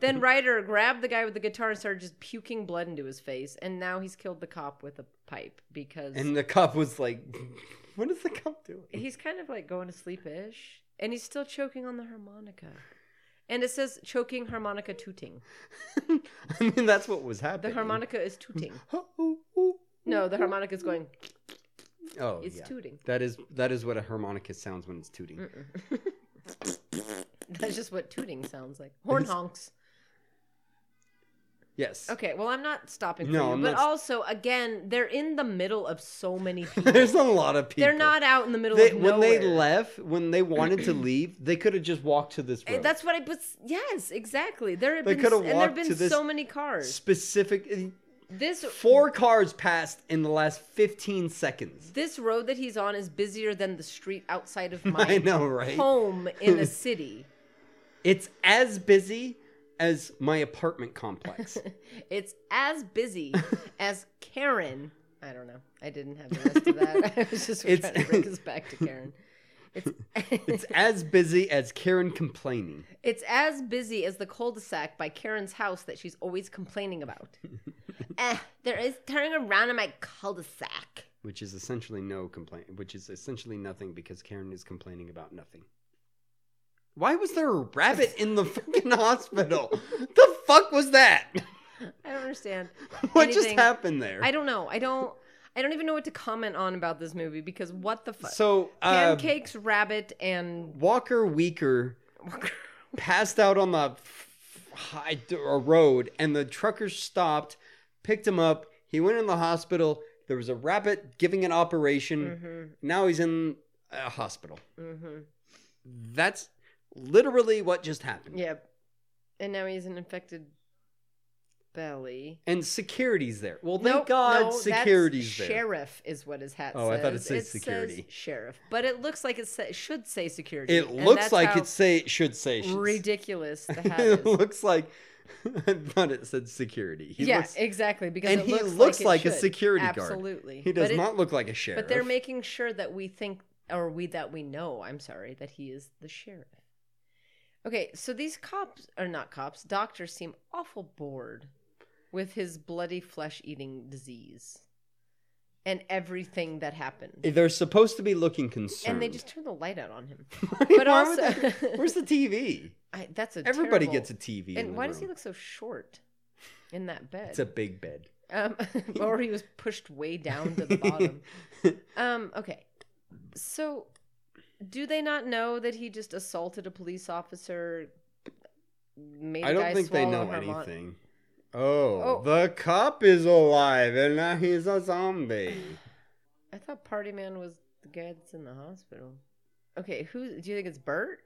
Speaker 7: then Ryder grabbed the guy with the guitar and started just puking blood into his face. And now he's killed the cop with a pipe because
Speaker 6: And the cop was like, "What is the cop doing?"
Speaker 7: he's kind of like going to sleep ish. And he's still choking on the harmonica. And it says choking harmonica tooting.
Speaker 6: I mean, that's what was
Speaker 7: The
Speaker 6: happening.
Speaker 7: harmonica is tooting.
Speaker 6: Oh,
Speaker 7: No, the harmonica is going, it's Mm.
Speaker 6: yeah.
Speaker 7: tooting.
Speaker 6: That is that is what a harmonica sounds when it's tooting.
Speaker 7: That's just what tooting sounds like. Horn honks.
Speaker 6: Yes.
Speaker 7: Okay, well, I'm not stopping for
Speaker 6: No,
Speaker 7: you,
Speaker 6: I'm
Speaker 7: but
Speaker 6: not-
Speaker 7: also, again, they're in the middle of so many people.
Speaker 6: There's a lot of people.
Speaker 7: They're not out in the middle
Speaker 6: They,
Speaker 7: of
Speaker 6: when
Speaker 7: nowhere.
Speaker 6: they left, when they wanted to leave, they could have just walked to this
Speaker 7: Eh,
Speaker 6: road.
Speaker 7: That's what I was. Yes, exactly. There have
Speaker 6: They
Speaker 7: been,
Speaker 6: coulda
Speaker 7: and there have
Speaker 6: walked
Speaker 7: been
Speaker 6: to this
Speaker 7: so many cars.
Speaker 6: specific.
Speaker 7: This
Speaker 6: Four cars passed in the last 15 seconds.
Speaker 7: this road that he's on is busier than the street outside of my
Speaker 6: I know, right?
Speaker 7: home in a city.
Speaker 6: It's as busy as my apartment complex.
Speaker 7: It's as busy as Karen. I don't know. I didn't have the rest of that. I was just
Speaker 6: It's-
Speaker 7: trying to bring us back to Karen. It's
Speaker 6: it's as busy as Karen complaining.
Speaker 7: It's as busy as the cul-de-sac by Karen's house that she's always complaining about.
Speaker 8: Eh, there is turning around in my cul-de-sac.
Speaker 6: which is essentially no complaint, which is essentially nothing because Karen is complaining about nothing. Why was there a rabbit in the fucking hospital? The fuck was that?
Speaker 7: I don't understand.
Speaker 6: What just
Speaker 7: anything.
Speaker 6: happened there?
Speaker 7: I don't know. I don't. I don't even know what to comment on about this movie because what the fuck?
Speaker 6: So, uh,
Speaker 7: pancakes, rabbit, and
Speaker 6: Walker Weaker passed out on the f- high a road, and the truckers stopped, picked him up. He went in the hospital. There was a rabbit giving an operation.
Speaker 7: Mm-hmm.
Speaker 6: Now he's in a hospital. That's literally what just happened.
Speaker 7: yep. And now he's an infected belly.
Speaker 6: and security's there. Well, thank
Speaker 7: Nope,
Speaker 6: God
Speaker 7: no, that's
Speaker 6: security's there.
Speaker 7: Sheriff is what his hat
Speaker 6: Oh,
Speaker 7: says.
Speaker 6: I thought it said
Speaker 7: says
Speaker 6: security.
Speaker 7: sheriff, but it looks like it sa- should say security.
Speaker 6: It
Speaker 7: and
Speaker 6: looks
Speaker 7: that's
Speaker 6: like
Speaker 7: how
Speaker 6: it say it should say. sh-
Speaker 7: ridiculous. The hat
Speaker 6: it
Speaker 7: is.
Speaker 6: looks like I thought it said security. He
Speaker 7: yeah,
Speaker 6: looks,
Speaker 7: exactly. Because
Speaker 6: and
Speaker 7: it
Speaker 6: he
Speaker 7: looks
Speaker 6: looks,
Speaker 7: it
Speaker 6: like, a
Speaker 7: should.
Speaker 6: security guard.
Speaker 7: Absolutely.
Speaker 6: he does
Speaker 7: But it-
Speaker 6: not look like a sheriff.
Speaker 7: But they're making sure that we think, or we that we know. I'm sorry that he is the sheriff. Okay, so these cops are not cops. Doctors seem awful bored with his bloody flesh-eating disease and everything that happened.
Speaker 6: They're supposed to be looking concerned.
Speaker 7: and they just turn the light out on him.
Speaker 6: Why
Speaker 7: But
Speaker 6: would
Speaker 7: also,
Speaker 6: they- where's the TV?
Speaker 7: I, that's a
Speaker 6: Everybody
Speaker 7: terrible-
Speaker 6: gets a TV. in
Speaker 7: And
Speaker 6: the
Speaker 7: why does he
Speaker 6: room.
Speaker 7: look so short in that bed?
Speaker 6: It's a big bed.
Speaker 7: Um, or he was pushed way down to the bottom. um, okay. So, do they not know that he just assaulted a police officer? Made a
Speaker 6: I don't
Speaker 7: guy
Speaker 6: think they
Speaker 7: swallow
Speaker 6: know
Speaker 7: Hermon-
Speaker 6: anything. Oh,
Speaker 7: Oh.
Speaker 6: the cop is alive and now he's a zombie.
Speaker 7: I thought Party Man was the guy that's in the hospital. Okay, who do you think it's Bert?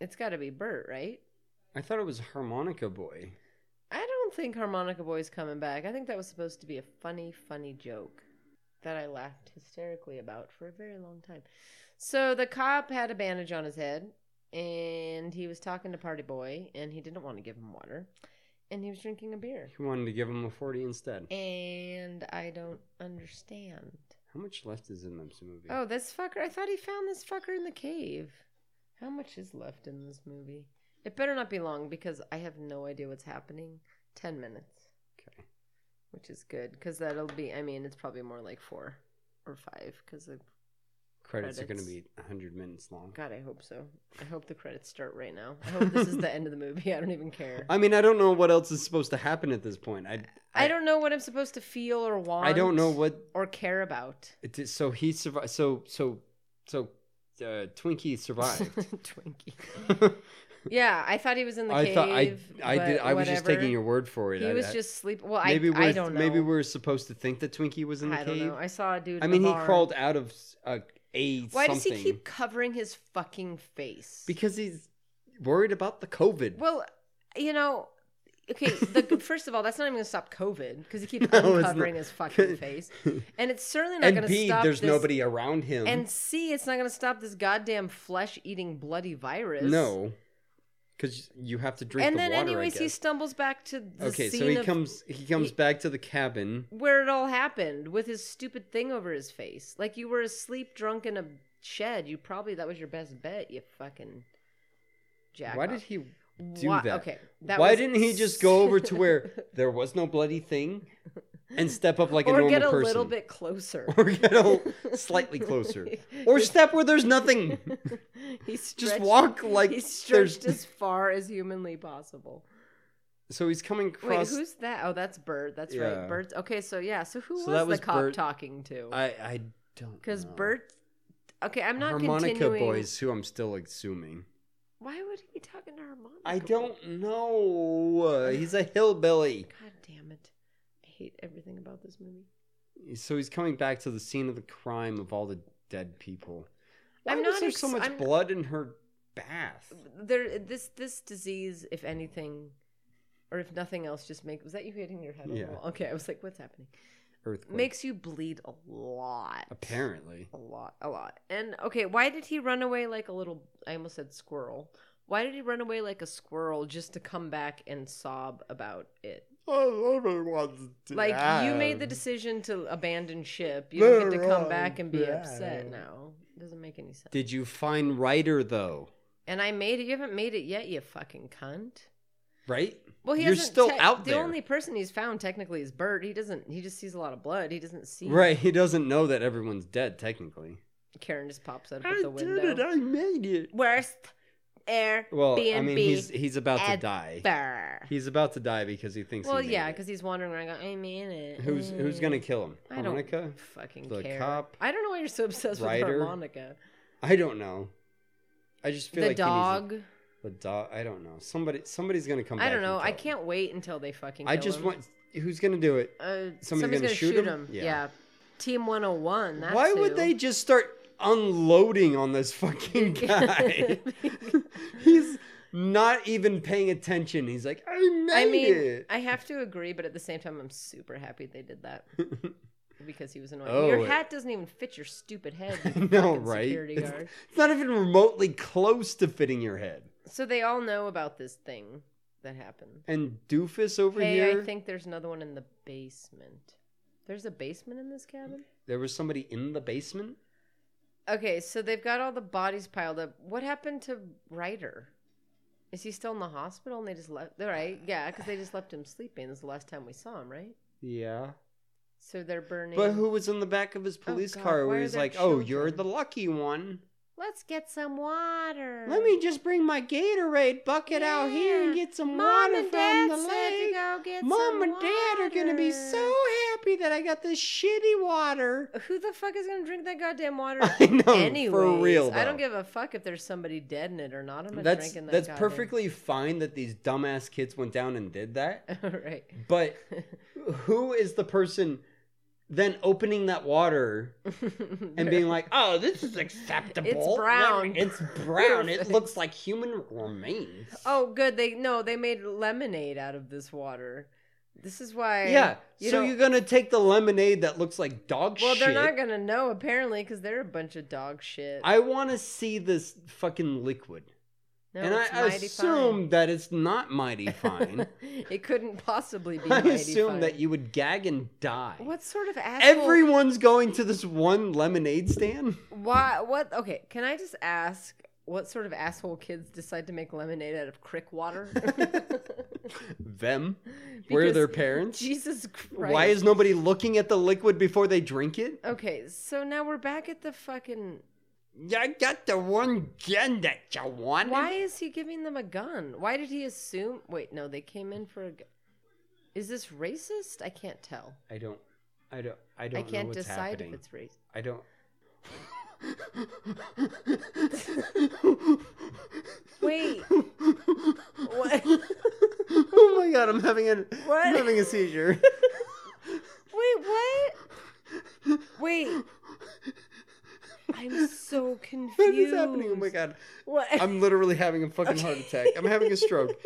Speaker 7: It's got to be Bert, right?
Speaker 6: I thought it was Harmonica Boy.
Speaker 7: I don't think Harmonica Boy's coming back. I think that was supposed to be a funny, funny joke that I laughed hysterically about for a very long time. So the cop had a bandage on his head and he was talking to Party Boy and he didn't want to give him water and he was drinking a beer.
Speaker 6: He wanted to give him a 40 instead.
Speaker 7: And I don't understand.
Speaker 6: How much left is in this movie?
Speaker 7: Oh, this fucker. I thought he found this fucker in the cave. How much is left in this movie? It better not be long because I have no idea what's happening. 10 minutes.
Speaker 6: Okay.
Speaker 7: Which is good because that'll be, I mean, it's probably more like four or five because of.
Speaker 6: credits, are going to
Speaker 7: credits.
Speaker 6: be 100 minutes long.
Speaker 7: God, I hope so. I hope the credits start right now. I hope this is the end of the movie. I don't even care.
Speaker 6: I mean, I don't know what else is supposed to happen at this point. I,
Speaker 7: I don't know what I'm supposed to feel or want.
Speaker 6: I don't know what
Speaker 7: Or care about.
Speaker 6: It is, so he survived. So so so uh, Twinkie survived.
Speaker 7: Twinkie. Yeah, I thought he was in the
Speaker 6: I
Speaker 7: cave.
Speaker 6: thought I I did.
Speaker 7: but
Speaker 6: I was just taking
Speaker 7: whatever.
Speaker 6: your word for it.
Speaker 7: He
Speaker 6: I-
Speaker 7: was
Speaker 6: I-
Speaker 7: just sleep. Well,
Speaker 6: maybe
Speaker 7: I,
Speaker 6: we're
Speaker 7: I don't know.
Speaker 6: maybe we're supposed to think that Twinkie was in the
Speaker 7: I
Speaker 6: cave.
Speaker 7: don't know. I saw a dude.
Speaker 6: I
Speaker 7: in
Speaker 6: mean,
Speaker 7: the
Speaker 6: he
Speaker 7: bar.
Speaker 6: crawled out of s- a a
Speaker 7: Why
Speaker 6: something
Speaker 7: does he keep covering his fucking face?
Speaker 6: because he's worried about the COVID.
Speaker 7: well, you know, okay. The, first of all, that's not even going to stop COVID because he keeps
Speaker 6: No, it's
Speaker 7: uncovering
Speaker 6: not.
Speaker 7: his fucking face, and it's certainly not
Speaker 6: and
Speaker 7: going to
Speaker 6: B,
Speaker 7: stop.
Speaker 6: there's
Speaker 7: this-
Speaker 6: nobody around him.
Speaker 7: And C, it's not going to stop this goddamn flesh-eating bloody virus.
Speaker 6: no, because you have to drink
Speaker 7: And
Speaker 6: the
Speaker 7: then,
Speaker 6: water. I
Speaker 7: anyways, he
Speaker 6: guess.
Speaker 7: stumbles back to the
Speaker 6: okay.
Speaker 7: scene
Speaker 6: So he
Speaker 7: of
Speaker 6: comes he comes back to the cabin.
Speaker 7: where it all happened with his stupid thing over his face. Like you were asleep drunk in a shed. You probably that was your best bet, you fucking jack.
Speaker 6: Why did he do
Speaker 7: Why-
Speaker 6: that?
Speaker 7: okay, that
Speaker 6: Why
Speaker 7: was-
Speaker 6: didn't he just go over to where there was no bloody thing and step up like a
Speaker 7: or
Speaker 6: normal
Speaker 7: get a
Speaker 6: person?
Speaker 7: little bit closer?
Speaker 6: or get a, slightly closer. Or step where there's nothing.
Speaker 7: he
Speaker 6: Just
Speaker 7: stretched-
Speaker 6: walk like
Speaker 7: he
Speaker 6: there's
Speaker 7: stretched as far as humanly possible.
Speaker 6: So he's coming across
Speaker 7: Wait, who's that? Oh, that's Bert. That's
Speaker 6: Yeah.
Speaker 7: right, Bert. Okay, so yeah, so who
Speaker 6: So
Speaker 7: was,
Speaker 6: that was
Speaker 7: the cop
Speaker 6: Bert-
Speaker 7: talking to?
Speaker 6: I I don't
Speaker 7: Because
Speaker 6: know.
Speaker 7: Bert. Okay, I'm not
Speaker 6: Harmonica
Speaker 7: continuing.
Speaker 6: Boys who I'm still assuming.
Speaker 7: Why would he be talking to Harmonica?
Speaker 6: I
Speaker 7: Boy?
Speaker 6: don't know. He's a hillbilly.
Speaker 7: God damn it. I hate everything about this movie.
Speaker 6: So he's coming back to the scene of the crime of all the dead people. Why
Speaker 7: I'm
Speaker 6: was
Speaker 7: not
Speaker 6: there
Speaker 7: ex-
Speaker 6: so much
Speaker 7: I'm-
Speaker 6: blood in her bath?
Speaker 7: There this this disease, if anything, or if nothing else, just make was that you hitting your head on
Speaker 6: Yeah.
Speaker 7: the wall? Okay, I was like, what's happening?
Speaker 6: Earthquake.
Speaker 7: Makes you bleed a lot.
Speaker 6: Apparently.
Speaker 7: A lot. A lot. And okay, why did he run away like a little I almost said squirrel. Why did he run away like a squirrel just to come back and sob about it? Like you made the decision to abandon ship. You don't get to come back and be upset now. It doesn't make any sense.
Speaker 6: Did you find Ryder though?
Speaker 7: And I made it. You haven't made it yet, you fucking cunt.
Speaker 6: Right?
Speaker 7: Well, he
Speaker 6: You're
Speaker 7: hasn't
Speaker 6: still
Speaker 7: te-
Speaker 6: out
Speaker 7: the
Speaker 6: there.
Speaker 7: only person he's found technically is Bert. He doesn't. He just sees a lot of blood. He doesn't see.
Speaker 6: Right, he doesn't know that everyone's dead technically.
Speaker 7: Karen just pops out of the window.
Speaker 6: I made it.
Speaker 8: Worst air.
Speaker 6: Well, I
Speaker 8: B&B
Speaker 6: mean he's he's about to
Speaker 8: ever.
Speaker 6: die. He's about to die because he thinks
Speaker 7: Well,
Speaker 6: he made
Speaker 7: yeah,
Speaker 6: it.
Speaker 7: because he's wandering around. Going, I mean it.
Speaker 6: who's who's going to kill him?
Speaker 7: I don't
Speaker 6: Monica?
Speaker 7: fucking
Speaker 6: The
Speaker 7: care.
Speaker 6: cop?
Speaker 7: I don't know why you're so obsessed
Speaker 6: Ryder?
Speaker 7: with harmonica.
Speaker 6: I don't know. I just feel
Speaker 7: The
Speaker 6: like he needs a-
Speaker 7: dog.
Speaker 6: the dog I don't know. Somebody somebody's going to come back.
Speaker 7: I don't
Speaker 6: and
Speaker 7: know.
Speaker 6: kill
Speaker 7: I
Speaker 6: him.
Speaker 7: can't wait until they fucking.
Speaker 6: I
Speaker 7: kill
Speaker 6: just
Speaker 7: him.
Speaker 6: want who's going to do it?
Speaker 7: Uh, somebody's,
Speaker 6: gonna
Speaker 7: gonna
Speaker 6: shoot
Speaker 7: shoot,
Speaker 6: him?
Speaker 7: him.
Speaker 6: Yeah.
Speaker 7: Yeah. Team 101. That's
Speaker 6: Why would
Speaker 7: who.
Speaker 6: they just start unloading on this fucking guy? He's not even paying attention. He's like, I made
Speaker 7: I mean,
Speaker 6: it.
Speaker 7: I have to agree, but at the same time, I'm super happy they did that because he was annoying.
Speaker 6: Oh,
Speaker 7: your
Speaker 6: it-
Speaker 7: hat doesn't even fit your stupid head. you
Speaker 6: no,
Speaker 7: fucking
Speaker 6: right?
Speaker 7: Security
Speaker 6: It's,
Speaker 7: guard.
Speaker 6: it's not even remotely close to fitting your head.
Speaker 7: So they all know about this thing that happened.
Speaker 6: And Doofus over
Speaker 7: hey,
Speaker 6: here,
Speaker 7: I think there's another one in the basement. There's a basement in this cabin.
Speaker 6: there was somebody in the basement.
Speaker 7: Okay, so they've got all the bodies piled up. What happened to Ryder? Is he still in the hospital and they just left? All right, yeah, because they just left him sleeping. This is the last time we saw him, right?
Speaker 6: Yeah.
Speaker 7: So they're burning.
Speaker 6: But who was in the back of his police
Speaker 7: Oh, God,
Speaker 6: car
Speaker 7: why
Speaker 6: where
Speaker 7: are
Speaker 6: he's
Speaker 7: there
Speaker 6: like, oh, you're the
Speaker 7: children?"
Speaker 6: lucky one.
Speaker 7: Let's get some water.
Speaker 6: Let me just bring my Gatorade bucket out here and
Speaker 7: Yeah.
Speaker 6: get some
Speaker 7: Mom
Speaker 6: water
Speaker 7: and
Speaker 6: from
Speaker 7: Dad
Speaker 6: the
Speaker 7: said to
Speaker 6: lake.
Speaker 7: go get
Speaker 6: Mom
Speaker 7: some
Speaker 6: and Dad are going to be so
Speaker 7: water.
Speaker 6: happy that I got this shitty water.
Speaker 7: Who the fuck is gonna drink that goddamn water?
Speaker 6: I know, for
Speaker 7: anyways?
Speaker 6: real,
Speaker 7: I
Speaker 6: though.
Speaker 7: don't give a fuck if there's somebody dead in it or not. I'm not
Speaker 6: That's
Speaker 7: drinking that.
Speaker 6: that's
Speaker 7: goddamn-
Speaker 6: perfectly fine that these dumbass kids went down and did that.
Speaker 7: right.
Speaker 6: But who is the person then opening that water and being like, "Oh, this is acceptable. Let
Speaker 7: brown.
Speaker 6: me- It's brown. it
Speaker 7: Perfect.
Speaker 6: looks like human remains."
Speaker 7: Oh, good. They no, they made lemonade out of this water. This is why.
Speaker 6: yeah.
Speaker 7: you
Speaker 6: so
Speaker 7: know-
Speaker 6: you're gonna take the lemonade that looks like dog
Speaker 7: Well,
Speaker 6: shit?
Speaker 7: they're not gonna know apparently because they're a bunch of dog shit.
Speaker 6: I want to see this fucking liquid,
Speaker 7: no,
Speaker 6: and I
Speaker 7: it's mighty
Speaker 6: assume
Speaker 7: fine.
Speaker 6: that it's not mighty fine.
Speaker 7: it couldn't possibly be.
Speaker 6: I
Speaker 7: mighty
Speaker 6: assume
Speaker 7: fine.
Speaker 6: that you would gag and die.
Speaker 7: What sort of asshole?
Speaker 6: Everyone's going to this one lemonade stand.
Speaker 7: Why? What? Okay. Can I just ask what sort of asshole kids decide to make lemonade out of crick water?
Speaker 6: Them. Where are their
Speaker 7: Because-
Speaker 6: parents?
Speaker 7: Jesus Christ.
Speaker 6: Why is nobody looking at the liquid before they drink it?
Speaker 7: Okay, so now we're back at the fucking.
Speaker 6: I got the one gun that you wanted.
Speaker 7: Why is he giving them a gun? Why did he assume? Wait, no, they came in for a. gu- Is this racist? I can't tell.
Speaker 6: I don't. I don't. I
Speaker 7: I,
Speaker 6: don't know
Speaker 7: can't
Speaker 6: what's
Speaker 7: decide
Speaker 6: happening.
Speaker 7: if it's racist.
Speaker 6: I don't.
Speaker 7: Wait. what?
Speaker 6: oh my god! I'm having a.
Speaker 7: What?
Speaker 6: I'm having a seizure.
Speaker 7: Wait, what? Wait. I'm so confused.
Speaker 6: what is happening? Oh my god!
Speaker 7: What?
Speaker 6: I'm literally having a fucking heart attack. I'm having a stroke.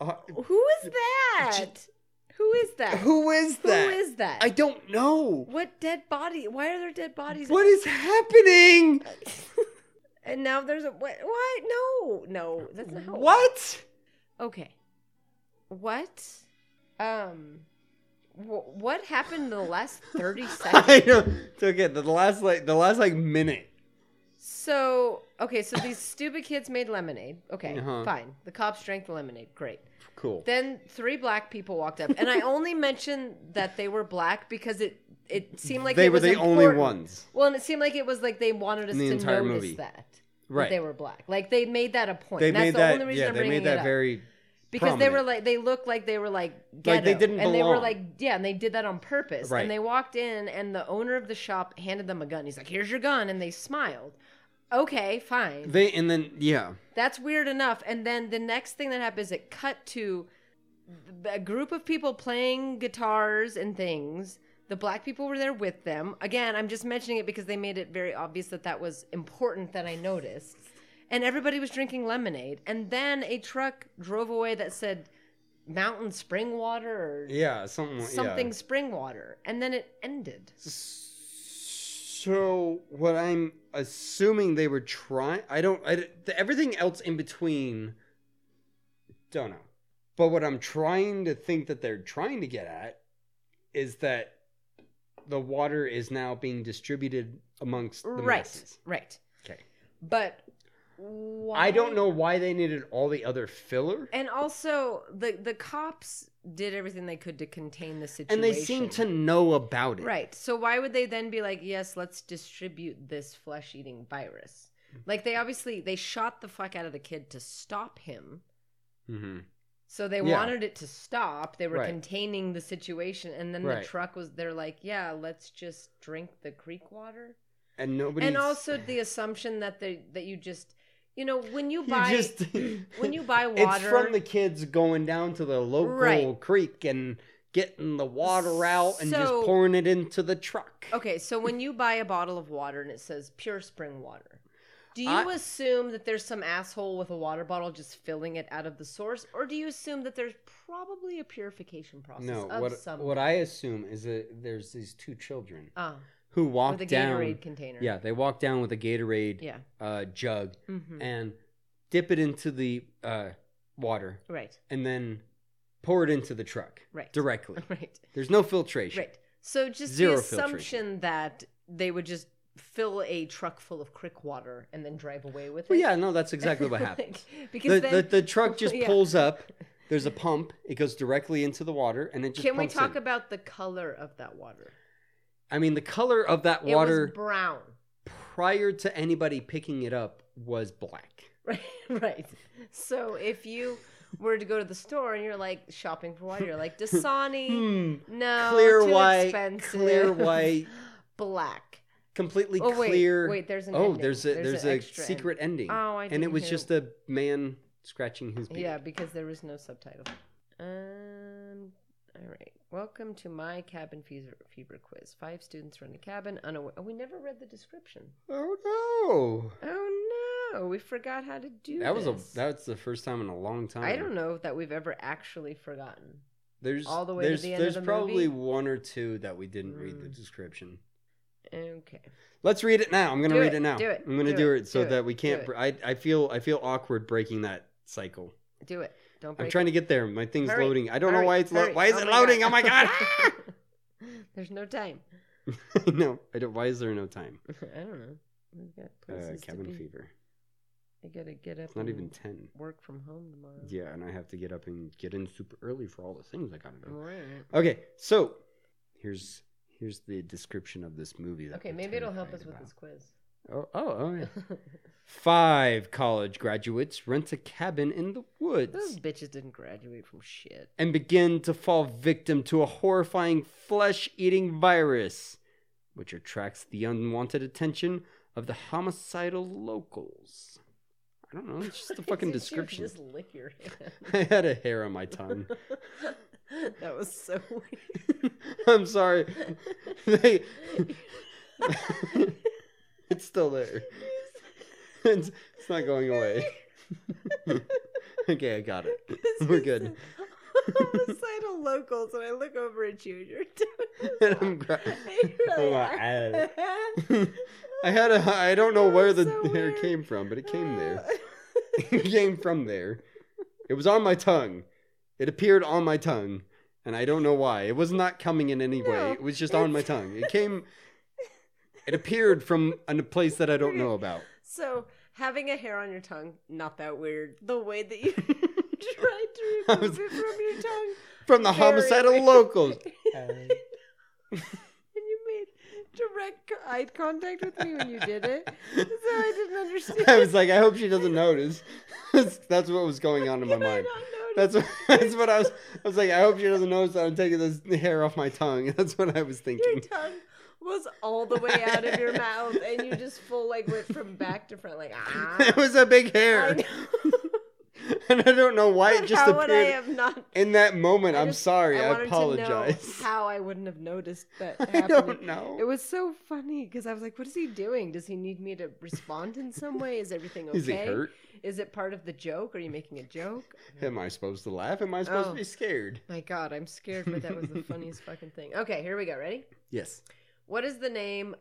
Speaker 6: Uh,
Speaker 7: Who is that? Who is that?
Speaker 6: who is that?
Speaker 7: Who is that?
Speaker 6: I don't know.
Speaker 7: What dead body? Why are there dead bodies?
Speaker 6: What is happening?
Speaker 7: And now there's a what? What? No, no, that's not how. it
Speaker 6: What?
Speaker 7: Okay. What? Um. Wh- what happened in the last thirty seconds?
Speaker 6: I know. It's okay. The last like the last like minute.
Speaker 7: So okay, so these stupid kids made lemonade. Okay,
Speaker 6: Uh-huh.
Speaker 7: fine. The cops drank the lemonade. Great.
Speaker 6: Cool.
Speaker 7: Then three black people walked up, and I only mentioned that they were black because it it seemed like
Speaker 6: They
Speaker 7: it
Speaker 6: were
Speaker 7: was
Speaker 6: the only
Speaker 7: important.
Speaker 6: ones.
Speaker 7: Well, and it seemed like it was like they wanted us
Speaker 6: In the
Speaker 7: to
Speaker 6: entire
Speaker 7: notice
Speaker 6: movie.
Speaker 7: that. that
Speaker 6: Right.
Speaker 7: They were black. Like they made that a point.
Speaker 6: They
Speaker 7: That's
Speaker 6: made
Speaker 7: the
Speaker 6: that.
Speaker 7: only reason
Speaker 6: yeah,
Speaker 7: I'm
Speaker 6: they
Speaker 7: bringing
Speaker 6: made
Speaker 7: it
Speaker 6: that
Speaker 7: up.
Speaker 6: very.
Speaker 7: because they were
Speaker 6: prominent.
Speaker 7: like they looked like they were like ghetto,
Speaker 6: Like, they didn't
Speaker 7: and they were
Speaker 6: belong.
Speaker 7: like yeah, and they did that on purpose.
Speaker 6: Right.
Speaker 7: And they walked in, and the owner of the shop handed them a gun. He's like, "Here's your gun," and they smiled. Okay, fine.
Speaker 6: They and then yeah.
Speaker 7: That's weird enough. And then the next thing that happens, it cut to a group of people playing guitars and things. The black people were there with them. Again, I'm just mentioning it because they made it very obvious that that was important that I noticed. And everybody was drinking lemonade. And then a truck drove away that said mountain spring water or
Speaker 6: Yeah. Something.
Speaker 7: something
Speaker 6: Yeah.
Speaker 7: spring water. And then it ended.
Speaker 6: So what I'm assuming they were trying. I don't. I, the, everything else in between. Don't know. But what I'm trying to think that they're trying to get at is that the water is now being distributed amongst the
Speaker 7: right.
Speaker 6: masses.
Speaker 7: Right.
Speaker 6: Okay.
Speaker 7: But why?
Speaker 6: I don't know why they needed all the other filler.
Speaker 7: And also, the the cops did everything they could to contain the
Speaker 6: And
Speaker 7: situation.
Speaker 6: they seem to know about it.
Speaker 7: right. So why would they then be like, "Yes, let's distribute this flesh-eating virus"?
Speaker 6: Mm.
Speaker 7: Like they obviously they shot the fuck out of the kid to stop him.
Speaker 6: Mm-hmm.
Speaker 7: So they
Speaker 6: Yeah.
Speaker 7: wanted it to stop. They were
Speaker 6: Right.
Speaker 7: containing the situation, and then
Speaker 6: Right.
Speaker 7: the truck was. They're like, "Yeah, let's just drink the creek water."
Speaker 6: And nobody.
Speaker 7: and also the assumption that they that you just, you know, when you
Speaker 6: You
Speaker 7: buy
Speaker 6: just-
Speaker 7: when you buy water,
Speaker 6: it's from the kids going down to the local
Speaker 7: Right.
Speaker 6: creek and getting the water out and just
Speaker 7: So- Oh,
Speaker 6: pouring it into the truck.
Speaker 7: Okay, so when you buy a bottle of water and it says pure spring water, do you
Speaker 6: I-
Speaker 7: assume that there's some asshole with a water bottle just filling it out of the source, or do you assume that there's probably a purification process
Speaker 6: No,
Speaker 7: of
Speaker 6: what
Speaker 7: some?
Speaker 6: what I assume is that there's these two children
Speaker 7: oh,
Speaker 6: who walk
Speaker 7: with a
Speaker 6: down.
Speaker 7: Gatorade container.
Speaker 6: Yeah, they walk down with a Gatorade
Speaker 7: yeah,
Speaker 6: uh, jug
Speaker 7: Mhm.
Speaker 6: and dip it into the uh, water
Speaker 7: right,
Speaker 6: and then pour it into the truck
Speaker 7: Right.
Speaker 6: directly.
Speaker 7: right,
Speaker 6: There's no filtration.
Speaker 7: right. So just
Speaker 6: Zero
Speaker 7: the
Speaker 6: filtration.
Speaker 7: assumption that they would just fill a truck full of crick water and then drive away with it.
Speaker 6: Well, yeah, no, that's exactly what happened.
Speaker 7: Like,
Speaker 6: the,
Speaker 7: because then,
Speaker 6: the, the truck just
Speaker 7: Yeah.
Speaker 6: pulls up. There's a pump. It goes directly into the water, and it just.
Speaker 7: Can we
Speaker 6: pumps
Speaker 7: talk
Speaker 6: in.
Speaker 7: about the color of that water?
Speaker 6: I mean, the color of that
Speaker 7: It was
Speaker 6: water
Speaker 7: brown.
Speaker 6: prior to anybody picking it up was black.
Speaker 7: Right, right. So if you were to go to the store and you're like shopping for water, you're like Dasani,
Speaker 6: Hmm.
Speaker 7: no,
Speaker 6: clear
Speaker 7: Oh, too
Speaker 6: white,
Speaker 7: expensive.
Speaker 6: clear white,
Speaker 7: black.
Speaker 6: completely
Speaker 7: Oh, wait,
Speaker 6: clear.
Speaker 7: wait, there's an
Speaker 6: oh,
Speaker 7: ending.
Speaker 6: there's a
Speaker 7: There's
Speaker 6: there's,
Speaker 7: an
Speaker 6: a
Speaker 7: extra end.
Speaker 6: secret ending.
Speaker 7: Oh, I
Speaker 6: and it
Speaker 7: didn't
Speaker 6: was
Speaker 7: hear-
Speaker 6: just a man scratching his beard.
Speaker 7: Yeah, because there was no subtitle. Um. All right. Welcome to my cabin fever, fever quiz. Five students run a cabin. Unaware. Oh, we never read the description.
Speaker 6: Oh
Speaker 7: Oh no, we forgot how to do.
Speaker 6: no! That was a
Speaker 7: this.
Speaker 6: that's the first time in a long time.
Speaker 7: I don't know that we've ever actually forgotten.
Speaker 6: There's
Speaker 7: all the way to
Speaker 6: there's,
Speaker 7: the end of
Speaker 6: there's
Speaker 7: the
Speaker 6: probably
Speaker 7: movie?
Speaker 6: one or two that we didn't read the
Speaker 7: Mm.
Speaker 6: description.
Speaker 7: Okay.
Speaker 6: Let's read it now. I'm gonna
Speaker 7: Do
Speaker 6: read
Speaker 7: it,
Speaker 6: it now.
Speaker 7: do it,
Speaker 6: I'm gonna
Speaker 7: do
Speaker 6: do,
Speaker 7: it,
Speaker 6: it, so
Speaker 7: do it,
Speaker 6: that we
Speaker 7: do
Speaker 6: can't.
Speaker 7: it.
Speaker 6: br- I I feel I feel awkward breaking that cycle.
Speaker 7: Do it. Don't break.
Speaker 6: I'm trying to get there. My thing's
Speaker 7: Hurry,
Speaker 6: loading. I don't
Speaker 7: hurry,
Speaker 6: know why it's lo-
Speaker 7: hurry.
Speaker 6: why is it
Speaker 7: my
Speaker 6: loading?
Speaker 7: God.
Speaker 6: Oh my god!
Speaker 7: There's no time.
Speaker 6: no, I don't. Why is there no time?
Speaker 7: I don't know. We've got
Speaker 6: Uh,
Speaker 7: places to
Speaker 6: cabin
Speaker 7: be.
Speaker 6: fever.
Speaker 7: I gotta get up.
Speaker 6: It's not even
Speaker 7: and
Speaker 6: ten.
Speaker 7: work from home tomorrow.
Speaker 6: Yeah, and I have to get up and get in super early for all the things I gotta
Speaker 7: All
Speaker 6: do.
Speaker 7: right.
Speaker 6: Okay, so here's here's the description of this movie. That
Speaker 7: Okay,
Speaker 6: we're
Speaker 7: maybe it'll help us
Speaker 6: terrified
Speaker 7: with
Speaker 6: about.
Speaker 7: this quiz.
Speaker 6: Oh, oh, oh yeah. Five college graduates rent a cabin in the
Speaker 7: Those
Speaker 6: woods
Speaker 7: bitches didn't graduate from shit.
Speaker 6: and begin to fall victim to a horrifying flesh-eating virus, which attracts the unwanted attention of the homicidal locals. I don't know. It's just a
Speaker 7: Why
Speaker 6: fucking
Speaker 7: didn't you
Speaker 6: description.
Speaker 7: Just lick your hand.
Speaker 6: I had a hair on my tongue.
Speaker 7: that was so weird.
Speaker 6: I'm sorry. They- it's still there. It's, it's not going away. okay, I got it. We're good.
Speaker 7: Homicidal locals, and I look over at you, and you're doing.
Speaker 6: And I'm gra-
Speaker 7: You really
Speaker 6: I
Speaker 7: are.
Speaker 6: had a. I don't know where the
Speaker 7: Oh, So
Speaker 6: hair
Speaker 7: weird.
Speaker 6: came from, but it came there. it came from there. It was on my tongue. It appeared on my tongue, and I don't know why. It was not coming in any way.
Speaker 7: No,
Speaker 6: It was just on my
Speaker 7: it's-
Speaker 6: tongue. It came. It appeared from a place that I don't know about.
Speaker 7: So having a hair on your tongue, not that weird. The way that you tried to
Speaker 6: I
Speaker 7: remove
Speaker 6: was-
Speaker 7: it from your tongue,
Speaker 6: From the
Speaker 7: Very
Speaker 6: homicidal
Speaker 7: weird.
Speaker 6: locals.
Speaker 7: and you made direct co- eye contact with me when you did it. So I didn't understand.
Speaker 6: I was like, I hope she doesn't notice. That's that's what was going on in my
Speaker 7: Did I
Speaker 6: mind.
Speaker 7: not notice?
Speaker 6: That's what, that's what I was. I was like, I hope she doesn't notice that I'm taking this hair off my tongue. That's what I was
Speaker 7: Your
Speaker 6: thinking.
Speaker 7: tongue was all the way out of your mouth, and you just full like went from back to front, like ah.
Speaker 6: It was a big
Speaker 7: I
Speaker 6: hair,
Speaker 7: know.
Speaker 6: and I don't know why it
Speaker 7: But
Speaker 6: just
Speaker 7: how would I
Speaker 6: appeared
Speaker 7: have not?
Speaker 6: in that moment. I'm
Speaker 7: just-
Speaker 6: sorry. I,
Speaker 7: wanted to know
Speaker 6: apologize.
Speaker 7: how I wouldn't have noticed that
Speaker 6: I
Speaker 7: happening.
Speaker 6: don't
Speaker 7: It
Speaker 6: know.
Speaker 7: was so funny because I was like, "What is he doing? Does he need me to respond in some way? Is everything okay?
Speaker 6: Is it hurt?
Speaker 7: Is it part of the joke? Are you making a joke?"
Speaker 6: Am I supposed to laugh? Am I supposed
Speaker 7: Oh.
Speaker 6: to be scared?
Speaker 7: My God, I'm scared, but that was the funniest fucking thing. Okay, here we go. Ready?
Speaker 6: Yes.
Speaker 7: What is the name?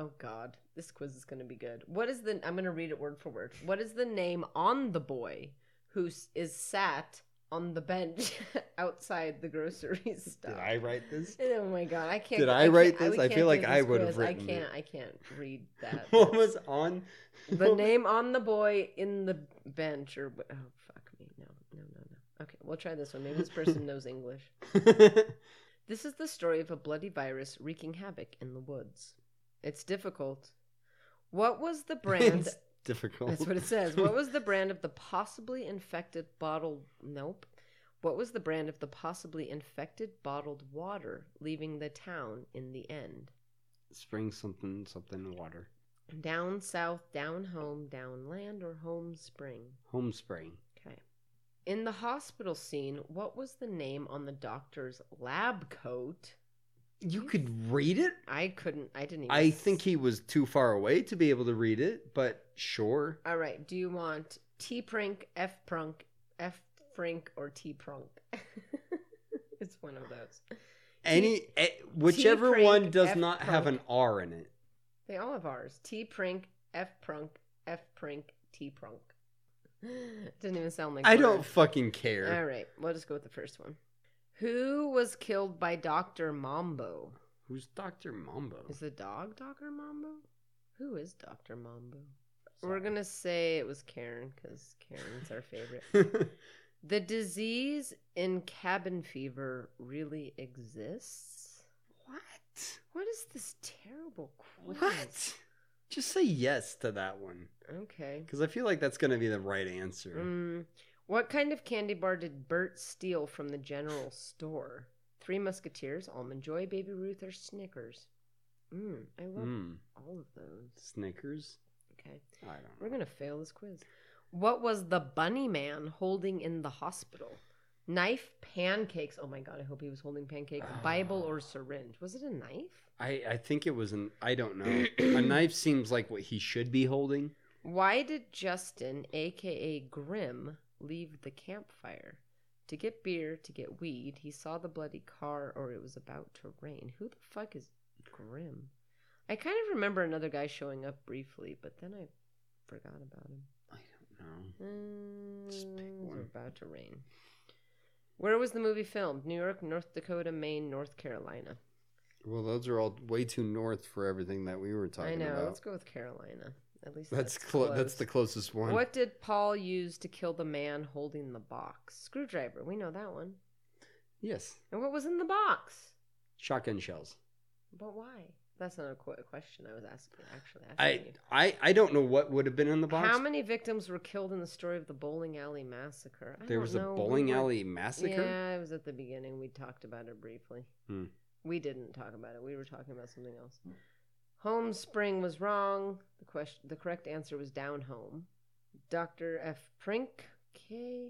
Speaker 7: Oh God, this quiz is going to be good. What is the? I'm going to read it word for word. What is the name on the boy who s- is sat on the bench outside the grocery store?
Speaker 6: Did I write this?
Speaker 7: Oh my god, I can't.
Speaker 6: Did I
Speaker 7: can't-
Speaker 6: write this?
Speaker 7: we
Speaker 6: I
Speaker 7: can't
Speaker 6: feel
Speaker 7: do
Speaker 6: like I
Speaker 7: this
Speaker 6: would have
Speaker 7: quiz.
Speaker 6: written
Speaker 7: I
Speaker 6: it.
Speaker 7: can't. I can't read that.
Speaker 6: What was on?
Speaker 7: the name on the boy in the bench or wh- oh fuck me no no no no. Okay, we'll try this one. Maybe this person knows English. This is the story of a bloody virus wreaking havoc in the woods. It's difficult. What was the brand?
Speaker 6: It's difficult.
Speaker 7: That's what it says. What was the brand of the possibly infected bottled? Nope. What was the brand of the possibly infected bottled water leaving the town in the end?
Speaker 6: Spring something something water.
Speaker 7: Down south, down home, down land, or home spring?
Speaker 6: Home spring.
Speaker 7: Okay. In the hospital scene, what was the name on the doctor's lab coat?
Speaker 6: You could read it.
Speaker 7: I couldn't. I didn't. even
Speaker 6: I think he was too far away to be able to read it, but sure.
Speaker 7: All right. Do you want T prink, F prunk, F frink, or T prunk? it's one of those.
Speaker 6: Any eh, whichever
Speaker 7: T-Prank,
Speaker 6: one does not
Speaker 7: F-Prank.
Speaker 6: have an R in it.
Speaker 7: They all have R's. T prink, F prunk, F prink, T prunk. Didn't even sound like
Speaker 6: I
Speaker 7: words.
Speaker 6: don't fucking
Speaker 7: All
Speaker 6: care.
Speaker 7: right. We'll just go with the first one. Who was killed by Doctor Mambo?
Speaker 6: Who's Doctor Mambo?
Speaker 7: Is the dog Doctor Mambo? Who is Dr. Mambo? We're going to say it was Karen because Karen's our favorite. The disease in cabin fever really exists?
Speaker 6: what?
Speaker 7: What is this terrible quiz?
Speaker 6: What? Just say yes to that one.
Speaker 7: Okay.
Speaker 6: Because I feel like that's going to be the right answer.
Speaker 7: Mm, what kind of candy bar did Bert steal from the general store? Three Musketeers, Almond Joy, Baby Ruth, or Snickers? Mm, I love
Speaker 6: Mm.
Speaker 7: all of those.
Speaker 6: Snickers?
Speaker 7: Okay.
Speaker 6: I don't
Speaker 7: We're
Speaker 6: know.
Speaker 7: going to fail this quiz. What was the bunny man holding in the hospital? Knife, pancakes. Oh my God, I hope he was holding pancakes. Bible or syringe. Was it a knife?
Speaker 6: I, I think it was an. I don't know. a knife seems like what he should be holding.
Speaker 7: Why did Justin, aka Grim, leave the campfire? To get beer, to get weed. He saw the bloody car or it was about to rain. Who the fuck is Grim? I kind of remember another guy showing up briefly, but then I forgot about him.
Speaker 6: I don't know.
Speaker 7: Just
Speaker 6: pick one.
Speaker 7: about to rain. Where was the movie filmed? New York, North Dakota, Maine, North Carolina.
Speaker 6: Well, those are all way too north for everything that we were talking
Speaker 7: I know.
Speaker 6: about.
Speaker 7: Let's go with Carolina. At least
Speaker 6: That's
Speaker 7: that's,
Speaker 6: clo-
Speaker 7: close.
Speaker 6: That's the closest one.
Speaker 7: What did Paul use to kill the man holding the box? Screwdriver. We know that one.
Speaker 6: Yes.
Speaker 7: And what was in the box?
Speaker 6: Shotgun shells.
Speaker 7: But why? That's not a qu- a question I was asking. Actually,
Speaker 6: I
Speaker 7: asking
Speaker 6: I I don't know what would have been in the
Speaker 7: you.
Speaker 6: box.
Speaker 7: How many victims were killed in the story of the bowling alley massacre? I
Speaker 6: there
Speaker 7: don't
Speaker 6: was a
Speaker 7: know. We
Speaker 6: bowling
Speaker 7: were-
Speaker 6: alley massacre.
Speaker 7: Yeah, it was at the beginning. We talked about it briefly.
Speaker 6: Hmm.
Speaker 7: We didn't talk about it. We were talking about something else. Home spring was wrong. The question, the correct answer was down home. Doctor F. Prink. Okay.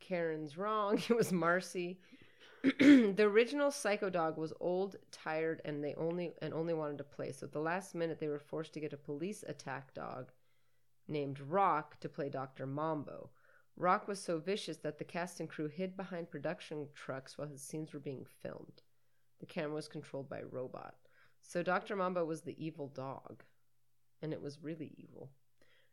Speaker 7: Karen's wrong. It was Marcy. the original psycho dog was old, tired, and they only and only wanted to play. So at the last minute, they were forced to get a police attack dog named Rock to play Doctor Mambo. Rock was so vicious that the cast and crew hid behind production trucks while his scenes were being filmed. The camera was controlled by a robot. So Dr. Mambo was the evil dog. And it was really evil.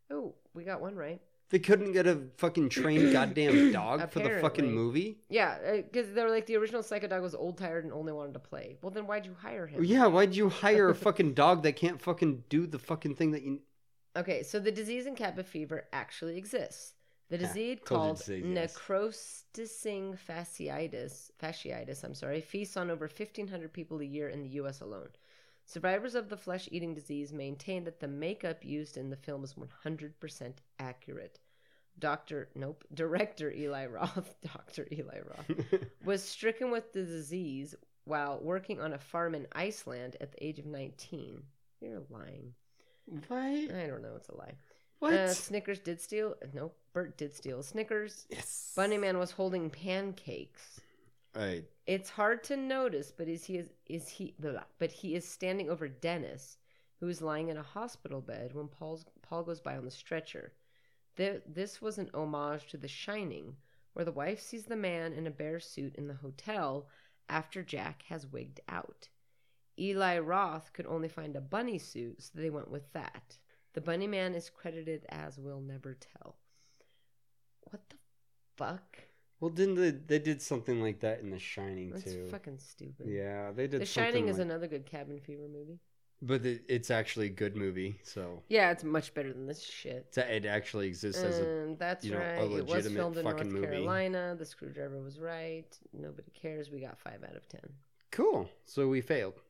Speaker 7: Oh, we got one right.
Speaker 6: They couldn't get a fucking trained goddamn dog for the
Speaker 7: Apparently.
Speaker 6: fucking movie.
Speaker 7: Yeah, because they were like, the original Psycho Dog was old, tired, and only wanted to play. Well, then why'd you hire him?
Speaker 6: Yeah, why'd you hire a fucking dog that can't fucking do the fucking thing that you?
Speaker 7: Okay, so the disease in cabin fever actually exists. The disease
Speaker 6: told you
Speaker 7: called
Speaker 6: to say yes.
Speaker 7: necrostising fasciitis, fasciitis, I'm sorry, feasts on over 1,500 people a year in the U.S. alone. Survivors of the flesh-eating disease maintain that the makeup used in the film is 100% accurate. Doctor, nope, director Eli Roth, Doctor Eli Roth, was stricken with the disease while working on a farm in Iceland at the age of 19. You're lying.
Speaker 6: What?
Speaker 7: I don't know. It's a lie.
Speaker 6: What?
Speaker 7: Uh, Snickers did steal. No, Bert did steal Snickers.
Speaker 6: yes.
Speaker 7: Bunny Man was holding pancakes.
Speaker 6: All right.
Speaker 7: It's hard to notice, but is he is, is he blah, blah. but he is standing over Dennis, who is lying in a hospital bed when Paul's Paul goes by on the stretcher. Th this was an homage to The Shining, where the wife sees the man in a bear suit in the hotel after Jack has wigged out. Eli Roth could only find a bunny suit, so they went with that. The bunny man is credited as We'll Never Tell. What the fuck?
Speaker 6: Well, didn't they? They did something like that in The Shining
Speaker 7: That's
Speaker 6: too.
Speaker 7: fucking stupid.
Speaker 6: Yeah, they did.
Speaker 7: The
Speaker 6: something
Speaker 7: Shining is
Speaker 6: like-
Speaker 7: another good cabin fever movie.
Speaker 6: But it, it's actually a good movie, so
Speaker 7: Yeah, it's much better than this shit.
Speaker 6: it's- it actually exists as a
Speaker 7: And that's
Speaker 6: you know, a
Speaker 7: right. It was
Speaker 6: legitimate
Speaker 7: filmed in North
Speaker 6: fucking movie.
Speaker 7: Carolina. The screwdriver was right. Nobody cares. We got five out of ten.
Speaker 6: cool. So we failed.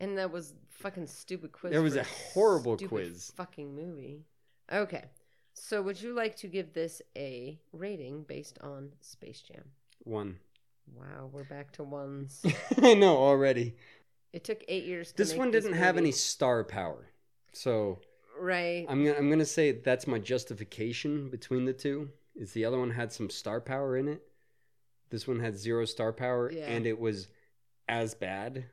Speaker 7: And that was fucking stupid quiz.
Speaker 6: That was
Speaker 7: for
Speaker 6: a horrible
Speaker 7: stupid
Speaker 6: quiz.
Speaker 7: Fucking movie. Okay. So would you like to give this a rating based on Space Jam?
Speaker 6: One.
Speaker 7: Wow, we're back to ones.
Speaker 6: I know already.
Speaker 7: it took eight years. To
Speaker 6: This
Speaker 7: make
Speaker 6: one didn't have any
Speaker 7: movie.
Speaker 6: star power, so
Speaker 7: Right.
Speaker 6: I'm gonna I'm gonna say that's my justification between the two. Is the other one had some star power in it? This one had zero star power,
Speaker 7: Yeah.
Speaker 6: and it was as bad,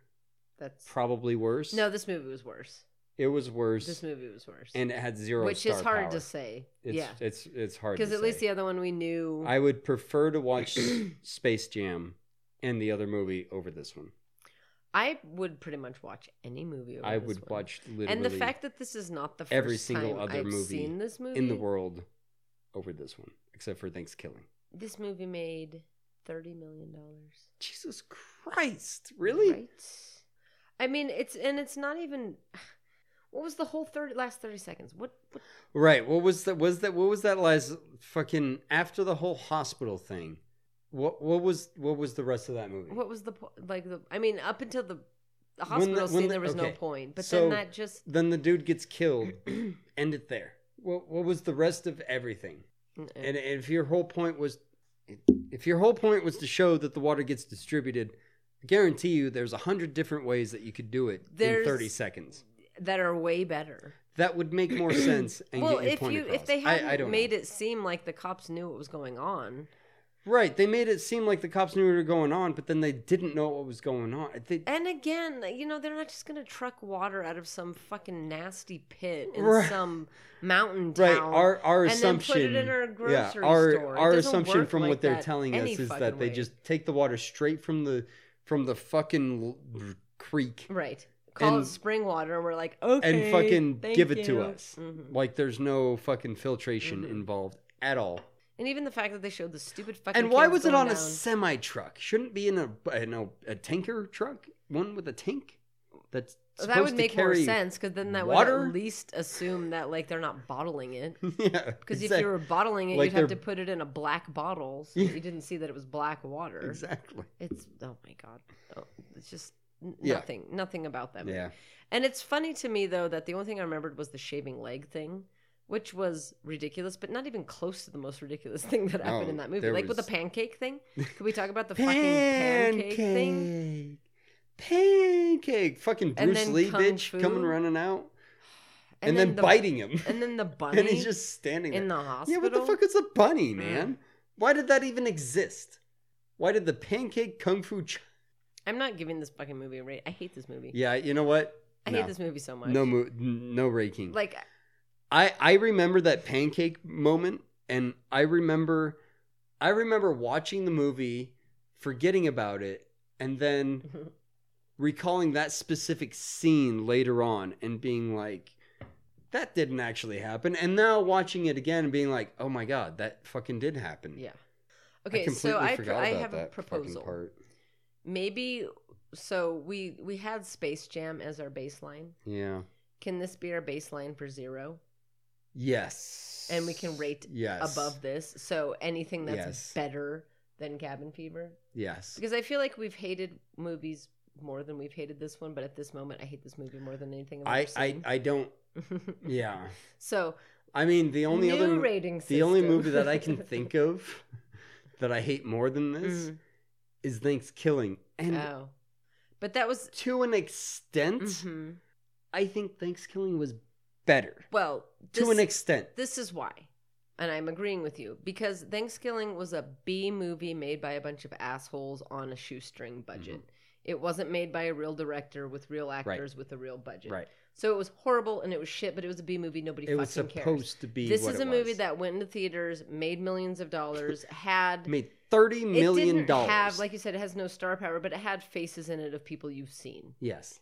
Speaker 7: That's
Speaker 6: probably worse.
Speaker 7: no. This movie was worse.
Speaker 6: it was worse,
Speaker 7: This movie was worse.
Speaker 6: and it had zero.
Speaker 7: which
Speaker 6: star
Speaker 7: is hard
Speaker 6: power.
Speaker 7: to say.
Speaker 6: It's,
Speaker 7: yeah,
Speaker 6: it's it's hard
Speaker 7: because
Speaker 6: to
Speaker 7: at least
Speaker 6: say.
Speaker 7: the other one we knew.
Speaker 6: I would prefer to watch Space Jam and the other movie over this one.
Speaker 7: I would pretty much watch any movie. Over
Speaker 6: I
Speaker 7: this
Speaker 6: would
Speaker 7: one.
Speaker 6: watch literally
Speaker 7: And the fact that this is not the first
Speaker 6: every single
Speaker 7: time
Speaker 6: other
Speaker 7: I've
Speaker 6: movie
Speaker 7: seen this movie
Speaker 6: in the world over this one, except for Thanksgiving.
Speaker 7: This movie made thirty million dollars.
Speaker 6: Jesus Christ! Really?
Speaker 7: Right? I mean, it's and it's not even. What was the whole thirty last thirty seconds? What? what
Speaker 6: Right. What was that? Was that? What was that last fucking after the whole hospital thing? What? What was? What was the rest of that movie?
Speaker 7: What was the po- like the? I mean, up until the
Speaker 6: When the-
Speaker 7: the hospital
Speaker 6: when
Speaker 7: scene,
Speaker 6: the-
Speaker 7: there was no
Speaker 6: okay.
Speaker 7: point. But
Speaker 6: So-
Speaker 7: then that just
Speaker 6: Then the dude gets killed. End it there. What? What was the rest of everything? And if your whole point was, if your whole point was to show that the water gets distributed, I guarantee you there's a hundred different ways that you could do it
Speaker 7: There's-
Speaker 6: in thirty seconds.
Speaker 7: that are way better.
Speaker 6: That would make more sense and
Speaker 7: well,
Speaker 6: get your
Speaker 7: if
Speaker 6: point
Speaker 7: you
Speaker 6: across.
Speaker 7: if they
Speaker 6: I- I
Speaker 7: hadn't
Speaker 6: don't know.
Speaker 7: made it seem like the cops knew what was going on,
Speaker 6: Right, they made it seem like the cops knew what was going on, but then they didn't know what was going on. They,
Speaker 7: and again, you know, they're not just gonna truck water out of some fucking nasty pit in
Speaker 6: Right.
Speaker 7: some mountain town.
Speaker 6: right, our our
Speaker 7: and
Speaker 6: assumption,
Speaker 7: then put it in our grocery
Speaker 6: yeah, our
Speaker 7: store. It
Speaker 6: our
Speaker 7: doesn't
Speaker 6: assumption
Speaker 7: work
Speaker 6: from
Speaker 7: like
Speaker 6: what they're
Speaker 7: that
Speaker 6: telling us
Speaker 7: any
Speaker 6: is
Speaker 7: fucking
Speaker 6: that they
Speaker 7: way.
Speaker 6: just take the water straight from the from the fucking l- creek
Speaker 7: right call
Speaker 6: and-
Speaker 7: it spring water, and we're like, okay,
Speaker 6: and fucking
Speaker 7: thank
Speaker 6: give it to
Speaker 7: you." Mm-hmm.
Speaker 6: us.
Speaker 7: Mhm.
Speaker 6: Like there's no fucking filtration involved at all.
Speaker 7: And even the fact that they showed the stupid fucking
Speaker 6: And why
Speaker 7: kids
Speaker 6: was it
Speaker 7: going
Speaker 6: on a
Speaker 7: down.
Speaker 6: semi truck? Shouldn't it be in a in a, a tanker truck, one with a tank. That's supposed
Speaker 7: that would make
Speaker 6: to carry
Speaker 7: more sense because then that would
Speaker 6: water?
Speaker 7: at least assume that like they're not bottling it.
Speaker 6: yeah,
Speaker 7: Because if
Speaker 6: exact-
Speaker 7: you were bottling it,
Speaker 6: Like
Speaker 7: you'd have to
Speaker 6: they're-
Speaker 7: put it in a black bottle, so
Speaker 6: Yeah.
Speaker 7: you didn't see that it was black water.
Speaker 6: exactly
Speaker 7: It's oh my god, oh, it's just n-
Speaker 6: Yeah.
Speaker 7: nothing, nothing about that. movie.
Speaker 6: yeah.
Speaker 7: And it's funny to me though that the only thing I remembered was the shaving leg thing, which was ridiculous, but not even close to the most ridiculous thing that happened
Speaker 6: No,
Speaker 7: in that movie.
Speaker 6: there
Speaker 7: Like with
Speaker 6: was-
Speaker 7: the pancake thing. Could we talk about the fucking pancake thing?
Speaker 6: Pancake. Pancake. Fucking
Speaker 7: And
Speaker 6: Bruce
Speaker 7: then
Speaker 6: Lee
Speaker 7: kung
Speaker 6: bitch
Speaker 7: fu.
Speaker 6: coming running out and, then,
Speaker 7: the-
Speaker 6: biting him.
Speaker 7: And then the bunny.
Speaker 6: And he's just standing
Speaker 7: in
Speaker 6: there.
Speaker 7: the hospital. Mm.
Speaker 6: Yeah, what the fuck is a bunny, man? Why did that even exist? Why did the pancake kung fu? Ch-
Speaker 7: I'm not giving this fucking movie a rate. I hate this movie.
Speaker 6: yeah, you know what?
Speaker 7: I
Speaker 6: no.
Speaker 7: hate this movie so much.
Speaker 6: No, mo- n- no raking.
Speaker 7: like
Speaker 6: I I remember that pancake moment, and I remember, I remember watching the movie, forgetting about it, and then recalling that specific scene later on and being like, that didn't actually happen. And now watching it again and being like, oh my god, that fucking did happen.
Speaker 7: yeah. Okay, so I pr- I have a
Speaker 6: fucking
Speaker 7: proposal.
Speaker 6: part.
Speaker 7: Maybe so we we had Space Jam as our baseline.
Speaker 6: Yeah.
Speaker 7: Can this be our baseline for zero?
Speaker 6: Yes.
Speaker 7: And we can rate
Speaker 6: yes.
Speaker 7: above this. So anything that's
Speaker 6: Yes.
Speaker 7: better than Cabin Fever.
Speaker 6: Yes.
Speaker 7: Because I feel like we've hated movies more than we've hated this one, but at this moment I hate this movie more than anything
Speaker 6: I,
Speaker 7: I've ever
Speaker 6: I
Speaker 7: seen.
Speaker 6: I don't. Yeah.
Speaker 7: so
Speaker 6: I mean, the only
Speaker 7: new
Speaker 6: other
Speaker 7: rating system.
Speaker 6: the only movie that I can think of that I hate more than this
Speaker 7: Mhm.
Speaker 6: is Thanksgiving, and
Speaker 7: Oh. But that was
Speaker 6: to an extent,
Speaker 7: mhm.
Speaker 6: I think Thanksgiving was better
Speaker 7: well this,
Speaker 6: to an extent.
Speaker 7: this is why. And I'm agreeing with you because Thanksgiving was a B movie made by a bunch of assholes on a shoestring
Speaker 6: Mm-hmm.
Speaker 7: budget. It wasn't made by a real director with real actors with a real budget.
Speaker 6: Right.
Speaker 7: So it was horrible and it was shit, but it was a B movie. Nobody
Speaker 6: It
Speaker 7: fucking
Speaker 6: was supposed
Speaker 7: cares.
Speaker 6: to be.
Speaker 7: This
Speaker 6: what
Speaker 7: is
Speaker 6: it
Speaker 7: a movie
Speaker 6: was.
Speaker 7: that went into theaters, made millions of dollars, had
Speaker 6: made thirty million
Speaker 7: it didn't
Speaker 6: dollars.
Speaker 7: Have like you said, it has no star power, but it had faces in it of people you've seen.
Speaker 6: yes,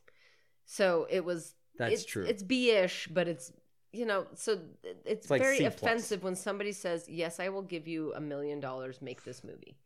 Speaker 7: So it was.
Speaker 6: That's
Speaker 7: it's,
Speaker 6: true.
Speaker 7: It's B-ish, but it's you know. So it- it's,
Speaker 6: like
Speaker 7: very
Speaker 6: C plus.
Speaker 7: offensive when somebody says, "Yes, I will give you a million dollars. Make this movie."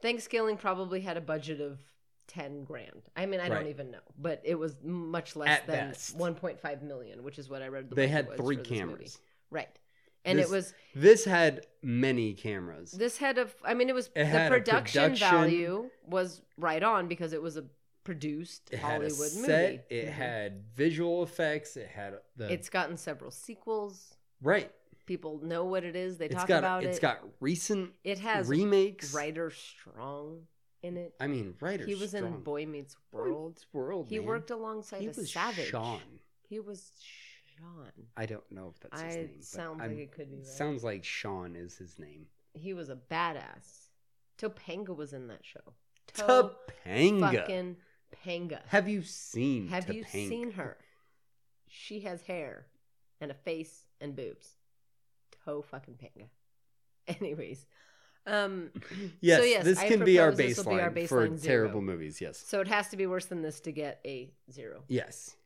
Speaker 7: Thanksgiving probably had a budget of ten grand. I mean, I
Speaker 6: Right.
Speaker 7: don't even know, but it was much less
Speaker 6: At
Speaker 7: than
Speaker 6: best.
Speaker 7: one point five million, which is what I read. The
Speaker 6: they
Speaker 7: budget
Speaker 6: had
Speaker 7: was
Speaker 6: three
Speaker 7: for this movie.
Speaker 6: cameras.
Speaker 7: right? And
Speaker 6: This-
Speaker 7: it was
Speaker 6: This had many cameras.
Speaker 7: this had a, I mean, it was
Speaker 6: It
Speaker 7: the
Speaker 6: had a
Speaker 7: production,
Speaker 6: production.
Speaker 7: value was right on because it was a produced
Speaker 6: it had
Speaker 7: Hollywood
Speaker 6: a
Speaker 7: movie.
Speaker 6: set. It
Speaker 7: Mhm.
Speaker 6: had visual effects. It had the
Speaker 7: It's gotten several sequels.
Speaker 6: right.
Speaker 7: People know what it is. They
Speaker 6: It's
Speaker 7: talk
Speaker 6: got
Speaker 7: about
Speaker 6: it's
Speaker 7: it.
Speaker 6: got recent
Speaker 7: it has
Speaker 6: remakes.
Speaker 7: writer Strong in it.
Speaker 6: I mean, writers.
Speaker 7: he was
Speaker 6: strong.
Speaker 7: in Boy Meets
Speaker 6: Boy
Speaker 7: World.
Speaker 6: Meets World.
Speaker 7: he
Speaker 6: man.
Speaker 7: worked alongside
Speaker 6: He
Speaker 7: a
Speaker 6: was
Speaker 7: savage.
Speaker 6: Sean.
Speaker 7: He was Sean.
Speaker 6: I don't know if that's his
Speaker 7: I-
Speaker 6: name. but
Speaker 7: sounds
Speaker 6: I'm-
Speaker 7: like it could be right.
Speaker 6: Sounds like Sean is his name.
Speaker 7: He was a badass. Topanga was in that show. To-
Speaker 6: Topanga.
Speaker 7: fucking Panga.
Speaker 6: Have you seen?
Speaker 7: Have you
Speaker 6: Topanga?
Speaker 7: seen her? She has hair and a face and boobs. Toe fucking panga. Anyways, um,
Speaker 6: Yes.
Speaker 7: So, yes,
Speaker 6: this
Speaker 7: I
Speaker 6: can be our,
Speaker 7: propose this will be our
Speaker 6: baseline for
Speaker 7: baseline zero.
Speaker 6: terrible movies. Yes.
Speaker 7: so it has to be worse than this to get a zero.
Speaker 6: Yes.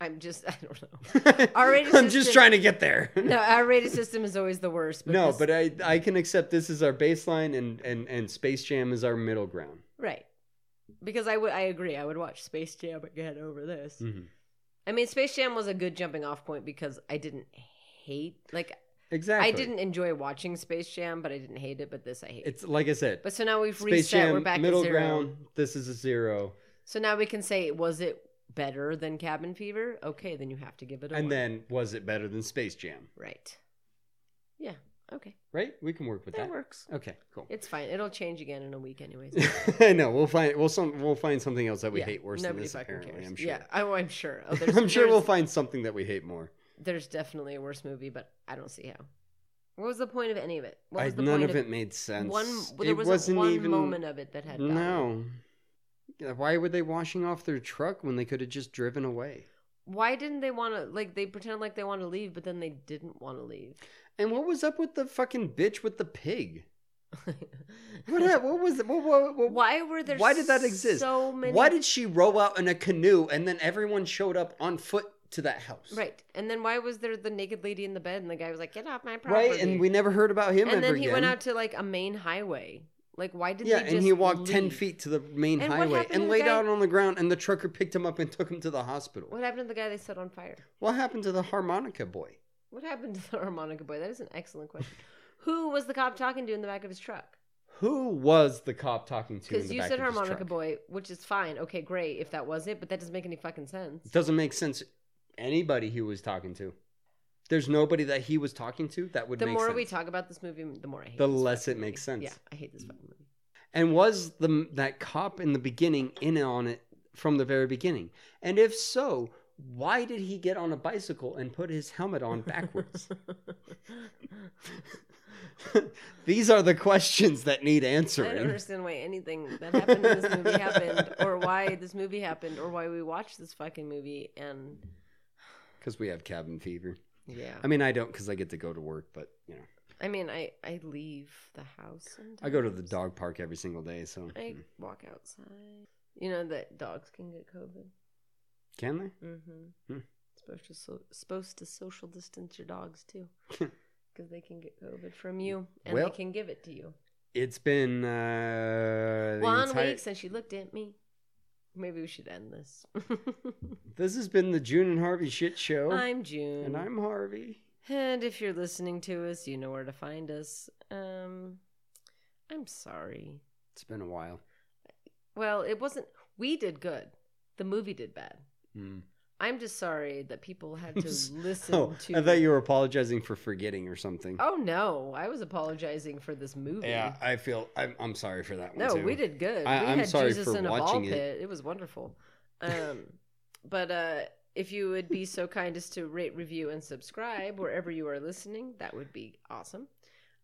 Speaker 7: I'm just, I don't know. Our rating
Speaker 6: I'm just
Speaker 7: system-
Speaker 6: trying to get there.
Speaker 7: No, our rating system is always the worst. But
Speaker 6: No,
Speaker 7: this-
Speaker 6: but uh, I I can accept this is our baseline and and and Space Jam is our middle ground.
Speaker 7: right, because I would, I agree. I would watch Space Jam again over this.
Speaker 6: Mhm.
Speaker 7: I mean, Space Jam was a good jumping off point because I didn't hate like
Speaker 6: Exactly.
Speaker 7: I didn't enjoy watching Space Jam, but I didn't hate it. But this I hate.
Speaker 6: It's like I said.
Speaker 7: but so now we've
Speaker 6: Space
Speaker 7: reset.
Speaker 6: Jam,
Speaker 7: we're back
Speaker 6: middle
Speaker 7: at zero.
Speaker 6: ground. This is a zero,
Speaker 7: So now we can say, was it better than Cabin Fever? Okay, then you have to give it a
Speaker 6: and
Speaker 7: one.
Speaker 6: then was it better than Space Jam?
Speaker 7: right. Yeah. Okay.
Speaker 6: Right? We can work with
Speaker 7: That
Speaker 6: that.
Speaker 7: works.
Speaker 6: Okay, cool.
Speaker 7: It's fine. It'll change again in a week, anyways.
Speaker 6: I know we'll find we'll some we'll find something else that we
Speaker 7: Yeah,
Speaker 6: hate worse than
Speaker 7: nobody
Speaker 6: this.
Speaker 7: fucking
Speaker 6: Apparently,
Speaker 7: cares.
Speaker 6: I'm sure.
Speaker 7: Yeah, oh, I'm sure. Oh, there's,
Speaker 6: I'm sure
Speaker 7: there's,
Speaker 6: we'll find something that we hate more.
Speaker 7: There's definitely a worse movie, but I don't see how. What was the point of any of it? What
Speaker 6: I,
Speaker 7: was the
Speaker 6: none
Speaker 7: point
Speaker 6: of it made sense.
Speaker 7: One, there
Speaker 6: it
Speaker 7: wasn't,
Speaker 6: not
Speaker 7: one
Speaker 6: even
Speaker 7: moment of it that had value.
Speaker 6: no. Yeah, Why were they washing off their truck when they could have just driven away?
Speaker 7: Why didn't they want to? Like they pretend like they want to leave, but then they didn't want to leave.
Speaker 6: And what was up with the fucking bitch with the pig? What hap- what was it? What, what, what,
Speaker 7: Why were there?
Speaker 6: why did that exist?
Speaker 7: So many.
Speaker 6: Why did she row out in a canoe and then everyone showed up on foot to that house?
Speaker 7: Right, and then why was there the naked lady in the bed, and the guy was like, "Get off my property!"
Speaker 6: Right, and we never heard about him
Speaker 7: And
Speaker 6: ever
Speaker 7: then he
Speaker 6: again.
Speaker 7: went out to like a main highway. Like, why did
Speaker 6: yeah,
Speaker 7: they just
Speaker 6: and he walked ten
Speaker 7: leave?
Speaker 6: feet to the main
Speaker 7: And what
Speaker 6: highway
Speaker 7: happened to
Speaker 6: and
Speaker 7: the
Speaker 6: laid
Speaker 7: guy-
Speaker 6: out on the ground, and the trucker picked him up and took him to the hospital.
Speaker 7: What happened to the guy they set on fire?
Speaker 6: What happened to the harmonica boy?
Speaker 7: What happened to the harmonica boy? That is an excellent question. Who was the cop talking to in the back of his truck?
Speaker 6: Who was the cop talking to?
Speaker 7: Because
Speaker 6: Because
Speaker 7: you said harmonica boy, which is fine. Okay, great. If that was it, but that doesn't make any fucking sense.
Speaker 6: It doesn't make sense. Anybody he was talking to. There's nobody that he was talking to that would
Speaker 7: The
Speaker 6: make
Speaker 7: more
Speaker 6: sense.
Speaker 7: we talk about this movie, the more I hate.
Speaker 6: the
Speaker 7: this
Speaker 6: less
Speaker 7: fucking
Speaker 6: it makes
Speaker 7: movie.
Speaker 6: sense.
Speaker 7: Yeah, I hate this fucking movie.
Speaker 6: And was the that cop in the beginning in on it from the very beginning? And if so, why did he get on a bicycle and put his helmet on backwards? These are the questions that need
Speaker 7: I don't
Speaker 6: answering.
Speaker 7: understand why anything that happened in this movie happened, or why this movie happened, or why we watched this fucking movie. And
Speaker 6: Because we have cabin fever.
Speaker 7: yeah,
Speaker 6: I mean, I don't because I get to go to work, but you know,
Speaker 7: I mean, I I leave the house. Sometimes.
Speaker 6: I go to the Hmm. dog park every single day. So
Speaker 7: I walk outside. You know that dogs can get COVID.
Speaker 6: can they?
Speaker 7: Mm-hmm.
Speaker 6: Hmm.
Speaker 7: Supposed to so, supposed to social distance your dogs too, because they can get COVID from you, and
Speaker 6: Well,
Speaker 7: they can give it to you.
Speaker 6: It's been uh, the
Speaker 7: One
Speaker 6: entire-
Speaker 7: week since you looked at me. Maybe we should end this.
Speaker 6: This has been the June and Harvey shit show,
Speaker 7: I'm June.
Speaker 6: Oh, and I'm Harvey.
Speaker 7: And if you're listening to us, you know where to find us. Um, I'm sorry.
Speaker 6: It's been a while.
Speaker 7: Well, it wasn't. We did good. The movie did bad.
Speaker 6: Mm.
Speaker 7: I'm just sorry that people had to listen
Speaker 6: Oh,
Speaker 7: to.
Speaker 6: I thought you were apologizing for forgetting or something.
Speaker 7: Oh no! I was apologizing for this movie.
Speaker 6: yeah, I feel I'm, I'm sorry for that one.
Speaker 7: No,
Speaker 6: too.
Speaker 7: we did good.
Speaker 6: I-
Speaker 7: we
Speaker 6: I'm
Speaker 7: had
Speaker 6: sorry
Speaker 7: Jesus
Speaker 6: for
Speaker 7: in a ball
Speaker 6: watching it.
Speaker 7: pit. It. was wonderful. Um, but uh, if you would be so kind as to rate, review, and subscribe wherever you are listening, that would be awesome.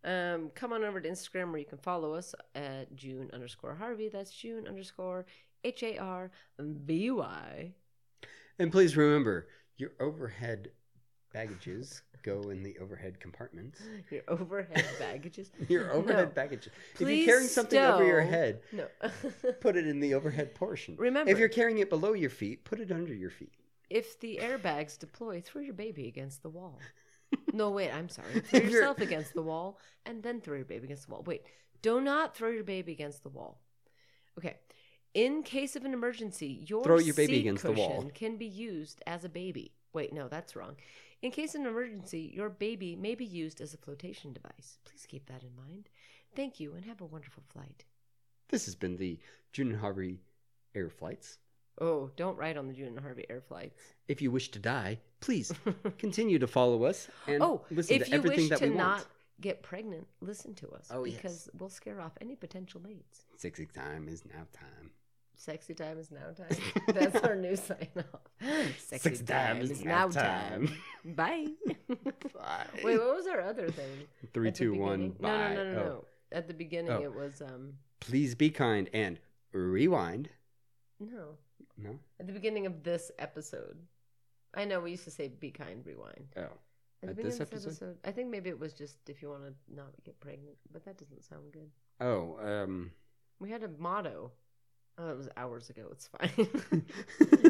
Speaker 7: Um, come on over to Instagram where you can follow us at June underscore Harvey. That's June underscore H A R B Y.
Speaker 6: And please remember, your overhead baggages go in the overhead compartments.
Speaker 7: Your overhead baggages.
Speaker 6: Your overhead
Speaker 7: No.
Speaker 6: baggages. if
Speaker 7: Please
Speaker 6: you're carrying something over your
Speaker 7: stow-
Speaker 6: head,
Speaker 7: No.
Speaker 6: put it in the overhead portion.
Speaker 7: Remember-
Speaker 6: if you're carrying it below your feet, put it under your feet.
Speaker 7: if the airbags deploy, throw your baby against the wall. No, wait, I'm sorry. Throw
Speaker 6: If you're-
Speaker 7: yourself against the wall and then throw your baby against the wall. Wait, do not throw your baby against the wall. Okay. In case of an emergency, your
Speaker 6: Throw your baby
Speaker 7: seat
Speaker 6: against the wall.
Speaker 7: cushion can be used as a baby. Wait, no, that's wrong. In case of an emergency, your baby may be used as a flotation device. Please keep that in mind. Thank you and have a wonderful flight.
Speaker 6: This has been the June and Harvey Air Flights.
Speaker 7: Oh, don't ride on the June and Harvey air flights.
Speaker 6: If you wish to die, please continue to follow us and
Speaker 7: oh,
Speaker 6: listen
Speaker 7: if
Speaker 6: to
Speaker 7: you
Speaker 6: everything
Speaker 7: wish
Speaker 6: that
Speaker 7: to
Speaker 6: we
Speaker 7: not
Speaker 6: want.
Speaker 7: get pregnant, listen to us
Speaker 6: Oh, yes.
Speaker 7: because we'll scare off any potential mates.
Speaker 6: Sexy time is now time.
Speaker 7: Sexy time is now time. That's our new sign off. Sexy
Speaker 6: Sexy time is now time.
Speaker 7: Bye. Wait, what was our other thing?
Speaker 6: Three,
Speaker 7: At the
Speaker 6: two, one.
Speaker 7: beginning-
Speaker 6: Bye.
Speaker 7: No, no, no, no,
Speaker 6: Oh.
Speaker 7: no. At the beginning,
Speaker 6: Oh.
Speaker 7: it was um
Speaker 6: Please be kind and rewind.
Speaker 7: no.
Speaker 6: No.
Speaker 7: At the beginning of this episode, I know we used to say "be kind, rewind."
Speaker 6: Oh.
Speaker 7: At, the
Speaker 6: At
Speaker 7: beginning
Speaker 6: this
Speaker 7: of this
Speaker 6: episode?
Speaker 7: episode, I think maybe it was just if you want to not get pregnant, but that doesn't sound good.
Speaker 6: Oh. Um.
Speaker 7: We had a motto. Oh, it was hours ago. It's fine.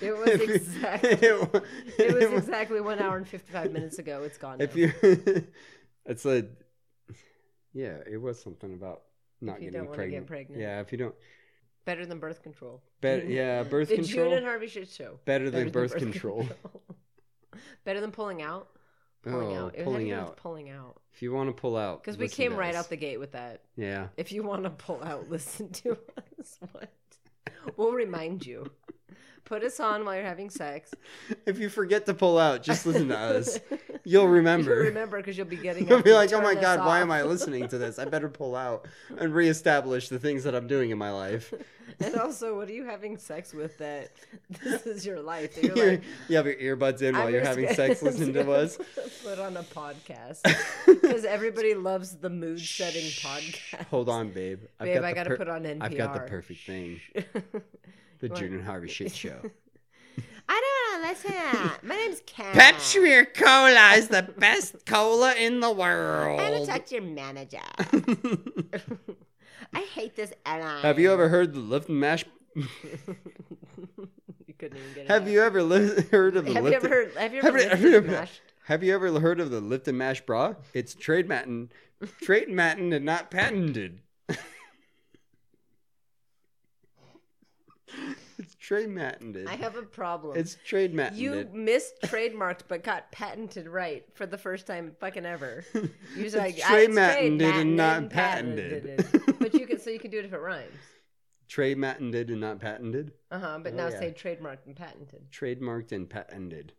Speaker 7: it was exactly.
Speaker 6: It wa-
Speaker 7: It was
Speaker 6: it wa-
Speaker 7: exactly one hour and fifty-five minutes ago. It's gone.
Speaker 6: If
Speaker 7: now.
Speaker 6: you, it's a, yeah, it was something about not
Speaker 7: If you
Speaker 6: getting
Speaker 7: don't wanna
Speaker 6: pregnant.
Speaker 7: get pregnant.
Speaker 6: Yeah, if you don't,
Speaker 7: Better than birth control. Mm-hmm.
Speaker 6: Better, yeah, birth
Speaker 7: the
Speaker 6: control.
Speaker 7: June and Harvey shit show.
Speaker 6: better than birth, control.
Speaker 7: better than pulling out. Pulling
Speaker 6: Oh,
Speaker 7: out. It had to
Speaker 6: pulling
Speaker 7: do with
Speaker 6: out.
Speaker 7: Pulling out.
Speaker 6: If you want to pull out,
Speaker 7: Because we
Speaker 6: listen to
Speaker 7: came right
Speaker 6: us.
Speaker 7: out the gate with that.
Speaker 6: Yeah,
Speaker 7: If you want to pull out, listen to us. What? We'll remind you. Put us on while you're having sex.
Speaker 6: if you forget to pull out, just listen to us. You'll remember.
Speaker 7: Remember, because you'll be getting.
Speaker 6: You'll
Speaker 7: up
Speaker 6: be
Speaker 7: to
Speaker 6: like, oh
Speaker 7: turn
Speaker 6: my
Speaker 7: this
Speaker 6: god, why am
Speaker 7: off."
Speaker 6: I listening to this? I better pull out and reestablish the things that I'm doing in my life.
Speaker 7: And also, what are you having sex with? That this is your life. That you're
Speaker 6: You're-
Speaker 7: like,
Speaker 6: you have your earbuds in while
Speaker 7: I'm
Speaker 6: you're
Speaker 7: just
Speaker 6: having
Speaker 7: gonna-
Speaker 6: sex listening to us.
Speaker 7: Put on a podcast because everybody loves the mood setting podcast.
Speaker 6: Hold on, babe. I've
Speaker 7: Babe, I
Speaker 6: the
Speaker 7: gotta put on
Speaker 6: I've got the
Speaker 7: NPR.
Speaker 6: perfect thing. The
Speaker 7: want-
Speaker 6: June and Harvey shit show.
Speaker 8: I don't want to listen. My name's Kat.
Speaker 6: Pepsi Cola is the best cola in the
Speaker 8: I'm going
Speaker 6: world.
Speaker 8: to talk to your manager. I hate this airline.
Speaker 6: Have you ever heard the lift and mash?
Speaker 7: you couldn't even get it.
Speaker 6: Have
Speaker 7: out.
Speaker 6: you ever li- heard of the
Speaker 7: Have you
Speaker 6: lift?
Speaker 7: ever heard? Have you
Speaker 6: Have
Speaker 7: ever?
Speaker 6: you-
Speaker 7: licked
Speaker 6: have you
Speaker 7: and
Speaker 6: ever-
Speaker 7: mashed?
Speaker 6: Have you ever heard of the lift and mash bra? It's trade matin, trade matin and not patented. it's trade matined.
Speaker 7: I have a problem.
Speaker 6: It's trade matined.
Speaker 7: you missed trademarked but got patented right for the first time fucking ever. You was like "Ah,
Speaker 6: trade
Speaker 7: it's
Speaker 6: matined and not
Speaker 7: matined,
Speaker 6: patented."
Speaker 7: patented. but you can so you can do it if it rhymes.
Speaker 6: trade matined and not patented.
Speaker 7: Uh huh. But now
Speaker 6: yeah.
Speaker 7: say trademarked and patented.
Speaker 6: Trademarked and patented.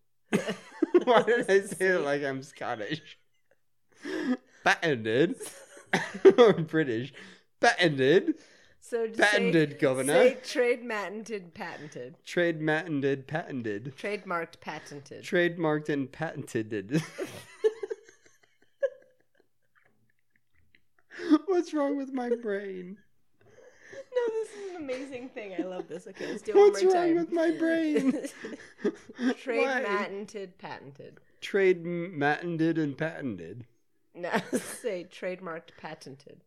Speaker 6: Why did I say it like I'm Scottish? Patented or British? Patented,
Speaker 7: So just
Speaker 6: Patented,
Speaker 7: say,
Speaker 6: Governor.
Speaker 7: Say trade patented, patented,
Speaker 6: trade matined, patented.
Speaker 7: trademarked, patented.
Speaker 6: trademarked and patented. What's wrong with my brain?
Speaker 7: no, this is an amazing thing. I love this. Okay, let's do it one
Speaker 6: What's
Speaker 7: more
Speaker 6: wrong
Speaker 7: time.
Speaker 6: with my brain?
Speaker 7: Trade
Speaker 6: Why?
Speaker 7: patented, patented.
Speaker 6: Trade matined and patented.
Speaker 7: No, say trademarked, patented.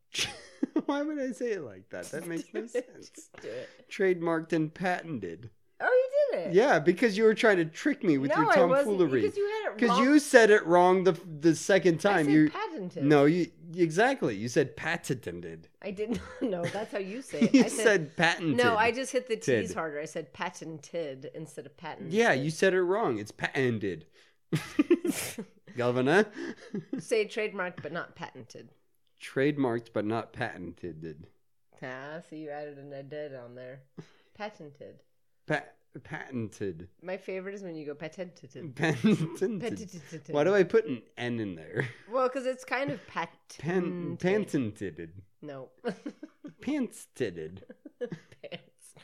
Speaker 6: Why would I say it like that? That makes no sense.
Speaker 7: Just do it.
Speaker 6: Trademarked and patented.
Speaker 7: Oh, you did it.
Speaker 6: Yeah, because you were trying to trick me with
Speaker 7: no,
Speaker 6: your
Speaker 7: I wasn't.
Speaker 6: tomfoolery.
Speaker 7: Because you had it
Speaker 6: Because
Speaker 7: wrong.
Speaker 6: you said it wrong the the second
Speaker 7: I
Speaker 6: time.
Speaker 7: said
Speaker 6: you
Speaker 7: patented.
Speaker 6: no, you exactly. You said patented.
Speaker 7: I did not know. That's how you say it.
Speaker 6: You
Speaker 7: I said,
Speaker 6: said patented.
Speaker 7: no. I just hit the t's
Speaker 6: Tid.
Speaker 7: harder. I said patented instead of patent.
Speaker 6: Yeah, you said it wrong. It's patented. Governor.
Speaker 7: Say trademarked but not patented.
Speaker 6: Trademarked but not patented.
Speaker 7: Ah, see, you added an a did on there. Patented.
Speaker 6: Pa- patented.
Speaker 7: My favorite is when you go patented.
Speaker 6: Patented.
Speaker 7: Patented.
Speaker 6: Why do I put an N in there?
Speaker 7: Well, because it's kind of pat.
Speaker 6: Pen- patented.
Speaker 7: No.
Speaker 6: Pants-titted.
Speaker 7: pants.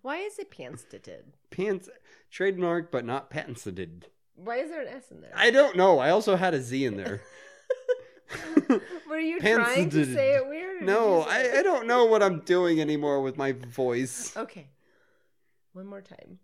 Speaker 7: Why is it pantsated?
Speaker 6: Pants. Trademarked but not patented.
Speaker 7: Why is there an s in there?
Speaker 6: I don't know. I also had a Z in there.
Speaker 7: Were you trying to
Speaker 6: Pantsated.
Speaker 7: say it weird? or did
Speaker 6: No,
Speaker 7: you say
Speaker 6: I, I don't know what I'm doing anymore with my voice.
Speaker 7: Okay. One more time,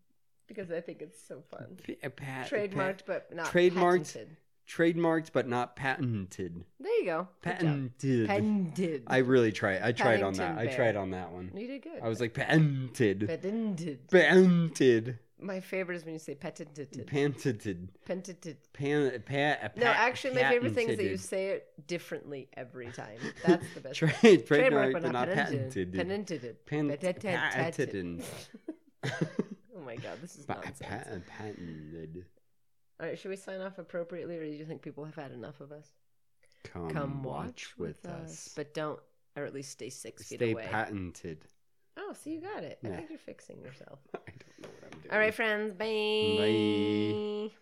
Speaker 7: because I think it's so fun.
Speaker 6: P- a pat-
Speaker 7: Trademarked, but not
Speaker 6: Trademarked.
Speaker 7: patented.
Speaker 6: trademarked but not patented.
Speaker 7: There you go. Good job.
Speaker 6: Patented.
Speaker 7: Patented.
Speaker 6: I really tried. I tried on that.
Speaker 7: Paddington
Speaker 6: I
Speaker 7: Bear.
Speaker 6: tried on that one.
Speaker 7: You did good.
Speaker 6: I was like patented,
Speaker 7: patented.
Speaker 6: patented,
Speaker 7: My favorite is when you say patented.
Speaker 6: patented,
Speaker 7: Patented.
Speaker 6: pan, pa, pa,
Speaker 7: No, actually, my favorite thing is that you
Speaker 6: patented.
Speaker 7: say it differently every time. That's the best.
Speaker 6: Tra-
Speaker 7: part.
Speaker 6: trademark, but not patented.
Speaker 7: Patented.
Speaker 6: Pan-
Speaker 7: Patented.
Speaker 6: patented.
Speaker 7: Oh my god, this is
Speaker 6: Pa-
Speaker 7: nonsense.
Speaker 6: pa- Patented.
Speaker 7: All right, should we sign off appropriately, or do you think people have had enough of us?
Speaker 6: Come,
Speaker 7: Come
Speaker 6: watch with us.
Speaker 7: but don't, or at least stay six feet
Speaker 6: Stay
Speaker 7: away.
Speaker 6: patented.
Speaker 7: Oh, so you got it. I
Speaker 6: Yeah.
Speaker 7: think you're fixing yourself.
Speaker 6: I don't know what I'm doing.
Speaker 7: All right, friends. Bye.
Speaker 6: Bye.
Speaker 7: Bye.